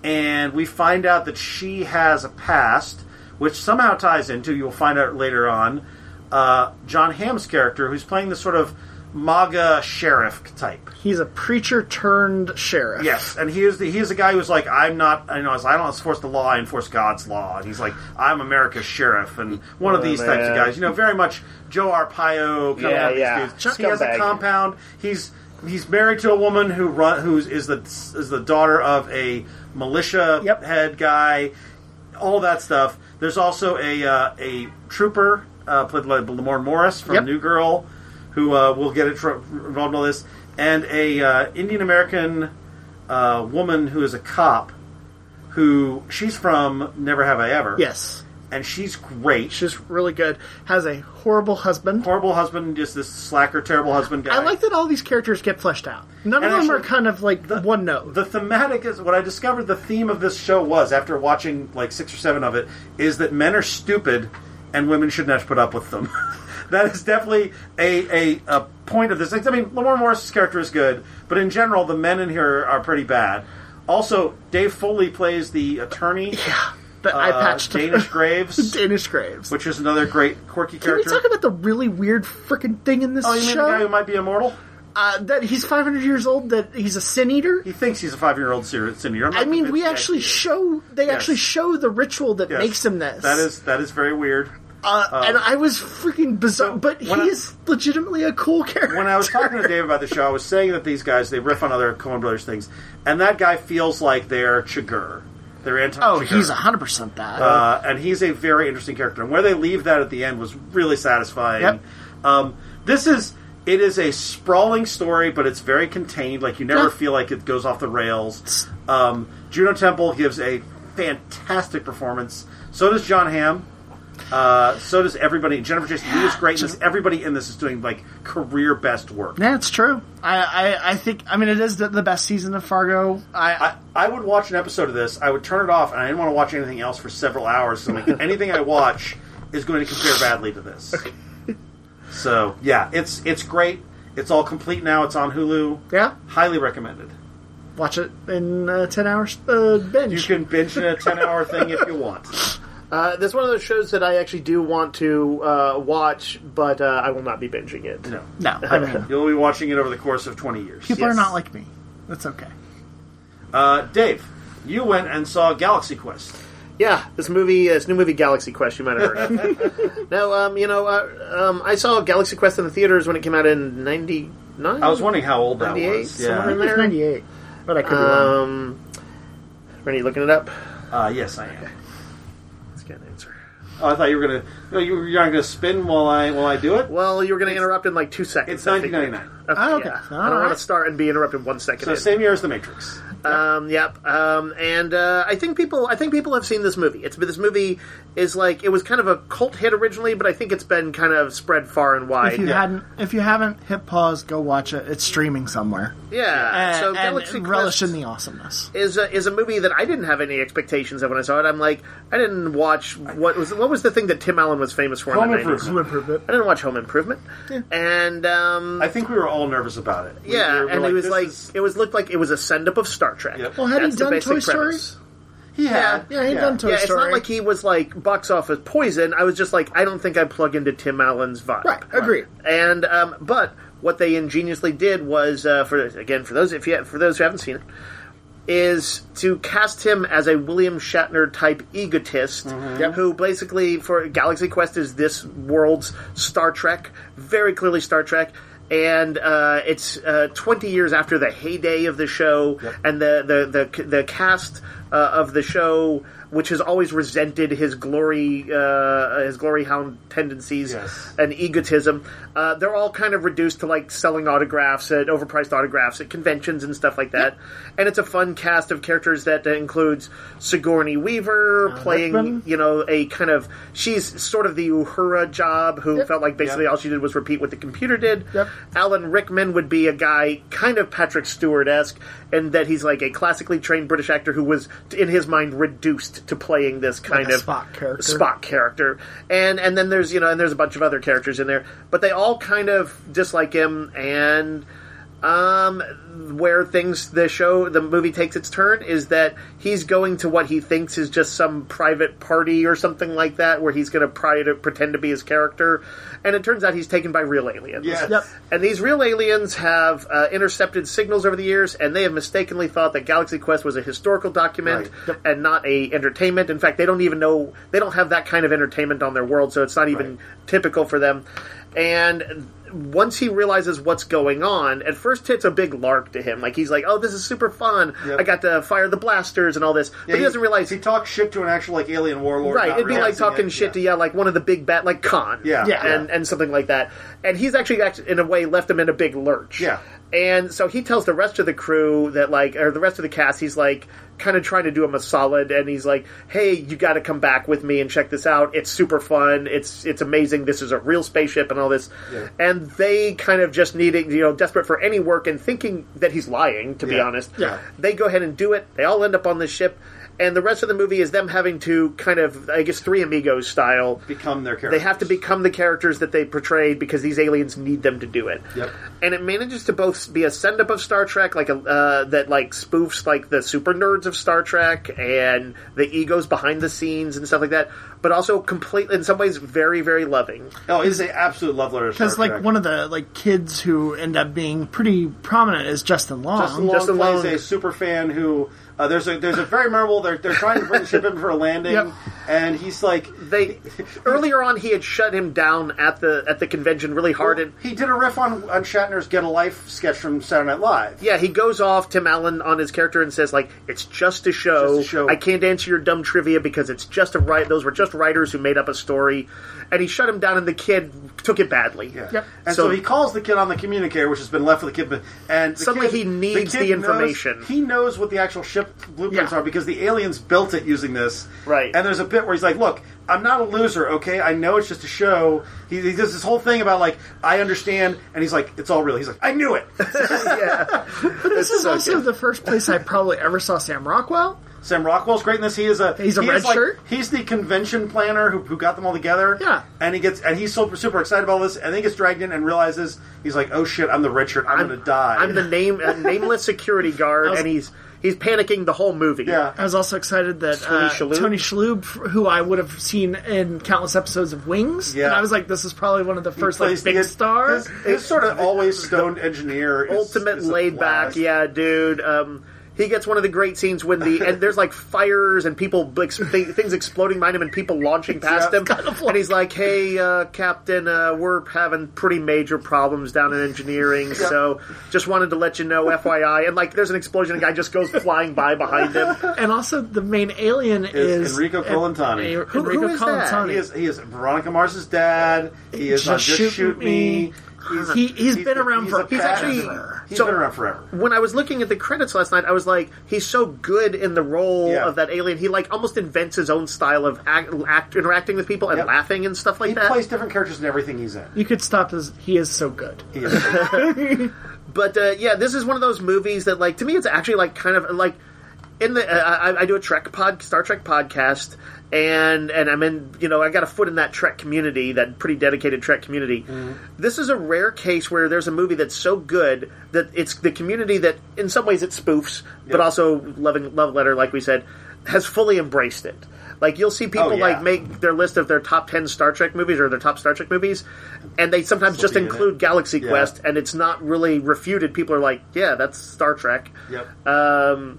Speaker 3: and we find out that she has a past, which somehow ties into you'll find out later on. Uh, John Hamm's character, who's playing this sort of MAGA sheriff type.
Speaker 4: He's a preacher turned sheriff.
Speaker 3: Yes, and he is the he is a guy who's like I'm not you know I don't enforce the law I enforce God's law and he's like I'm America's sheriff and one of
Speaker 2: Oh,
Speaker 3: these types of
Speaker 2: man.
Speaker 3: guys you know very much Joe Arpaio kind
Speaker 2: Yeah,
Speaker 3: of
Speaker 2: yeah.
Speaker 3: these dudes. he has a
Speaker 2: Scumbag.
Speaker 3: compound he's he's married to a woman who run who's is the is the daughter of a militia
Speaker 4: Yep.
Speaker 3: head guy all that stuff there's also a uh, a trooper uh, played by Lamorne Morris from
Speaker 4: Yep.
Speaker 3: New Girl who uh, will get intro- involved in all this, and a uh, Indian American uh, woman who is a cop, who she's from Never Have I Ever.
Speaker 4: Yes.
Speaker 3: and she's great.
Speaker 4: She's really good. Has a horrible husband.
Speaker 3: horrible husband, just this slacker, terrible husband guy.
Speaker 4: I like that all these characters get fleshed out. None of
Speaker 3: And
Speaker 4: them are
Speaker 3: actually,
Speaker 4: kind of like one note.
Speaker 3: the thematic is what I discovered. The theme of this show was after watching like six or seven of it is that men are stupid and women should not put up with them. that is definitely a, a a point of this. I mean, Lamar Morris's character is good, but in general, the men in here are pretty bad. Also, Dave Foley plays the attorney,
Speaker 4: The eye
Speaker 3: uh,
Speaker 4: patch to
Speaker 3: Danish Graves,
Speaker 4: Danish Graves.
Speaker 3: which is another great quirky
Speaker 4: Can we
Speaker 3: character.
Speaker 4: talk about the really weird freaking thing in this
Speaker 3: oh, you mean the guy who
Speaker 4: show?
Speaker 3: might be immortal?
Speaker 4: Uh, that he's 500 years old. That he's a sin eater.
Speaker 3: He thinks he's a five-year-old senior. senior. I'm not
Speaker 4: I mean, we
Speaker 3: convinced yet.
Speaker 4: actually show they actually show the ritual that
Speaker 3: Yes.
Speaker 4: makes him this.
Speaker 3: That is that is very weird.
Speaker 4: uh, and I was freaking bizarre.
Speaker 3: so
Speaker 4: but he
Speaker 3: when I-
Speaker 4: is legitimately a cool character.
Speaker 3: when I was talking to Dave about the show, I was saying that these guys they riff on other Coen Brothers things, and that guy feels like they're Chigurh. They're Anton.
Speaker 4: oh,
Speaker 3: Chigurh.
Speaker 4: he's 100 percent that.
Speaker 3: uh, and he's a very interesting character. And where they leave that at the end was really satisfying.
Speaker 4: Yep.
Speaker 3: Um, this is it is a sprawling story, but it's very contained. Like you never
Speaker 4: Yeah.
Speaker 3: feel like it goes off the rails. Um, Juno Temple gives a fantastic performance. So does John Hamm. Uh, so does everybody. Jennifer Jason Lee is great. in this. Everybody in this is doing like career best work.
Speaker 4: yeah, it's true. I, I, I think I mean it is the, the best season of Fargo. I,
Speaker 3: I, I would watch an episode of this. I would turn it off, and I didn't want to watch anything else for several hours. So like, anything I watch is going to compare badly to this. So yeah, it's it's great. It's all complete now. It's on Hulu.
Speaker 4: Yeah.
Speaker 3: highly recommended.
Speaker 4: watch it in uh, 10 hours uh, binge.
Speaker 3: You can binge in a ten-hour thing if you want.
Speaker 2: Uh, that's one of those shows that I actually do want to uh, watch, but uh, I will not be binging it.
Speaker 3: No,
Speaker 4: no, I mean,
Speaker 3: you'll be watching it over the course of twenty years.
Speaker 4: people are
Speaker 2: Yes.
Speaker 4: not like me. That's okay.
Speaker 3: Uh, Dave, you went and saw Galaxy Quest.
Speaker 2: Yeah, this movie, uh, this new movie, Galaxy Quest, you might have heard. of. no, um, you know, uh, um, I saw Galaxy Quest in the theaters when it came out in '99.
Speaker 3: I was wondering how old that
Speaker 2: 98,
Speaker 3: was.
Speaker 4: I
Speaker 2: somewhere
Speaker 3: Yeah.
Speaker 4: think it's 98, but I could be wrong.
Speaker 2: Um, Rennie, looking it up.
Speaker 3: Uh, yes, I am.
Speaker 2: Let's get an answer.
Speaker 3: Oh, I thought you were gonna. No, you were not gonna spin while I while I do it.
Speaker 2: Well, you were going to interrupt in like two seconds.
Speaker 3: It's
Speaker 2: I think.
Speaker 3: 1999.
Speaker 2: Okay,
Speaker 4: Oh, okay.
Speaker 2: yeah.
Speaker 4: All
Speaker 2: I don't want
Speaker 4: right.
Speaker 2: to start and be interrupted one second.
Speaker 3: So
Speaker 2: in.
Speaker 3: same year as The Matrix.
Speaker 2: Um, yep. Um, and uh, I think people, I think people have seen this movie. It's this movie is like it was kind of a cult hit originally, but I think it's been kind of spread far and wide.
Speaker 4: If you
Speaker 2: yeah.
Speaker 4: hadn't, if you haven't, hit pause. Go watch it. It's streaming somewhere. And,
Speaker 2: so
Speaker 4: and
Speaker 2: Galaxy
Speaker 4: relish
Speaker 2: Quest
Speaker 4: in the awesomeness.
Speaker 2: is a, is a movie that I didn't have any expectations of when I saw it. I'm like, I didn't watch what was what was the thing that Tim Allen was famous for
Speaker 3: Home
Speaker 2: in the 90s?
Speaker 3: Improvement.
Speaker 2: I didn't watch Home Improvement, and um,
Speaker 3: I think we were all nervous about it. We
Speaker 2: yeah,
Speaker 3: were- we were
Speaker 2: and it was
Speaker 3: this
Speaker 2: like
Speaker 3: is-
Speaker 2: it was looked like it was a send up of Star Trek.
Speaker 3: Yep.
Speaker 4: Well, had he
Speaker 2: That's the
Speaker 4: done
Speaker 2: basic
Speaker 4: Toy Story?
Speaker 2: premise.
Speaker 3: He had.
Speaker 4: Yeah, he done Toy
Speaker 2: yeah, it's
Speaker 4: Story.
Speaker 2: not like he was like box office poison. I was just like, I don't think I plug into Tim Allen's vibe.
Speaker 4: Right, agreed.
Speaker 2: And um, but what they ingeniously did was uh, for again for those if you for those who haven't seen it is to cast him as a William Shatner type egotist who basically for Galaxy Quest is this world's Star Trek, very clearly Star Trek. And uh, it's uh, 20 years after the heyday of the show, and the the the, the cast uh, of the show, which has always resented his glory uh, his glory hound tendencies
Speaker 3: Yes.
Speaker 2: and egotism. Uh, they're all kind of reduced to like selling autographs at overpriced autographs at conventions and stuff like that. And it's a fun cast of characters that includes Sigourney
Speaker 4: Uh,
Speaker 2: Weaver playing,
Speaker 1: Rickman.
Speaker 2: you know, a kind of she's sort of the Uhura job who
Speaker 4: Yep.
Speaker 2: felt like basically
Speaker 3: Yep.
Speaker 2: all she did was repeat what the computer did.
Speaker 4: Yep.
Speaker 2: Alan Rickman would be a guy kind of Patrick Stewart esque, and that he's like a classically trained British actor who was, in his mind, reduced to playing this kind
Speaker 4: a
Speaker 2: of
Speaker 4: Spock character.
Speaker 2: Spock character. And and then there's you know and there's a bunch of other characters in there, but they all kind of dislike him. And um, where things the show the movie takes its turn is that he's going to what he thinks is just some private party or something like that, where he's going to pretend to be his character, and it turns out he's taken by real aliens.
Speaker 3: Yes.
Speaker 4: Yep.
Speaker 2: And these real aliens have uh, intercepted signals over the years, and they have mistakenly thought that Galaxy Quest was a historical document
Speaker 3: Right.
Speaker 2: and not a entertainment. In fact, they don't even know they don't have that kind of entertainment on their world, so it's not even
Speaker 3: Right.
Speaker 2: typical for them. And once he realizes what's going on, at first it's a big lark to him. Like he's like, "Oh, this is super fun!
Speaker 3: Yep.
Speaker 2: I got to fire the blasters and all this," but he, doesn't realize.
Speaker 3: he talks shit to an actual like alien warlord.
Speaker 2: Right,
Speaker 3: not
Speaker 2: it'd be like
Speaker 3: realizing
Speaker 2: talking
Speaker 3: it.
Speaker 2: shit
Speaker 3: Yeah.
Speaker 2: to yeah, like one of the big bat, like Khan,
Speaker 3: Yeah,
Speaker 4: Yeah.
Speaker 2: and and something like that. And he's actually, actually in a way left him in a big lurch.
Speaker 3: Yeah.
Speaker 2: And so he tells the rest of the crew that like, or the rest of the cast, he's like kind of trying to do him a solid, and he's like, "Hey, you got to come back with me and check this out. It's super fun. It's it's amazing. This is a real spaceship and all this."
Speaker 3: Yeah.
Speaker 2: And they kind of just needing, you know, desperate for any work and thinking that he's lying. To be
Speaker 3: Yeah.
Speaker 2: honest,
Speaker 3: Yeah.
Speaker 2: they go ahead and do it. They all end up on this ship, and the rest of the movie is them having to kind of, I guess, Three Amigos style.
Speaker 3: become their character.
Speaker 2: They have to become the characters that they portrayed because these aliens need them to do it.
Speaker 3: Yep.
Speaker 2: And it manages to both be a send up of Star Trek, like a uh, that like spoofs like the super nerds of Star Trek and the egos behind the scenes and stuff like that, but also completely in some ways very very loving.
Speaker 3: Oh, it's an absolute love letter.
Speaker 4: Because like one of the like kids who end up being pretty prominent is Justin Long.
Speaker 3: Justin Long
Speaker 2: Justin
Speaker 3: plays
Speaker 2: Long.
Speaker 3: a super fan who uh, there's a there's a very memorable. They're, they're trying to bring the ship in for a landing,
Speaker 4: Yep.
Speaker 3: and he's like
Speaker 2: They earlier on he had shut him down at the at the convention really hard and
Speaker 3: He did a riff on on Shatner's "Get a Life" sketch from Saturday Night Live.
Speaker 2: Yeah, he goes off Tim Allen on his character and says like, "It's just a show.
Speaker 3: Just a show.
Speaker 2: I can't answer your dumb trivia because it's just a right. Those were just writers who made up a story." And he shut him down, and the kid took it badly.
Speaker 3: Yeah.
Speaker 4: Yep.
Speaker 3: And so,
Speaker 2: So-
Speaker 3: he calls the kid on the communicator, which has been left with the kid. And the
Speaker 2: Suddenly
Speaker 3: kid-
Speaker 2: he needs
Speaker 3: kid
Speaker 2: the information.
Speaker 3: knows- he knows what the actual ship blueprints
Speaker 4: Yeah.
Speaker 3: are because the aliens built it using this.
Speaker 2: Right.
Speaker 3: And there's a bit where he's like, "Look, I'm not a loser. Okay, I know it's just a show." He, he does this whole thing about like, "I understand," and he's like, "It's all real." He's like, "I knew it."
Speaker 2: yeah.
Speaker 4: But this is
Speaker 2: so
Speaker 4: also
Speaker 2: good.
Speaker 4: the first place I probably ever saw Sam Rockwell.
Speaker 3: Sam Rockwell's great in this. He is a
Speaker 4: He's a
Speaker 3: he is
Speaker 4: red
Speaker 3: like-
Speaker 4: shirt?
Speaker 3: He's the convention planner who, who got them all together.
Speaker 4: Yeah.
Speaker 3: and he gets and he's super super excited about all this. And then he gets dragged in and realizes he's like, oh shit, I'm the red shirt. I'm, gonna die.
Speaker 2: I'm the name uh, nameless security guard,
Speaker 4: was-
Speaker 2: and he's he's panicking the whole movie.
Speaker 3: yeah.
Speaker 4: I was also excited that Tony, uh,
Speaker 2: Shalhoub?
Speaker 4: Tony Shalhoub, who I would have seen in countless episodes of Wings,
Speaker 3: Yeah.
Speaker 4: and I was like, this is probably one of the first
Speaker 3: Plays
Speaker 4: like
Speaker 3: the-
Speaker 4: big stars.
Speaker 3: His, his sort of always stoned engineer, is-
Speaker 2: ultimate
Speaker 3: is a
Speaker 2: laid back.
Speaker 3: blast.
Speaker 2: Yeah, dude. Um, he gets one of the great scenes when the and there's like fires and people ex- th- things exploding behind him and people launching past
Speaker 3: Yeah.
Speaker 2: him, and he's like, "Hey, uh, Captain, uh, we're having pretty major problems down in engineering, so just wanted to let you know, FYI." And like, there's an explosion, a guy just goes flying by behind him.
Speaker 4: and also, the main alien is,
Speaker 3: Enrico Colantani.
Speaker 4: En-
Speaker 2: Who-
Speaker 4: Enrico
Speaker 2: who is that?
Speaker 4: Colantani.
Speaker 3: He is he is Veronica Mars's dad. He is on
Speaker 4: Just
Speaker 3: Just
Speaker 4: Shoot
Speaker 3: Shoot
Speaker 4: Me.
Speaker 3: Me. He's,
Speaker 4: He- he's been around
Speaker 3: he's
Speaker 4: for-
Speaker 3: a
Speaker 4: he's
Speaker 3: badass.
Speaker 2: actually-
Speaker 3: he's
Speaker 2: so-
Speaker 3: been around forever.
Speaker 2: when I was looking at the credits last night, I was like, he's so good in the role
Speaker 3: Yeah.
Speaker 2: of that alien. He like almost invents his own style of act, act interacting with people and
Speaker 3: Yep.
Speaker 2: laughing and stuff like
Speaker 3: He
Speaker 2: that.
Speaker 3: plays different characters in everything he's in.
Speaker 4: You could stop as he is so good.
Speaker 3: He is-
Speaker 2: But uh, yeah, this is one of those movies that, like, to me, it's actually like kind of like in the. Uh, I, I do a Trek pod, Star Trek podcast, and and I'm in. You know, I got a foot in that Trek community, that pretty dedicated Trek community.
Speaker 3: Mm-hmm.
Speaker 2: This is a rare case where there's a movie that's so good that it's the community that, in some ways, it spoofs, but also loving love letter, like we said. has fully embraced it. Like you'll see people
Speaker 3: Oh, yeah.
Speaker 2: like make their list of their top ten Star Trek movies or their top Star Trek movies, and they sometimes just
Speaker 3: Slipping in
Speaker 2: include
Speaker 3: it.
Speaker 2: Galaxy
Speaker 3: Yeah.
Speaker 2: Quest, and it's not really refuted. People are like, "Yeah, that's Star Trek."
Speaker 3: Yep.
Speaker 2: Um,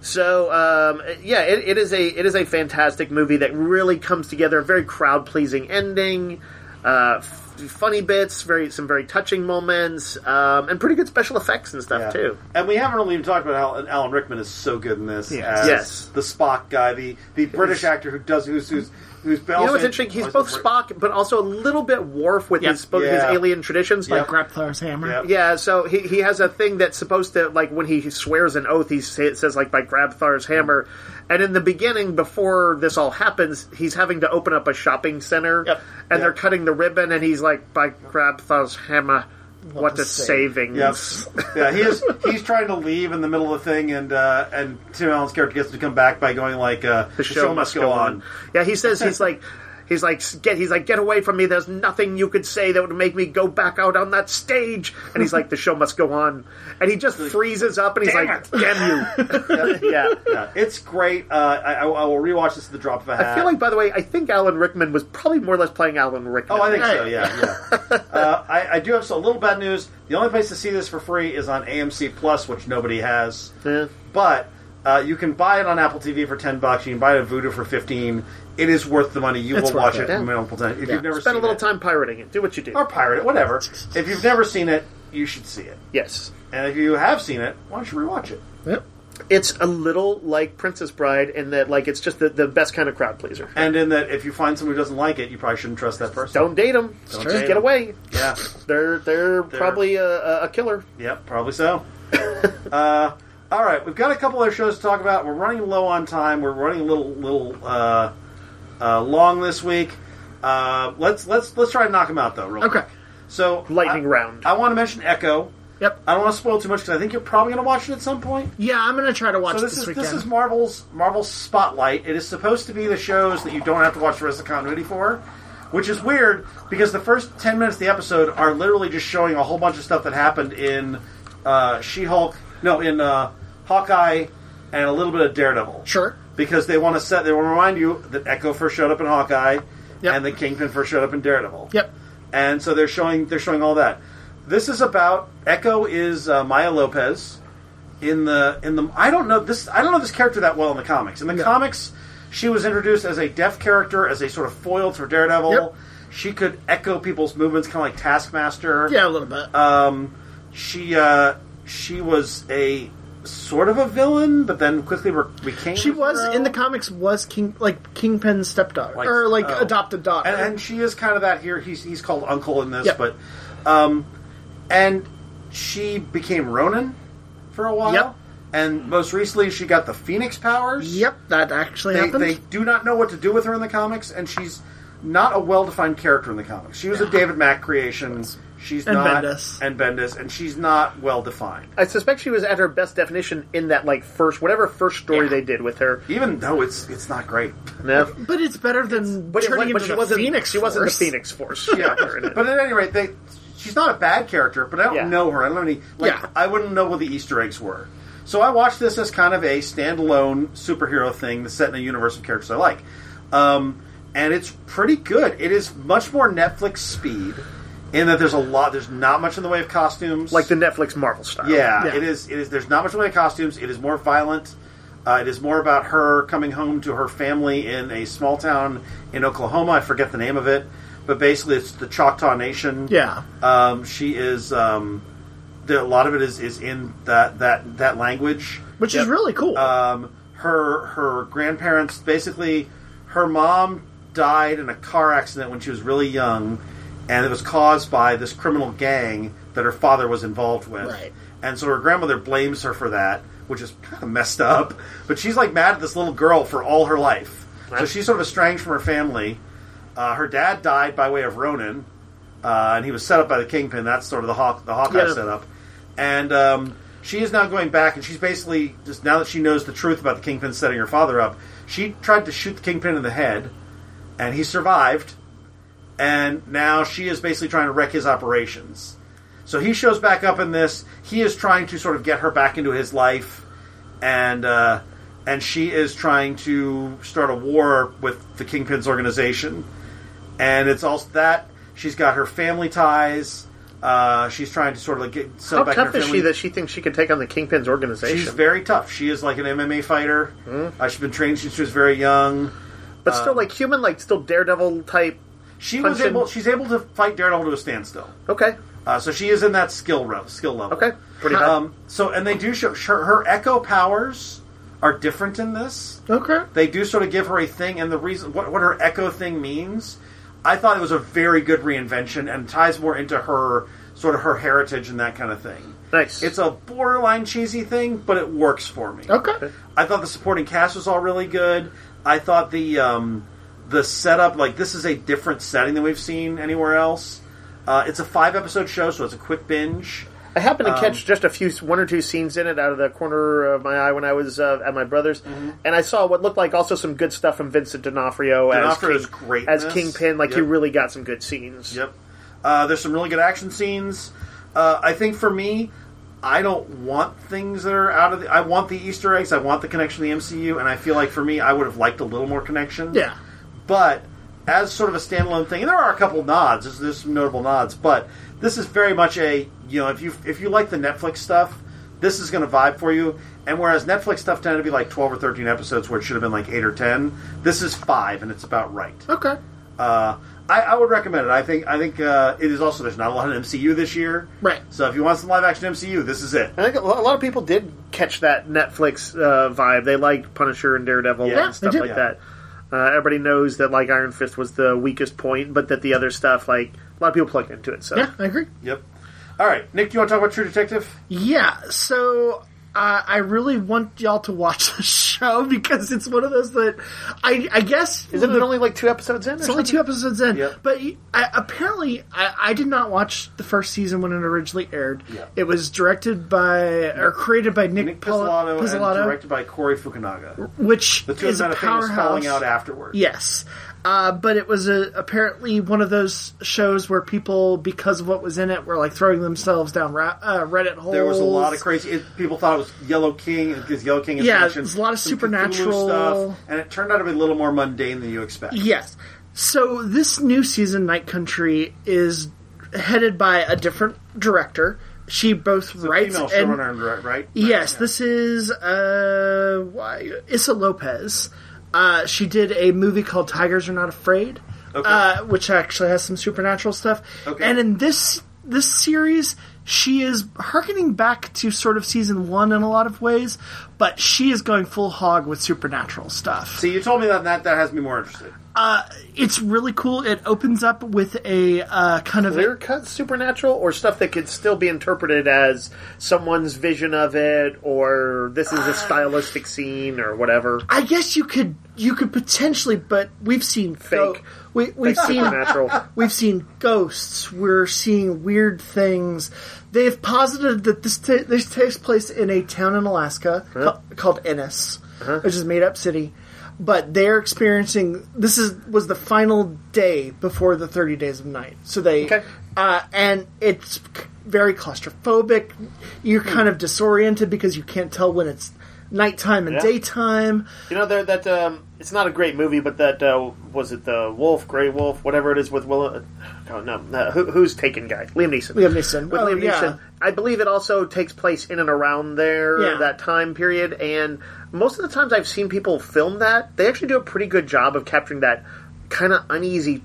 Speaker 2: so um, yeah, it, it is a it is a fantastic movie that really comes together. A very crowd pleasing ending, uh, f- funny bits, very some very touching moments, um, and pretty good special effects and stuff
Speaker 3: Yeah.
Speaker 2: too.
Speaker 3: And we haven't really even talked about how Alan Rickman is so good in this.
Speaker 4: Yes.
Speaker 3: As
Speaker 2: Yes.
Speaker 3: The Spock guy, the, the British actor who does who's who's who's
Speaker 2: You know what's interesting? He's both Spock, but also a little bit Worf with
Speaker 4: Yep.
Speaker 2: his both
Speaker 3: Yeah.
Speaker 2: his alien traditions. Like,
Speaker 4: Like Graplar's hammer.
Speaker 3: Yep.
Speaker 2: yeah, so he, he has a thing that's supposed to like when he swears an oath, he say, it says like by Grabthar's hammer, and in the beginning, before this all happens, he's having to open up a shopping center,
Speaker 4: Yep.
Speaker 2: and they're
Speaker 3: Yep.
Speaker 2: cutting the ribbon, and he's like by Grabthar's hammer, what,
Speaker 4: What
Speaker 2: a
Speaker 4: a save."
Speaker 2: savings.
Speaker 3: Yes. yeah, he is. He's trying to leave in the middle of the thing, and uh, and Tim Allen's character gets to come back by going like, uh,
Speaker 2: the show, must go on. Yeah, he says he's like he's like get he's like get away from me. There's nothing you could say that would make me go back out on that stage. And he's like the show must go on. And he just freezes up and he's
Speaker 3: "Damn
Speaker 2: like
Speaker 3: it."
Speaker 2: damn you. yeah.
Speaker 3: Yeah, it's great. Uh, I, I I will rewatch this at the drop of a hat.
Speaker 2: I feel like by the way, I think Alan Rickman was probably more or less playing Alan Rickman.
Speaker 3: Oh, I think so.
Speaker 4: Hey.
Speaker 3: Yeah, yeah. uh, I, I do have a little bad news. The only place to see this for free is on AMC Plus, which nobody has.
Speaker 2: Yeah.
Speaker 3: But uh, you can buy it on Apple TV for ten bucks. You can buy it at Vudu for fifteen. It is worth the money. You
Speaker 4: It's
Speaker 3: will
Speaker 4: worth
Speaker 3: watch
Speaker 4: it.
Speaker 3: it.
Speaker 2: Yeah.
Speaker 3: multiple times. If
Speaker 2: Yeah.
Speaker 3: you've never
Speaker 2: Spend a
Speaker 3: seen
Speaker 2: little
Speaker 3: it,
Speaker 2: time pirating it. Do what you do.
Speaker 3: or pirate it, whatever. If you've never seen it, you should see it.
Speaker 2: yes.
Speaker 3: And if you have seen it, why don't you rewatch it?
Speaker 4: Yep.
Speaker 2: It's a little like Princess Bride in that like it's just the, the best kind of crowd pleaser.
Speaker 3: And in that, if you find someone who doesn't like it, you probably shouldn't trust that person.
Speaker 2: Don't date them.
Speaker 3: Don't
Speaker 2: just
Speaker 3: date
Speaker 2: get
Speaker 3: 'em.
Speaker 2: away.
Speaker 3: Yeah.
Speaker 2: They're they're, probably a, a- a killer.
Speaker 3: Yep, probably so. uh, all right, we've got a couple other shows to talk about. We're running low on time. We're running a little little uh, uh, long this week. Uh, let's let's let's try and knock them out though. Real
Speaker 4: Okay.
Speaker 3: Quick. So
Speaker 2: Lightning
Speaker 3: I-
Speaker 2: round.
Speaker 3: I want to mention Echo.
Speaker 4: Yep.
Speaker 3: I don't want to spoil too much because I think you're probably going to watch it at some point.
Speaker 4: Yeah, I'm gonna try to watch
Speaker 3: So this,
Speaker 4: this,
Speaker 3: is
Speaker 4: weekend.
Speaker 3: this is Marvel's Marvel's Spotlight. It is supposed to be the shows that you don't have to watch the rest of the continuity for, which is weird because the first ten minutes of the episode are literally just showing a whole bunch of stuff that happened in uh, She-Hulk, no, in uh, Hawkeye, and a little bit of Daredevil.
Speaker 4: Sure.
Speaker 3: Because they want to set, they want to remind you that Echo first showed up in Hawkeye,
Speaker 4: Yep.
Speaker 3: and the Kingpin first showed up in Daredevil
Speaker 4: Yep.
Speaker 3: and so they're showing they're showing all that. This is about Echo is uh, Maya Lopez in the in the I don't know this I don't know this character that well in the comics. In the comics, she was introduced as a deaf character as a sort of foil to Daredevil.
Speaker 4: Yep.
Speaker 3: She could echo people's movements, kind of like Taskmaster.
Speaker 4: Yeah, a little bit.
Speaker 3: Um, she uh, she was a sort of a villain, but then quickly re- became.
Speaker 4: she
Speaker 3: a
Speaker 4: was
Speaker 3: hero.
Speaker 4: in the comics was King like Kingpin's stepdaughter
Speaker 3: Like,
Speaker 4: or like
Speaker 3: oh.
Speaker 4: adopted daughter.
Speaker 3: and, and she is kind of that here. He's he's called Uncle in this,
Speaker 4: Yep.
Speaker 3: but um, and she became Ronin for a while,
Speaker 4: Yep.
Speaker 3: and most recently she got the Phoenix powers.
Speaker 4: yep, that actually
Speaker 3: they,
Speaker 4: happened.
Speaker 3: they do not know what to do with her in the comics, and she's not a well-defined character in the comics. She was a David Mack creation. She's
Speaker 4: And
Speaker 3: not
Speaker 4: Bendis.
Speaker 3: and Bendis, and she's not well-defined.
Speaker 2: I suspect she was at her best definition in that like first whatever first story
Speaker 4: Yeah.
Speaker 2: they did with her.
Speaker 3: Even though it's it's not great.
Speaker 2: No.
Speaker 4: but it's better than
Speaker 2: But, it was,
Speaker 4: turning
Speaker 2: but
Speaker 4: into
Speaker 2: she
Speaker 4: the
Speaker 2: wasn't
Speaker 4: Phoenix.
Speaker 2: she wasn't the
Speaker 4: Force.
Speaker 2: Phoenix Force.
Speaker 3: yeah.
Speaker 2: Her in it.
Speaker 3: But at any rate, they she's not a bad character, but I don't
Speaker 2: Yeah.
Speaker 3: know her. I don't know any like
Speaker 4: Yeah.
Speaker 3: I wouldn't know what the Easter eggs were. So I watched this as kind of a standalone superhero thing that's set in a universe of characters I like. Um, and it's pretty good. It is much more Netflix speed in that there's a lot there's not much in the way of costumes.
Speaker 2: like the Netflix Marvel style.
Speaker 3: Yeah,
Speaker 4: Yeah.
Speaker 3: it is. It is. There's not much in the way of costumes. It is more violent. Uh, it is more about her coming home to her family in a small town in Oklahoma. I forget the name of it, but basically it's the Choctaw Nation.
Speaker 4: Yeah.
Speaker 3: Um, she is. Um, there, a lot of it is, is in that that that language.
Speaker 4: Which is
Speaker 2: Yep.
Speaker 4: really cool.
Speaker 3: Um, her her grandparents basically her mom died in a car accident when she was really young, and it was caused by this criminal gang that her father was involved with.
Speaker 4: Right.
Speaker 3: And so her grandmother blames her for that, which is kind of messed up. But she's like mad at this little girl for all her life. So
Speaker 2: Right.
Speaker 3: she's sort of estranged from her family. Uh, her dad died by way of Ronin, uh, and he was set up by the Kingpin. That's sort of the Hawk, the Hawkeye
Speaker 4: Yeah.
Speaker 3: setup. And um, she is now going back, and she's basically just now that she knows the truth about the Kingpin setting her father up. She tried to shoot the Kingpin in the head, and he survived. And now she is basically trying to wreck his operations. So he shows back up in this. He is trying to sort of get her back into his life, and uh, and she is trying to start a war with the Kingpin's organization. And it's also that she's got her family ties. Uh, she's trying to sort of like get so
Speaker 2: How
Speaker 3: back in
Speaker 2: tough
Speaker 3: her
Speaker 2: is
Speaker 3: family.
Speaker 2: she that she thinks she can take on the Kingpin's organization?
Speaker 3: She's very tough. She is like an MMA fighter.
Speaker 2: Hmm?
Speaker 3: Uh, she's been trained since she was very young.
Speaker 2: but
Speaker 3: um,
Speaker 2: still, like human, like still Daredevil type.
Speaker 3: She was
Speaker 2: Punching-
Speaker 3: able. She's able to fight Daredevil to a standstill.
Speaker 2: Okay,
Speaker 3: Uh, so she is in that skill level. Skill level.
Speaker 2: Okay, pretty high.
Speaker 3: Um, so and they do show her, her echo powers are different in this.
Speaker 4: Okay.
Speaker 3: They do sort of give her a thing, and the reason what what her echo thing means. I thought it was a very good reinvention and ties more into her sort of her heritage and that kind of thing.
Speaker 2: nice.
Speaker 3: It's a borderline cheesy thing, but it works for me.
Speaker 4: Okay.
Speaker 3: I thought the supporting cast was all really good. I thought the um, the setup, like this is a different setting than we've seen anywhere else. Uh, it's a five episode show, so it's a quick binge.
Speaker 2: I happened to
Speaker 3: um,
Speaker 2: catch just a few, one or two scenes in it out of the corner of my eye when I was uh, at my brother's,
Speaker 3: Mm-hmm.
Speaker 2: and I saw what looked like also some good stuff from Vincent D'Onofrio,
Speaker 3: D'Onofrio
Speaker 2: as
Speaker 3: is
Speaker 2: King,
Speaker 3: great in
Speaker 2: as
Speaker 3: this.
Speaker 2: Kingpin. Like he
Speaker 3: Yep.
Speaker 2: really got some good scenes.
Speaker 3: Yep. Uh, there's some really good action scenes. Uh, I think for me, I don't want things that are out of the. I want the Easter eggs. I want the connection to the MCU, and I feel like for me, I would have liked a little more connection.
Speaker 4: Yeah.
Speaker 3: But as sort of a standalone thing, and there are a couple nods. There's, there's some notable nods, but this is very much a you know if you if you like the Netflix stuff, this is going to vibe for you. And whereas Netflix stuff tended to be like twelve or thirteen episodes, where it should have been like eight or ten, this is five, and it's about right.
Speaker 4: Okay.
Speaker 3: Uh, I, I would recommend it. I think I think uh, it is also there's not a lot of MCU this year,
Speaker 4: Right.
Speaker 3: So if you want some live action MCU, this is it.
Speaker 2: I think a lo- a lot of people did catch that Netflix uh, vibe. They liked Punisher and Daredevil
Speaker 3: Yeah,
Speaker 2: and stuff
Speaker 4: they
Speaker 2: like
Speaker 4: did.
Speaker 2: that. Uh, everybody knows that like Iron Fist was the weakest point, but that the other stuff, like a lot of people plugged into it. So
Speaker 4: Yeah, I agree.
Speaker 3: Yep. All right, Nick, do you want to talk about True Detective?
Speaker 4: Yeah, so uh, I really want y'all to watch the show because it's one of those that I, I guess
Speaker 2: isn't it only like two episodes in?
Speaker 4: it's only two episodes in,
Speaker 3: Yep.
Speaker 4: but you- I, apparently I, I did not watch the first season when it originally aired.
Speaker 3: Yeah.
Speaker 4: It was directed by or created by Nick,
Speaker 3: Nick
Speaker 4: Pil-
Speaker 3: Pizzolatto,
Speaker 4: Pizzolatto,
Speaker 3: and directed by Corey Fukunaga.
Speaker 4: which
Speaker 3: The two
Speaker 4: is
Speaker 3: of
Speaker 4: a
Speaker 3: them had a famous falling out
Speaker 4: powerhouse.
Speaker 3: afterward.
Speaker 4: Yes. Uh, but it was a, apparently one of those shows where people, because of what was in it, were like throwing themselves down ra- uh, Reddit holes.
Speaker 3: There was a lot of crazy. It, people thought it was Yellow King because Yellow King is
Speaker 4: Yeah,
Speaker 3: mentioned,
Speaker 4: there's a lot of
Speaker 3: some
Speaker 4: supernatural-
Speaker 3: Cthulhu stuff, and it turned out to be a little more mundane than you expect.
Speaker 4: Yes. So this new season, Night Country, is headed by a different director. She both writes
Speaker 3: Female
Speaker 4: and
Speaker 3: showrunner, and direct- right?
Speaker 4: yes, this is uh, why Issa Lopez. Uh, she did a movie called Tigers Are Not Afraid,
Speaker 3: Okay.
Speaker 4: uh, which actually has some supernatural stuff.
Speaker 3: Okay.
Speaker 4: And in this this series, she is harkening back to sort of season one in a lot of ways, but she is going full hog with supernatural stuff
Speaker 3: See, you told me that and that that has me more interested.
Speaker 4: it's really cool. It opens up with a uh, kind of
Speaker 2: clear cut supernatural or stuff that could still be interpreted as someone's vision of it or this is a
Speaker 4: Uh,
Speaker 2: stylistic scene or whatever
Speaker 4: I guess you could you could potentially, but we've seen fake.
Speaker 2: Fake.
Speaker 4: we we've seen
Speaker 2: supernatural
Speaker 4: we've seen ghosts. We're seeing weird things. They've posited that this ta- this takes place in a town in Alaska
Speaker 2: Uh-huh.
Speaker 4: ca- called Ennis, which is a made up city. But they're experiencing this is was the final day before the thirty days of night. So they
Speaker 2: Okay.
Speaker 4: uh, and it's c- very claustrophobic. You're
Speaker 2: Hmm.
Speaker 4: kind of disoriented because you can't tell when it's nighttime and
Speaker 2: Yeah.
Speaker 4: daytime.
Speaker 2: you know there that um, it's not a great movie but that uh, was it the wolf gray wolf whatever it is with will oh no uh, who, who's taken guy liam neeson
Speaker 4: Liam Neeson.
Speaker 2: with
Speaker 4: Oh,
Speaker 2: liam
Speaker 4: yeah.
Speaker 2: neeson i believe it also takes place in and around there
Speaker 4: Yeah.
Speaker 2: that time period and most of the times i've seen people film that they actually do a pretty good job of capturing that kind of uneasy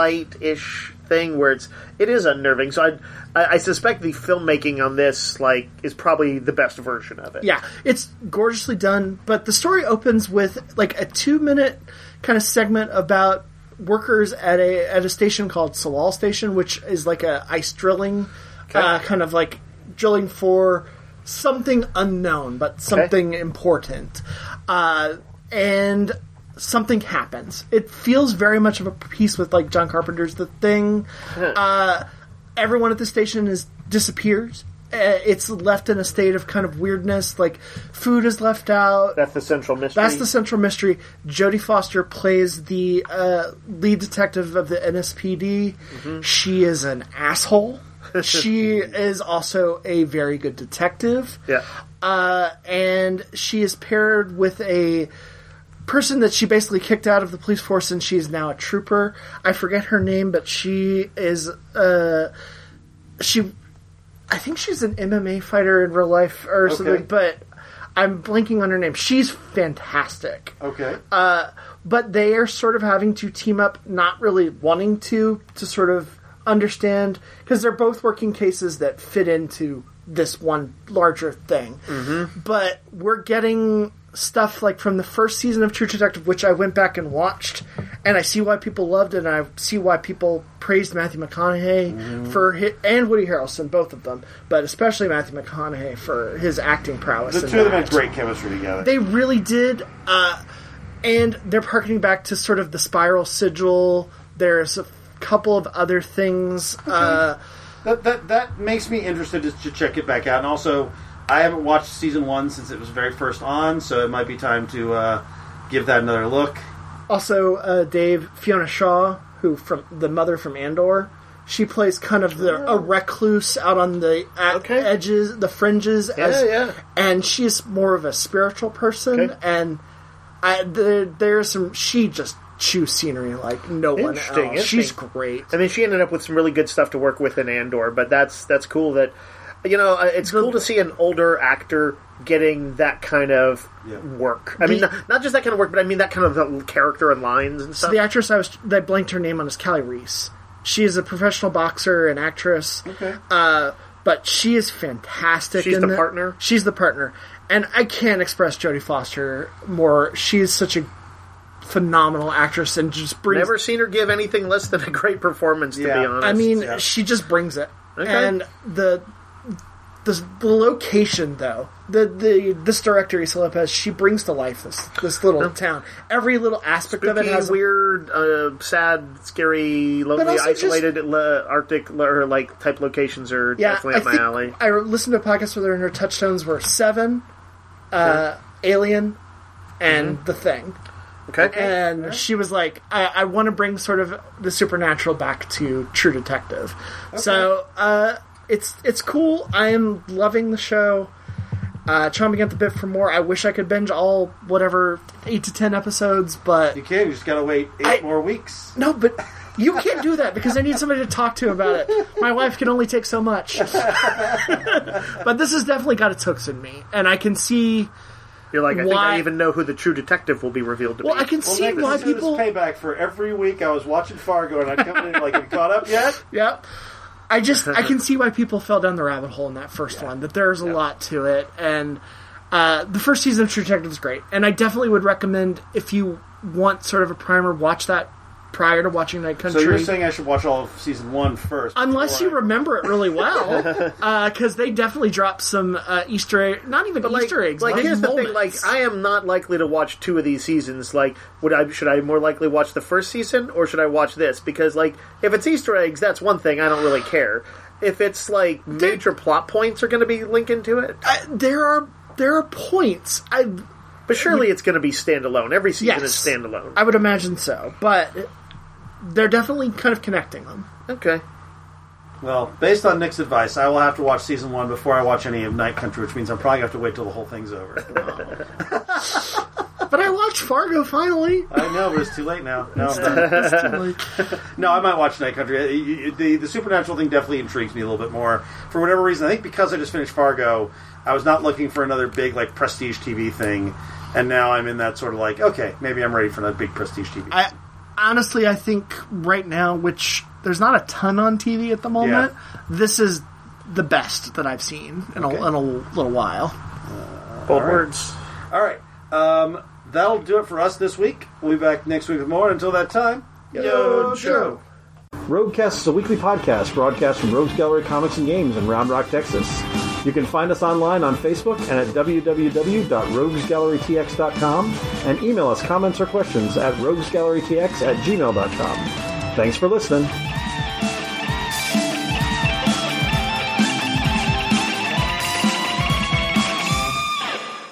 Speaker 2: twilight-ish thing where it's it is unnerving so I'd, i i suspect the filmmaking on this like is probably the best version of it
Speaker 4: Yeah, it's gorgeously done. But the story opens with like a two minute kind of segment about workers at a at a station called Salal Station, which is like a ice drilling uh, kind of like drilling for something unknown but something important. Uh, and something happens. It feels very much of a piece with like John Carpenter's The Thing. Uh, everyone at the station is disappears. Uh, It's left in a state of kind of weirdness. Like food is left out.
Speaker 2: that's the central mystery
Speaker 4: That's the central mystery. Jodie Foster plays the uh, lead detective of the NSPD. She is an asshole. she is also a very good detective.
Speaker 2: Yeah.
Speaker 4: Uh, and she is paired with a person that she basically kicked out of the police force, and she is now a trooper. I forget her name, but she is. Uh, she, I think she's an MMA fighter in real life or something, but I'm blanking on her name. She's fantastic
Speaker 3: Okay.
Speaker 4: Uh, but they are sort of having to team up, not really wanting to, to sort of understand because they're both working cases that fit into this one larger thing.
Speaker 3: Mm-hmm.
Speaker 4: But we're getting stuff like from the first season of True Detective, which I went back and watched, and I see why people loved it, and I see why people praised Matthew McConaughey
Speaker 3: Mm-hmm.
Speaker 4: for his, and Woody Harrelson, both of them, but especially Matthew McConaughey for his acting prowess.
Speaker 3: the
Speaker 4: in
Speaker 3: two of them
Speaker 4: that.
Speaker 3: had great chemistry together.
Speaker 4: They really did. Uh, and they're harkening back to sort of the spiral sigil. There's a couple of other things. Uh,
Speaker 3: that, that that makes me interested to, to check it back out. And also, I haven't watched season one since it was very first on, so it might be time to uh, give that another look.
Speaker 4: also, uh, Dave Fiona Shaw, who from the mother from Andor, she plays kind of the, a recluse out on the a-
Speaker 2: Oh. Okay.
Speaker 4: edges, the fringes. as,
Speaker 2: yeah.
Speaker 4: And she's more of a spiritual person.
Speaker 2: Okay.
Speaker 4: And I, there, there's some. She just chews scenery like no one else.
Speaker 2: Interesting,
Speaker 4: She's
Speaker 2: interesting.
Speaker 4: great.
Speaker 2: I mean, she ended up with some really good stuff to work with in Andor, but that's that's cool that you know uh, it's cool to see an older actor getting that kind of
Speaker 3: Yeah.
Speaker 2: work. I mean,
Speaker 4: The-
Speaker 2: not, not just that kind of work, but I mean that kind of uh, character and lines and stuff.
Speaker 4: the actress I was that blanked her name on is Callie Reese. She is a professional boxer and actress. Okay. Uh, but she is fantastic.
Speaker 2: She's
Speaker 4: in
Speaker 2: the
Speaker 4: thi-
Speaker 2: partner?
Speaker 4: She's the partner, and I can't express Jodie Foster more. She is such a phenomenal actress and just brings.
Speaker 2: Never seen her give anything less than a great performance. To
Speaker 3: Yeah.
Speaker 2: be honest,
Speaker 4: I mean,
Speaker 3: yeah.
Speaker 4: she just brings it.
Speaker 2: Okay.
Speaker 4: And the the, the location though. The, the this director Issa Lopez she brings to life this this little town every little aspect of it
Speaker 2: spooky,
Speaker 4: has a
Speaker 2: weird, uh, sad, scary, lonely,
Speaker 4: also just-
Speaker 2: isolated le- Arctic le- or like type locations are definitely
Speaker 4: I
Speaker 2: up my
Speaker 4: think
Speaker 2: alley.
Speaker 4: I listened to a podcast with her, and her touchstones were Seven, uh, Alien, and
Speaker 2: Mm-hmm.
Speaker 4: The Thing.
Speaker 2: Okay,
Speaker 4: And she was like, I, I want to bring sort of the supernatural back to True Detective. So uh, it's it's cool. I am loving the show. Uh, chomping at the bit for more. I wish I could binge all whatever eight to ten episodes, but
Speaker 3: You can. You just gotta wait eight
Speaker 4: I-
Speaker 3: more weeks.
Speaker 4: no, but you can't do that because I need somebody to talk to about it. My wife can only take so much. but this has definitely got its hooks in me, and I can see.
Speaker 2: you're like, I think
Speaker 4: why-
Speaker 2: I even know who the true detective will be revealed to
Speaker 4: Well,
Speaker 2: be.
Speaker 4: I can see
Speaker 3: Nick,
Speaker 4: why
Speaker 3: this is
Speaker 4: people.
Speaker 3: payback for every week I was watching Fargo and I come in like you caught up yet?
Speaker 4: Yeah. I just I can see why people fell down the rabbit hole in that first one. That there's a lot to it, and uh, the first season of True Detective is great, and I definitely would recommend if you want sort of a primer, watch that prior to watching Night
Speaker 3: So
Speaker 4: Country.
Speaker 3: you're saying I should watch all of season one first?
Speaker 4: Unless you
Speaker 3: before I-
Speaker 4: remember it really well, because they definitely dropped some uh, Easter, egg, not even
Speaker 2: like,
Speaker 4: Easter eggs.
Speaker 2: Like
Speaker 4: big
Speaker 2: here's the thing: like
Speaker 4: moments.
Speaker 2: I am not likely to watch two of these seasons. Like, would I? Should I more likely watch the first season or should I watch this? Because like, if it's Easter eggs, that's one thing. I don't really care. If it's like major plot points are going to be linking to it,
Speaker 4: I- there are there are points. I
Speaker 2: but surely it's going to be standalone. Every season
Speaker 4: yes,
Speaker 2: is standalone.
Speaker 4: I would imagine so, but they're definitely kind of connecting them.
Speaker 2: okay.
Speaker 3: Well, based on Nick's advice, I will have to watch season one before I watch any of Night Country, which means I'm probably gonna have to wait till the whole thing's over.
Speaker 4: But I watched Fargo finally.
Speaker 3: I know, but it's too late now. No, I'm done.
Speaker 4: Like,
Speaker 3: No, I might watch Night Country. Uh, you- you- The, the supernatural thing definitely intrigues me a little bit more. For whatever reason, I think because I just finished Fargo, I was not looking for another big like prestige TV thing, and now I'm in that sort of like, okay, maybe I'm ready for another big prestige TV.
Speaker 4: I honestly, I think right now, which there's not a ton on TV at the moment, this is the best that I've seen in,
Speaker 3: Okay.
Speaker 4: a, in a little while.
Speaker 2: Bold words.
Speaker 3: All right, um, that'll do it for us this week. We'll be back next week with more. Until that time,
Speaker 2: Yo, Joe.
Speaker 1: Roguecast is a weekly podcast broadcast from Rogues Gallery Comics and Games in Round Rock, Texas. You can find us online on Facebook and at www.roguesgallerytx.com and email us comments or questions at roguesgallerytx at gmail.com. Thanks for listening.